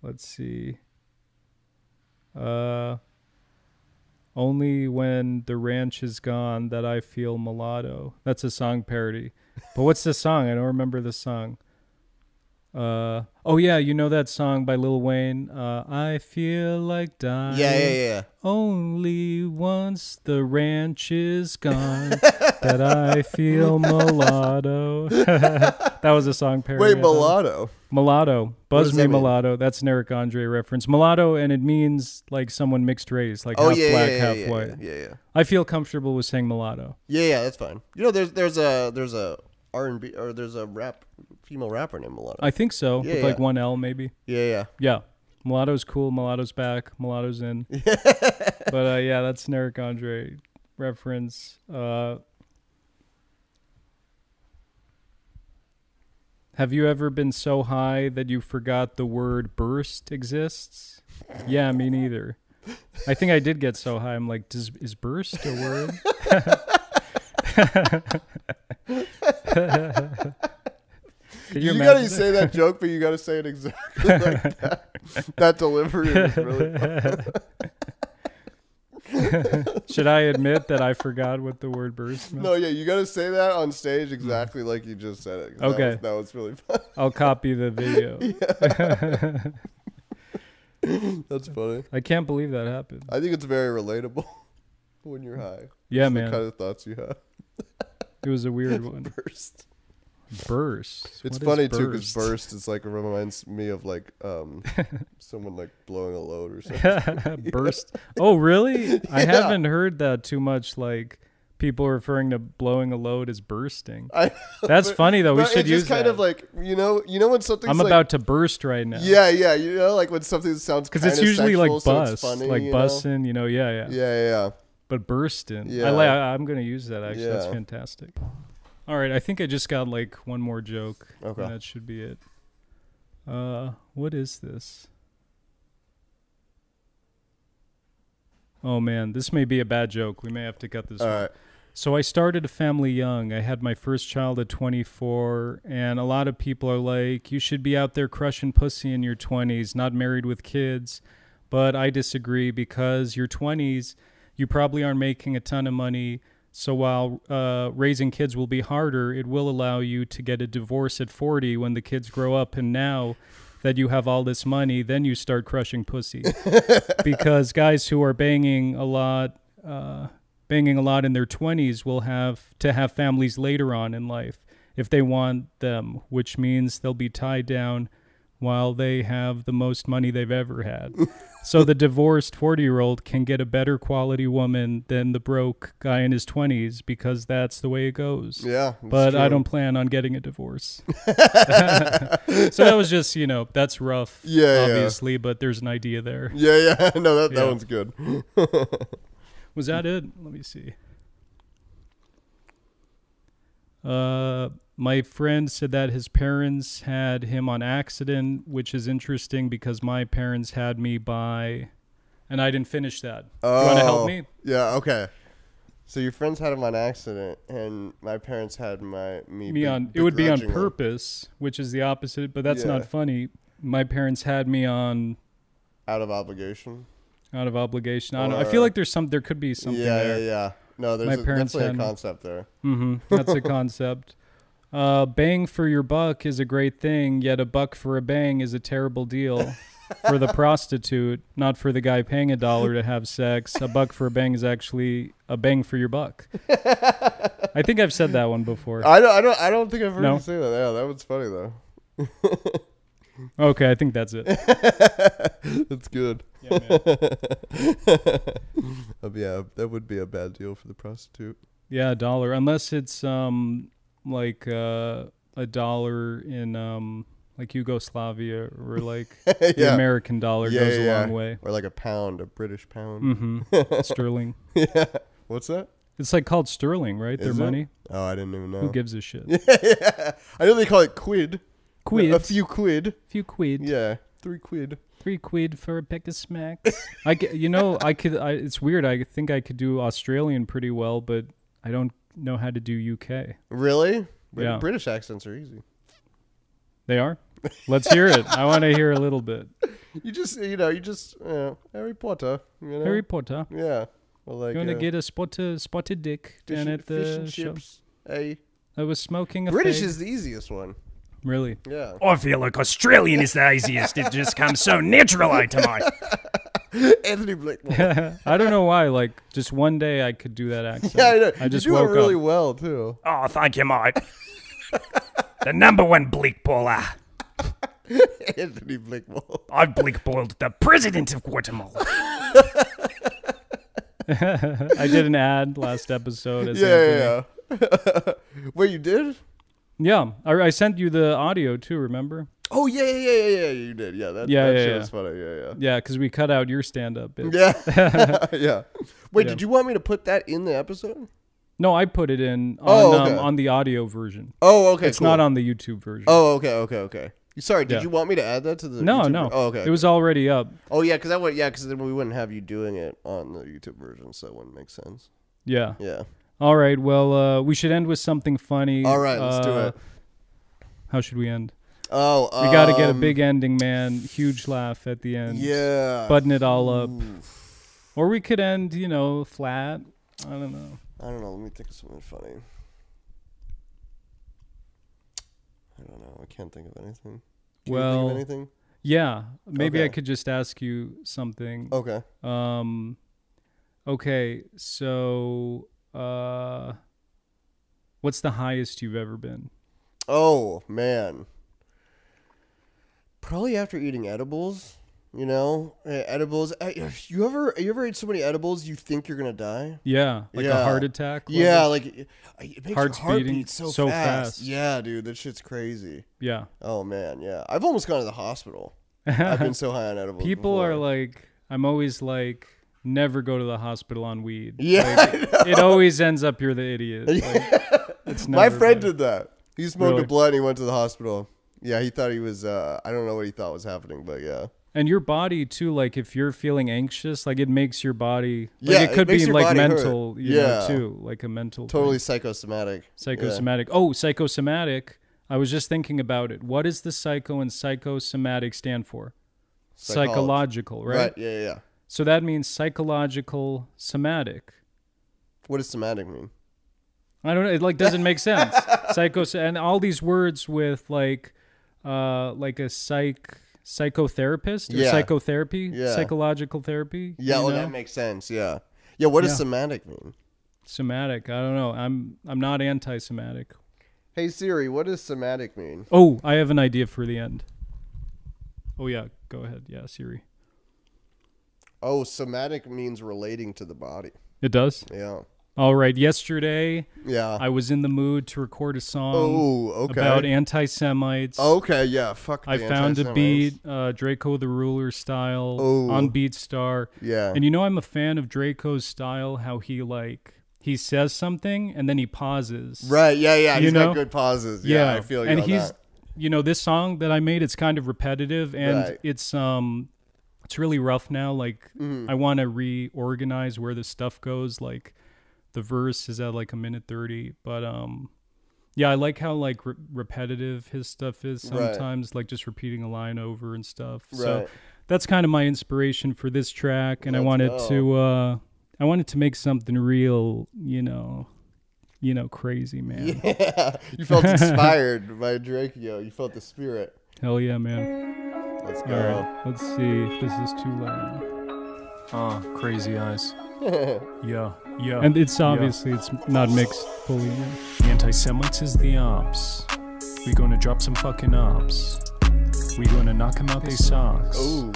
B: let's see. Uh, only when the ranch is gone that I feel mulatto. That's a song parody. But what's the song? I don't remember the song. Uh, oh yeah, you know that song by Lil Wayne. Uh, I feel like dying.
A: Yeah, yeah, yeah.
B: Only once the ranch is gone that I feel mulatto. that was a song parody. I
A: Wait,
B: thought.
A: mulatto.
B: Mulatto. Buzz
A: does
B: me
A: that mean?
B: mulatto. That's an Eric Andre reference. Mulatto, and it means like someone mixed race, like
A: Oh
B: half
A: yeah,
B: black,
A: yeah, yeah,
B: half
A: yeah,
B: white.
A: yeah, yeah, yeah.
B: I feel comfortable with saying mulatto.
A: Yeah, yeah, that's fine. You know, there's there's a there's a R and B or there's a rap female rapper named mulatto.
B: I think so,
A: Yeah,
B: with like
A: yeah.
B: one L maybe.
A: yeah, yeah.
B: Yeah. Mulatto's cool. Mulatto's back. Mulatto's in. but uh, yeah, that's an Eric Andre reference. Uh, have you ever been so high that you forgot the word burst exists? Yeah, me neither. I think I did get so high. I'm like, does, is burst a word? Can
A: You,
B: imagine
A: gotta
B: that?
A: say that joke, but you gotta say it exactly like that. That delivery was really. Fun.
B: Should I admit that I forgot what the word burst meant?
A: No, yeah, you gotta say that on stage exactly like you just said it. 'cause
B: Okay.
A: that was, that was really fun.
B: I'll copy the video.
A: That's funny.
B: I can't believe that happened.
A: I think it's very relatable when you're high.
B: Yeah,
A: It's
B: man.
A: The kind of thoughts you have
B: It was a weird one.
A: first.
B: Burst.
A: It's
B: What is
A: funny too because
B: burst?
A: burst is like it reminds me of like um someone like blowing a load or something.
B: burst. Oh, really? I
A: Yeah.
B: haven't heard that too much. Like people referring to blowing a load as bursting.
A: I,
B: That's funny though. We
A: but
B: should
A: it's
B: use
A: just kind
B: that.
A: of like you know you know when something's
B: I'm
A: like,
B: about to burst right now.
A: yeah yeah you know like when something sounds
B: because it's
A: kinda
B: usually
A: sexual,
B: like
A: so it's
B: bust,
A: funny,
B: like
A: you know?
B: busting. You know, yeah, yeah.
A: Yeah yeah
B: But bursting. I
A: Yeah.
B: like. I'm gonna use that actually. That's
A: Yeah.
B: fantastic. All right, I think I just got like one more joke. and
A: Okay.
B: that should be it. Uh, what is this? Oh man, this may be a bad joke. We may have to cut this.
A: yeah.
B: one.
A: All right.
B: So I started a family young. I had my first child at 24, and a lot of people are like, you should be out there crushing pussy in your 20s, not married with kids. But I disagree because your 20s, you probably aren't making a ton of money. So while uh, raising kids will be harder, it will allow you to get a divorce at 40 when the kids grow up. And now that you have all this money, then you start crushing pussy. because guys who are banging a lot, uh, banging a lot in their 20s will have to have families later on in life if they want them, which means they'll be tied down while they have the most money they've ever had. so the divorced 40 year old can get a better quality woman than the broke guy in his 20s because that's the way it goes.
A: Yeah, it's
B: But I
A: true.
B: don't plan on getting a divorce. so that was just, you know, that's rough,
A: Yeah, yeah.
B: obviously, but there's an idea there.
A: Yeah, yeah. No, that, that
B: Yeah.
A: one's good.
B: Was that it? Let me see. Uh, my friend said that his parents had him on accident, which is interesting because my parents had me by, and I didn't finish that.
A: Oh,
B: You want to help me?
A: Yeah. Okay. So your friends had him on accident, and my parents had my me.
B: Me
A: be-
B: on it would be on
A: begrudgingly.
B: purpose, which is the opposite, but that's
A: Yeah.
B: not funny. My parents had me on
A: out of obligation.
B: out of obligation. I, don't, I
A: Or-
B: feel like there's some there could be something
A: yeah,
B: there.
A: yeah, yeah. No, there's
B: My
A: a,
B: parents
A: definitely
B: had-
A: a concept there.
B: hmm That's a concept. Uh, bang for your buck is a great thing, yet a buck for a bang is a terrible deal for the prostitute, not for the guy paying a dollar to have sex. A buck for a bang is actually a bang for your buck. I think I've said that one before.
A: I don't, I don't, I don't think I've heard
B: No.
A: you say that. Yeah, that was funny though.
B: Okay, I think that's it.
A: That's good.
B: Yeah, man.
A: Um, yeah, that would be a bad deal for the prostitute.
B: Yeah, a dollar. Unless it's um like uh, a dollar in um like Yugoslavia or like the
A: Yeah.
B: American dollar
A: Yeah,
B: goes
A: yeah,
B: a
A: yeah.
B: long way.
A: Or like a pound, a British pound.
B: hmm Sterling.
A: yeah. What's that?
B: It's like called sterling, right? Their
A: Is it?
B: money.
A: Oh, I didn't even know.
B: Who gives a shit?
A: yeah. I know they call it quid.
B: Quid,
A: A
B: a
A: few quid.
B: few quid,
A: Yeah. Three quid.
B: three quid for a peck of smacks. I, ge- you know, I could. I, it's weird. I think I could do Australian pretty well, but I don't know how to do UK.
A: Really? Brit-
B: Yeah.
A: British accents are easy.
B: They are. Let's hear it. I want to hear a little bit.
A: You just, you know, you just, you know, Harry Potter. You know?
B: Harry Potter,
A: Yeah. Well, like,
B: you want to
A: uh,
B: get a spotted spotted dick
A: fish,
B: down
A: and-
B: at
A: fish
B: the
A: and
B: shop?
A: chips. Hey.
B: I was smoking a
A: British
B: fag.
A: is the easiest one.
B: really.
A: Yeah.
B: Oh.
C: I feel like Australian is the easiest. It just comes so naturally to me.
A: Anthony Blakemore.
B: I don't know why. Like just one day I could do that accent.
A: yeah, I know.
B: I just
A: you do
B: woke
A: it really
B: up.
A: well too.
C: Oh, thank you, mate. The number one bleak baller.
A: Anthony Blakemore.
C: I've bleak balled the president of Guatemala.
B: I did an ad last episode. As
A: Yeah,
B: Anthony.
A: yeah. yeah. Wait, you did?
B: Yeah, I, I sent you the audio too. Remember?
A: Oh yeah, yeah, yeah, yeah, yeah. You did. Yeah, that,
B: Yeah,
A: that
B: yeah,
A: shit
B: yeah.
A: was funny. Yeah, yeah.
B: Yeah, because we cut out your stand-up. bit.
A: Yeah. yeah. Wait,
B: Yeah.
A: did you want me to put that in the episode?
B: No, I put it in on,
A: Oh, okay.
B: um, on the audio version.
A: Oh, okay.
B: It's not on the YouTube version.
A: Oh, okay, okay, okay. Sorry, did
B: Yeah.
A: you want me to add that to the?
B: no,
A: YouTube
B: no.
A: ver- Oh, okay.
B: It was already up.
A: Oh, yeah, because that would. Yeah, because then we wouldn't have you doing it on the YouTube version, so it wouldn't make sense.
B: Yeah.
A: Yeah.
B: All right. Well, uh, we should end with something funny.
A: All right, let's do
B: Uh,
A: it.
B: How should we end?
A: Oh,
B: We got to get a
A: um,
B: big ending, man. Huge laugh at the end.
A: Yeah.
B: Button it all up.
A: Oof.
B: Or we could end, you know, flat. I don't know.
A: I don't know. Let me think of something funny. I don't know. I can't think of anything. Can you
B: Well-
A: think of anything?
B: Yeah. Maybe I
A: Okay.
B: could just ask you something.
A: Okay.
B: Um, okay, so uh, what's the highest you've ever been?
A: Oh man. Probably after eating edibles, you know, Eh, edibles. eh, You ever you ever ate so many edibles you think you're gonna die?
B: Yeah, like a
A: Yeah.
B: heart attack. level?
A: Yeah, like it it makes
B: Heart's
A: your heart
B: beating
A: beat so,
B: so
A: fast.
B: fast.
A: Yeah, dude, that shit's crazy.
B: yeah.
A: Oh man, yeah. I've almost gone to the hospital. I've been so high on edibles.
B: People
A: before.
B: are like, I'm always like, never go to the hospital on weed.
A: Yeah,
B: Like, it always ends up you're the idiot. Like, it's
A: My
B: never
A: friend did
B: good.
A: that. He smoked
B: Really?
A: a blunt. He went to the hospital. Yeah, he thought he was. Uh, I don't know what he thought was happening, but yeah.
B: And your body too, like if you're feeling anxious, like it makes your body. Like
A: Yeah,
B: it
A: it
B: could
A: makes
B: be
A: your
B: like
A: body hurt.
B: mental, you know,
A: Yeah.
B: too, like a mental. thing.
A: Totally psychosomatic.
B: Psychosomatic. Oh, psychosomatic. I was just thinking about it. What does the psycho and psychosomatic stand for?
A: Psychology.
B: Psychological,
A: Yeah.
B: right?
A: Right. Yeah, yeah, yeah.
B: So that means psychological somatic.
A: What does somatic mean?
B: I don't know. It like doesn't make sense. Psychos and all these words with like, uh, like a psych psychotherapist or
A: Yeah.
B: psychotherapy,
A: Yeah.
B: psychological therapy.
A: Yeah,
B: you
A: well,
B: know?
A: that makes sense. Yeah. Yeah, what does
B: Yeah.
A: semantic mean?
B: somatic. I don't know. I'm I'm not anti-Semitic.
A: Hey Siri, what does semantic mean?
B: Oh, I have an idea for the end. Oh yeah, go ahead. Yeah, Siri.
A: Oh, somatic means relating to the body.
B: It does.
A: Yeah.
B: All right. Yesterday,
A: Yeah.
B: I was in the mood to record a song
A: oh, okay.
B: about anti-Semites.
A: okay, yeah, fuck.
B: I
A: the
B: found a
A: anti-Semites.
B: beat, uh, Draco the Ruler style
A: Oh.
B: on BeatStar.
A: Yeah.
B: And you know, I'm a fan of Draco's style, how he like he says something and then he pauses.
A: Right, yeah, yeah.
B: You
A: He's
B: know?
A: got good pauses. Yeah, I feel you.
B: And
A: on
B: he's,
A: that.
B: you know, this song that I made, it's kind of repetitive and
A: Right.
B: it's um, it's really rough now. Like
A: Mm-hmm.
B: I want to reorganize where this stuff goes. Like the verse is at like a minute thirty, but um, yeah, I like how like re- repetitive his stuff is
A: Right.
B: sometimes, like just repeating a line over and stuff. So
A: Right.
B: that's kind of my inspiration for this track, and I
A: Let's
B: wanted
A: go.
B: to uh, I wanted to make something real, you know, you know, crazy man.
A: Yeah. You felt inspired by Draco. You felt the spirit.
B: Hell yeah, man.
A: Let's
B: All
A: go.
B: right, Uh, let's see if this is too loud.
C: Oh, Uh, crazy eyes. yeah, yeah.
B: And it's obviously it's not mixed fully. yet.
C: anti Semites is the ops. We gonna drop some fucking ops. We gonna knock 'em out they socks.
A: Ooh,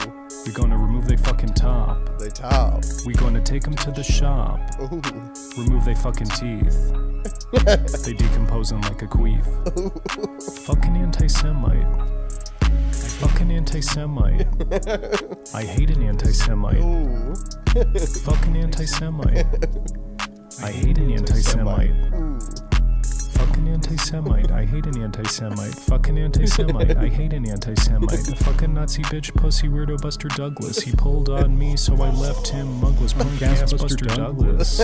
C: We gonna remove they fucking top.
A: they top.
C: We gonna take 'em to the shop.
A: Ooh.
C: Remove they fucking teeth. they decomposing like a queef. fucking anti Semite. Fucking anti Semite. I hate an anti Semite.
A: Ooh.
C: Fucking anti Semite. I hate an anti Semite.
A: Ooh.
C: Fucking anti Semite. I hate an anti Semite. Fucking anti Semite. I hate an anti Semite. A fucking Nazi bitch pussy weirdo Buster Douglas. He pulled on me, so I left him. Mug was punk ass Buster Douglas.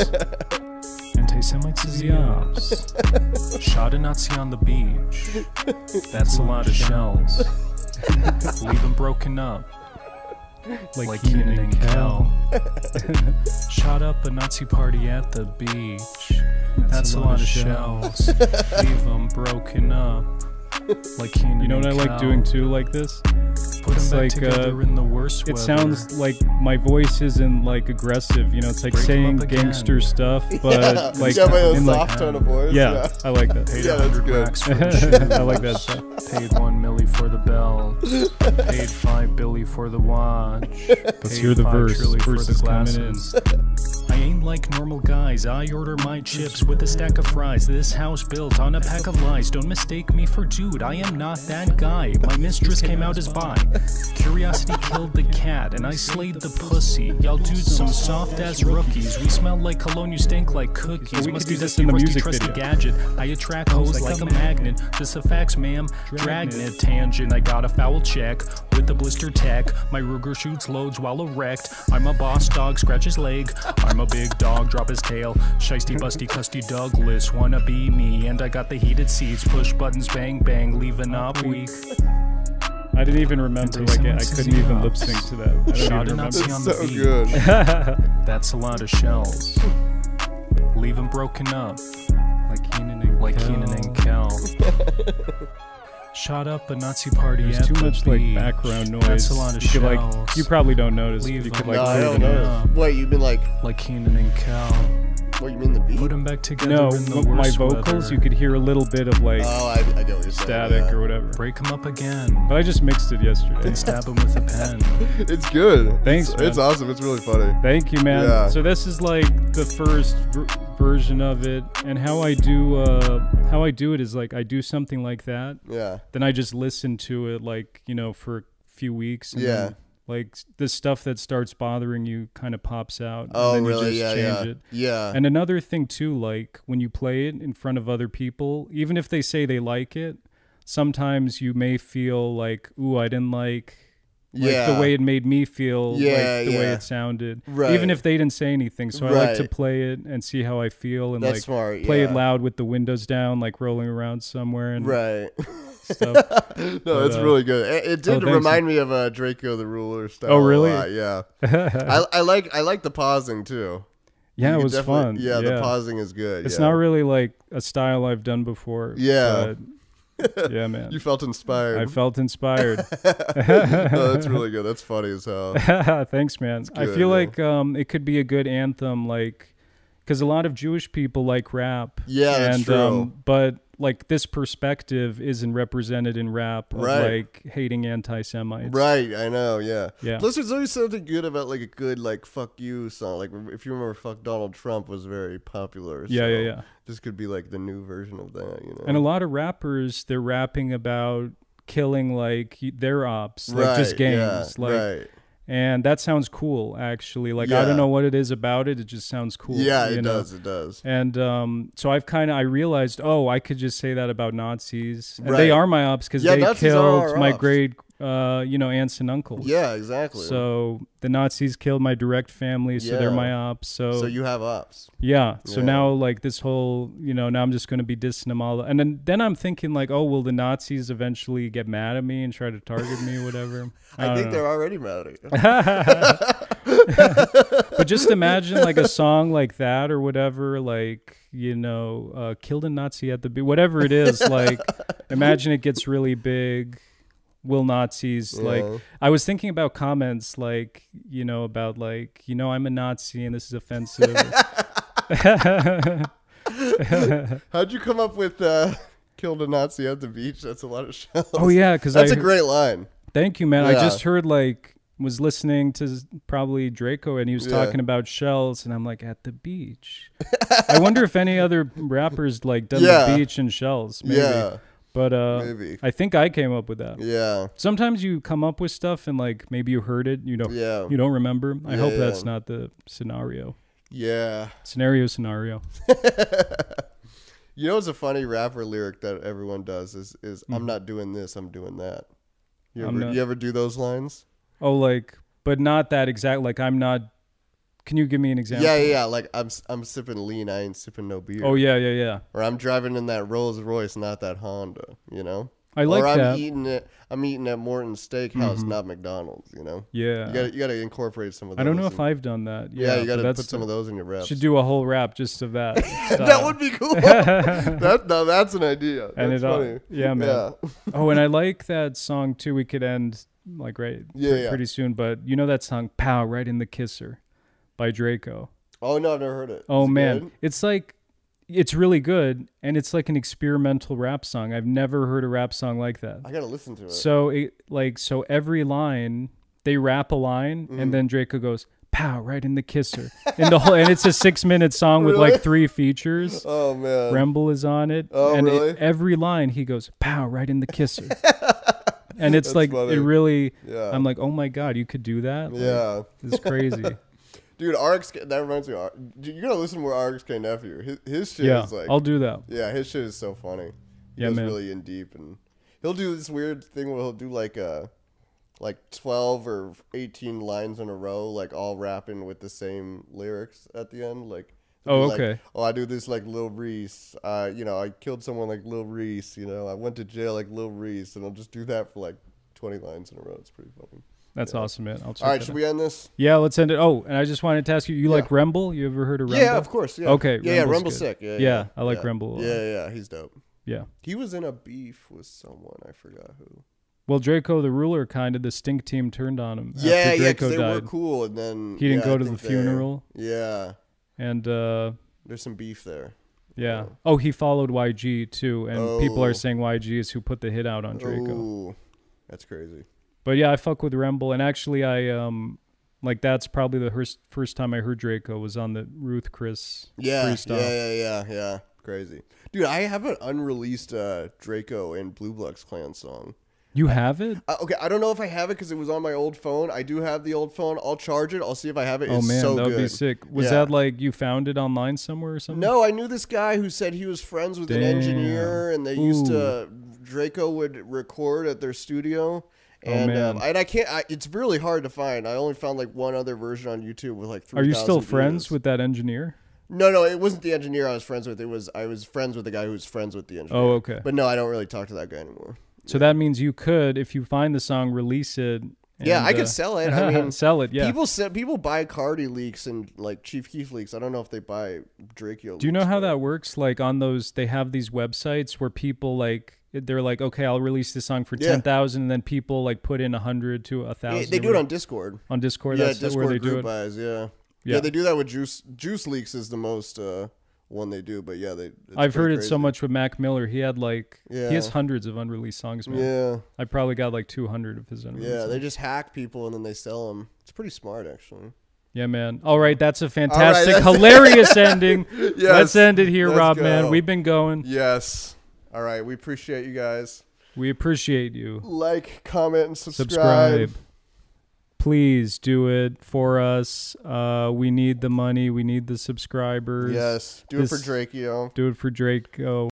C: Anti Semites is the ops. Shot a Nazi on the beach. That's a lot of shells. Leave him broken up. Like, Keenan and Kel. Shot up a Nazi party at the beach. That's, a lot, of shells. Leave 'em broken up. Like Keenan
B: You know what I
C: and
B: like
C: Kel.
B: doing too, like this.
C: Put 'em
B: It's
C: back
B: like,
C: together
B: uh,
C: in the worst
B: It
C: weather.
B: sounds like my voice isn't like aggressive. You know, it's like
C: Break 'em
B: saying
C: up again.
B: gangster stuff, but
A: yeah.
B: like
A: yeah, by the
B: in, like- uh,
A: soft tone of voice.
B: yeah, I like that.
C: Paid
A: Yeah, that's
C: 100
A: good.
C: racks for the shoes.
B: I like that. Stuff.
C: Paid one milli for the belt. Paid five billy for the watch. Let's
B: hear the verse. Verse is coming
C: I ain't like normal guys. I order my chips with a stack of fries. This house built on a pack of lies. Don't mistake me for dude. I am not that guy. My mistress came out as bi. Curiosity killed the cat, and I slayed the pussy. Y'all dudes, some soft ass rookies. We smell like cologne. You stink like cookies.
B: we
C: Must
B: could
C: be
B: do this
C: dusty,
B: in the
C: rusty,
B: music
C: trusty
B: video.
C: gadget. I attract hoes like a magnet. This a facts, ma'am. Dragnet tangent. I got a foul check with the blister tech. My Ruger shoots loads while erect. I'm a boss dog, scratch his leg. I'm a big dog, drop his tail. Shisty, busty, custy Douglas, wanna be me. And I got the heated seats, push buttons, bang, bang, leaving up weak.
B: I didn't even remember. Like I, I couldn't even lip sync to that. I don't even
C: Shot a
B: remember.
C: Nazi on the
A: So
C: beat.
A: good.
C: That's a lot of shells. Leave 'em broken up.
B: Like Keenan and
C: like
B: Kel.
C: Keenan and Kel. Shot up a Nazi party
B: There's
C: at
B: too
C: the
B: much like
C: beach.
B: background noise.
C: That's a lot of
B: you could, like
C: shells.
B: you probably don't notice. but
C: Leave
B: you could
C: them.
B: like
A: no, I
B: leave
A: don't
B: it in.
A: know. Wait, you've been like,
C: like Keenan and Kel.
A: what, you mean the beat?
C: Put them back together
B: No,
C: in the
B: m- my
C: worst
B: vocals,
C: weather.
B: you could hear a little bit of like
A: Oh, I, I get what you're saying.
B: static
A: yeah.
B: or whatever.
C: break them up again.
B: But I just mixed it yesterday.
C: And stab them with a pen.
A: It's good.
B: Thanks,
A: It's,
B: man.
A: it's awesome. It's really funny.
B: Thank you, man.
A: Yeah.
B: So this is like the first ver- version of it, and how I do uh, how I do it is like I do something like that,
A: Yeah.
B: then I just listen to it like you know for a few weeks. And
A: Yeah.
B: then, like the stuff that starts bothering you kind of pops out. and
A: Oh,
B: then you
A: really?
B: just
A: Yeah,
B: change
A: yeah.
B: it.
A: Yeah.
B: And another thing too, like when you play it in front of other people, even if they say they like it, sometimes you may feel like, "Ooh, I didn't like." Like
A: Yeah.
B: the way it made me feel,
A: Yeah,
B: like the way
A: yeah.
B: it sounded,
A: Right.
B: even if they didn't say anything. So I like to
A: Right.
B: play it and see how I feel, and
A: That's
B: like
A: smart,
B: play it
A: yeah.
B: loud with the windows down, like rolling around somewhere and
A: right.
B: stuff.
A: No, it's
B: uh,
A: really good. It, it
B: oh,
A: did
B: thanks.
A: remind me of uh, Draco the Ruler style.
B: Oh,
A: a
B: really?
A: lot, yeah. I, I like I like the pausing too.
B: Yeah,
A: You
B: it was
A: definitely-
B: fun.
A: Yeah, the pausing is good.
B: It's
A: yeah.
B: not really like a style I've done before.
A: Yeah.
B: but yeah, man.
A: You felt inspired.
B: I felt inspired.
A: No, that's really good. That's funny as hell.
B: Thanks, man. I
A: good,
B: feel
A: yeah.
B: like um, it could be a good anthem, like because a lot of Jewish people like rap.
A: Yeah, that's
B: and,
A: true.
B: Um, but like this perspective isn't represented in rap, of,
A: Right.
B: Like hating anti-Semites.
A: Right, I know, yeah.
B: Yeah.
A: Plus, there's always something good about like a good like "fuck you" song. Like if you remember, "fuck Donald Trump" was very popular.
B: Yeah,
A: so
B: yeah, yeah.
A: This could be like the new version of that, you know.
B: And a lot of rappers, they're rapping about killing like their ops, like just
A: Right,
B: gangs,
A: yeah,
B: like.
A: right.
B: And that sounds cool, actually. Like I
A: Yeah.
B: don't know what it is about it; it just sounds cool.
A: yeah,
B: you
A: it
B: know?
A: does, it does.
B: And um, so I've kind of I realized, oh, I could just say that about Nazis. And
A: Right.
B: They are my ops because
A: Yeah,
B: they
A: Nazis are
B: killed
A: our
B: my
A: ops.
B: great, uh, you know, aunts and uncles.
A: Yeah, exactly.
B: So the Nazis killed my direct family, so they're
A: Yeah.
B: my ops. So,
A: so you have ops.
B: yeah. So
A: Yeah.
B: now like this whole, you know, now I'm just going to be dissing them all. And then then I'm thinking like, oh, will the Nazis eventually get mad at me and try to target me, whatever?
A: I,
B: don't
A: think
B: know.
A: they're already mad at you.
B: but just imagine like a song like that or whatever like you know uh killed a nazi at the be- whatever it is like imagine it gets really big will nazis
A: Yeah.
B: like i was thinking about comments like you know about like you know i'm a nazi and this is offensive
A: How'd you come up with uh, "killed a Nazi at the beach"? That's a lot of shells.
B: oh yeah because i
A: that's a great line.
B: thank you man i
A: Yeah.
B: just heard like was listening to s- probably Draco and he was
A: Yeah.
B: talking about shells and I'm like at the beach. I wonder if any other rappers like done
A: Yeah.
B: the beach and shells. Maybe.
A: Yeah,
B: But uh,
A: Maybe.
B: I think I came up with that.
A: yeah,
B: Sometimes you come up with stuff and like maybe you heard it, you know,
A: Yeah.
B: you don't remember. I
A: Yeah,
B: hope
A: yeah.
B: that's not the scenario.
A: yeah.
B: Scenario, scenario.
A: You know, it's a funny rapper lyric that everyone does is is I'm not doing this, I'm doing that. You ever,
B: Mm-hmm. I'm not-
A: you ever do those lines?
B: Oh, like, but not that exact. Like, I'm not. Can you give me an example?
A: Yeah, yeah, yeah. Like I'm s- I'm sipping lean, I ain't sipping no beer.
B: Oh yeah, yeah, yeah.
A: Or I'm driving in that Rolls Royce, not that Honda. You know.
B: I like
A: or I'm
B: that. Mm-hmm.
A: eating it. I'm eating at Morton's Steakhouse, not McDonald's. You know.
B: yeah.
A: You gotta you gotta incorporate some of. those.
B: I don't know if
A: in-
B: I've done that.
A: Yeah,
B: Yeah,
A: you
B: but
A: gotta
B: that's
A: put some of those in your raps.
B: Should do a whole rap just of that.
A: that
B: style.
A: would be cool. that now that's an idea.
B: And
A: that's
B: it all-
A: funny.
B: yeah, man. oh, and I like that song too. We could end like right
A: Yeah,
B: pre-
A: yeah.
B: pretty soon, but you know that song "Pow" right in the kisser by Draco.
A: Oh no, I've never heard it.
B: Oh
A: Is it
B: man,
A: good?
B: it's like it's really good, and it's like an experimental rap song. I've never heard a rap song like that.
A: I gotta listen to it.
B: So it like so every line they rap a line,
A: Mm.
B: and then Draco goes "Pow" right in the kisser, and the whole and it's a six minute song with
A: Really?
B: like three features.
A: oh man.
B: Remble is on it.
A: Oh,
B: and it-
A: really?
B: every line he goes pow right in the kisser. and it's
A: That's
B: like
A: funny.
B: it really
A: Yeah.
B: I'm like, "Oh my god, you could do that?" Like,
A: yeah.
B: It's crazy.
A: Dude, RX that reminds me. of- Dude, you gotta listen to more RXK nephew. His, his shit
B: yeah.
A: is like,
B: I'll do that.
A: yeah, his shit is so funny. He
B: Yeah,
A: goes
B: man.
A: really in deep, and he'll do this weird thing where he'll do like a, like twelve or eighteen lines in a row, like all rapping with the same lyrics at the end. Like, he'll
B: Oh,
A: be like,
B: okay.
A: oh, I do this like Lil Reese. Uh, you know, I killed someone like Lil Reese. You know, I went to jail like Lil Reese, and I'll just do that for like twenty lines in a row. It's pretty funny.
B: That's awesome, man. I'll check
A: All right,
B: that
A: should
B: out.
A: we end this?
B: Yeah, let's end it. Oh, and I just wanted to ask you, you like Remble? You ever heard of Remble?
A: Yeah, of course. Yeah.
B: Okay,
A: Yeah, yeah,
B: Rumble's
A: Rumble's
B: good.
A: sick. Yeah, yeah.
B: Yeah, I like
A: yeah.
B: Rumble a lot.
A: Yeah, yeah, he's dope.
B: Yeah.
A: He was in a beef with someone. I forgot who.
B: Well, Draco the ruler kind of the stink team turned on him.
A: yeah,
B: after
A: yeah,
B: Draco
A: because they
B: died.
A: were cool, and then
B: He didn't
A: yeah,
B: go
A: I
B: to the
A: think they-
B: funeral
A: Yeah,
B: and uh
A: there's some beef there.
B: yeah. Oh, he followed YG too, and people
A: Oh.
B: are saying YG is who put the hit out on Draco.
A: Ooh, that's crazy.
B: But yeah, I fuck with Remble, and actually, I um, like that's probably the first first time I heard Draco was on the Ruth Chris
A: Yeah,
B: freestyle.
A: yeah, yeah, yeah, yeah. Crazy, dude. I have an unreleased uh, Draco and Blue Bloods Clan song.
B: You have it?
A: Uh, okay, I don't know if I have it because it was on my old phone. I do have the old phone. I'll charge it. I'll see if I have it.
B: oh
A: It's
B: man,
A: so
B: that would be
A: good.
B: sick. Was
A: Yeah.
B: that like you found it online somewhere or something?
A: No, I knew this guy who said he was friends with an engineer, and they used to Draco would record at their studio. And
B: Oh, man.
A: um, and I can't. I, it's really hard to find. I only found like one other version on YouTube with like three.
B: Are you still friends with that engineer?
A: No, no, it wasn't the engineer I was friends with. It was I was friends with the guy who was friends with the engineer.
B: Oh, okay.
A: But no, I don't really talk to that guy anymore.
B: so that means you could, if you find the song, release it.
A: yeah,
B: and,
A: I
B: uh,
A: could sell it. I mean,
B: sell it. Yeah.
A: People sell, people buy Cardi leaks and like Chief Keef leaks. I don't know if they buy Draco.
B: Do you know how that works? Like on those, they have these websites where people like they're like, okay, I'll release this song for
A: Yeah.
B: ten thousand, and then people like put in a hundred to a
A: Yeah,
B: thousand.
A: they do it on Discord.
B: on Discord.
A: yeah,
B: that's
A: Discord
B: where they
A: group uh,
B: do it.
A: buys. Yeah. yeah,
B: Yeah.
A: They do that with Juice. Juice Leaks is the most uh, one they do, but yeah, they. it's
B: I've heard
A: pretty
B: it so
A: crazy.
B: much with Mac Miller. He had like
A: Yeah.
B: he has hundreds of unreleased songs, man.
A: Yeah,
B: I probably got like two hundred of his unreleased.
A: yeah.
B: songs.
A: They just hack people and then they sell them. It's pretty smart, actually.
B: Yeah, man. All right, that's a fantastic,
A: that's-
B: hilarious ending.
A: Yes,
B: Let's end it here,
A: let's
B: Rob, man.
A: go.
B: We've been going.
A: Yes. All right. We appreciate you guys.
B: We appreciate you.
A: Like, comment, and
B: Subscribe. Please do it for us. Uh, we need the money. We need the subscribers.
A: Yes. Do it
B: This-
A: for Drakeo.
B: Do it for Draco.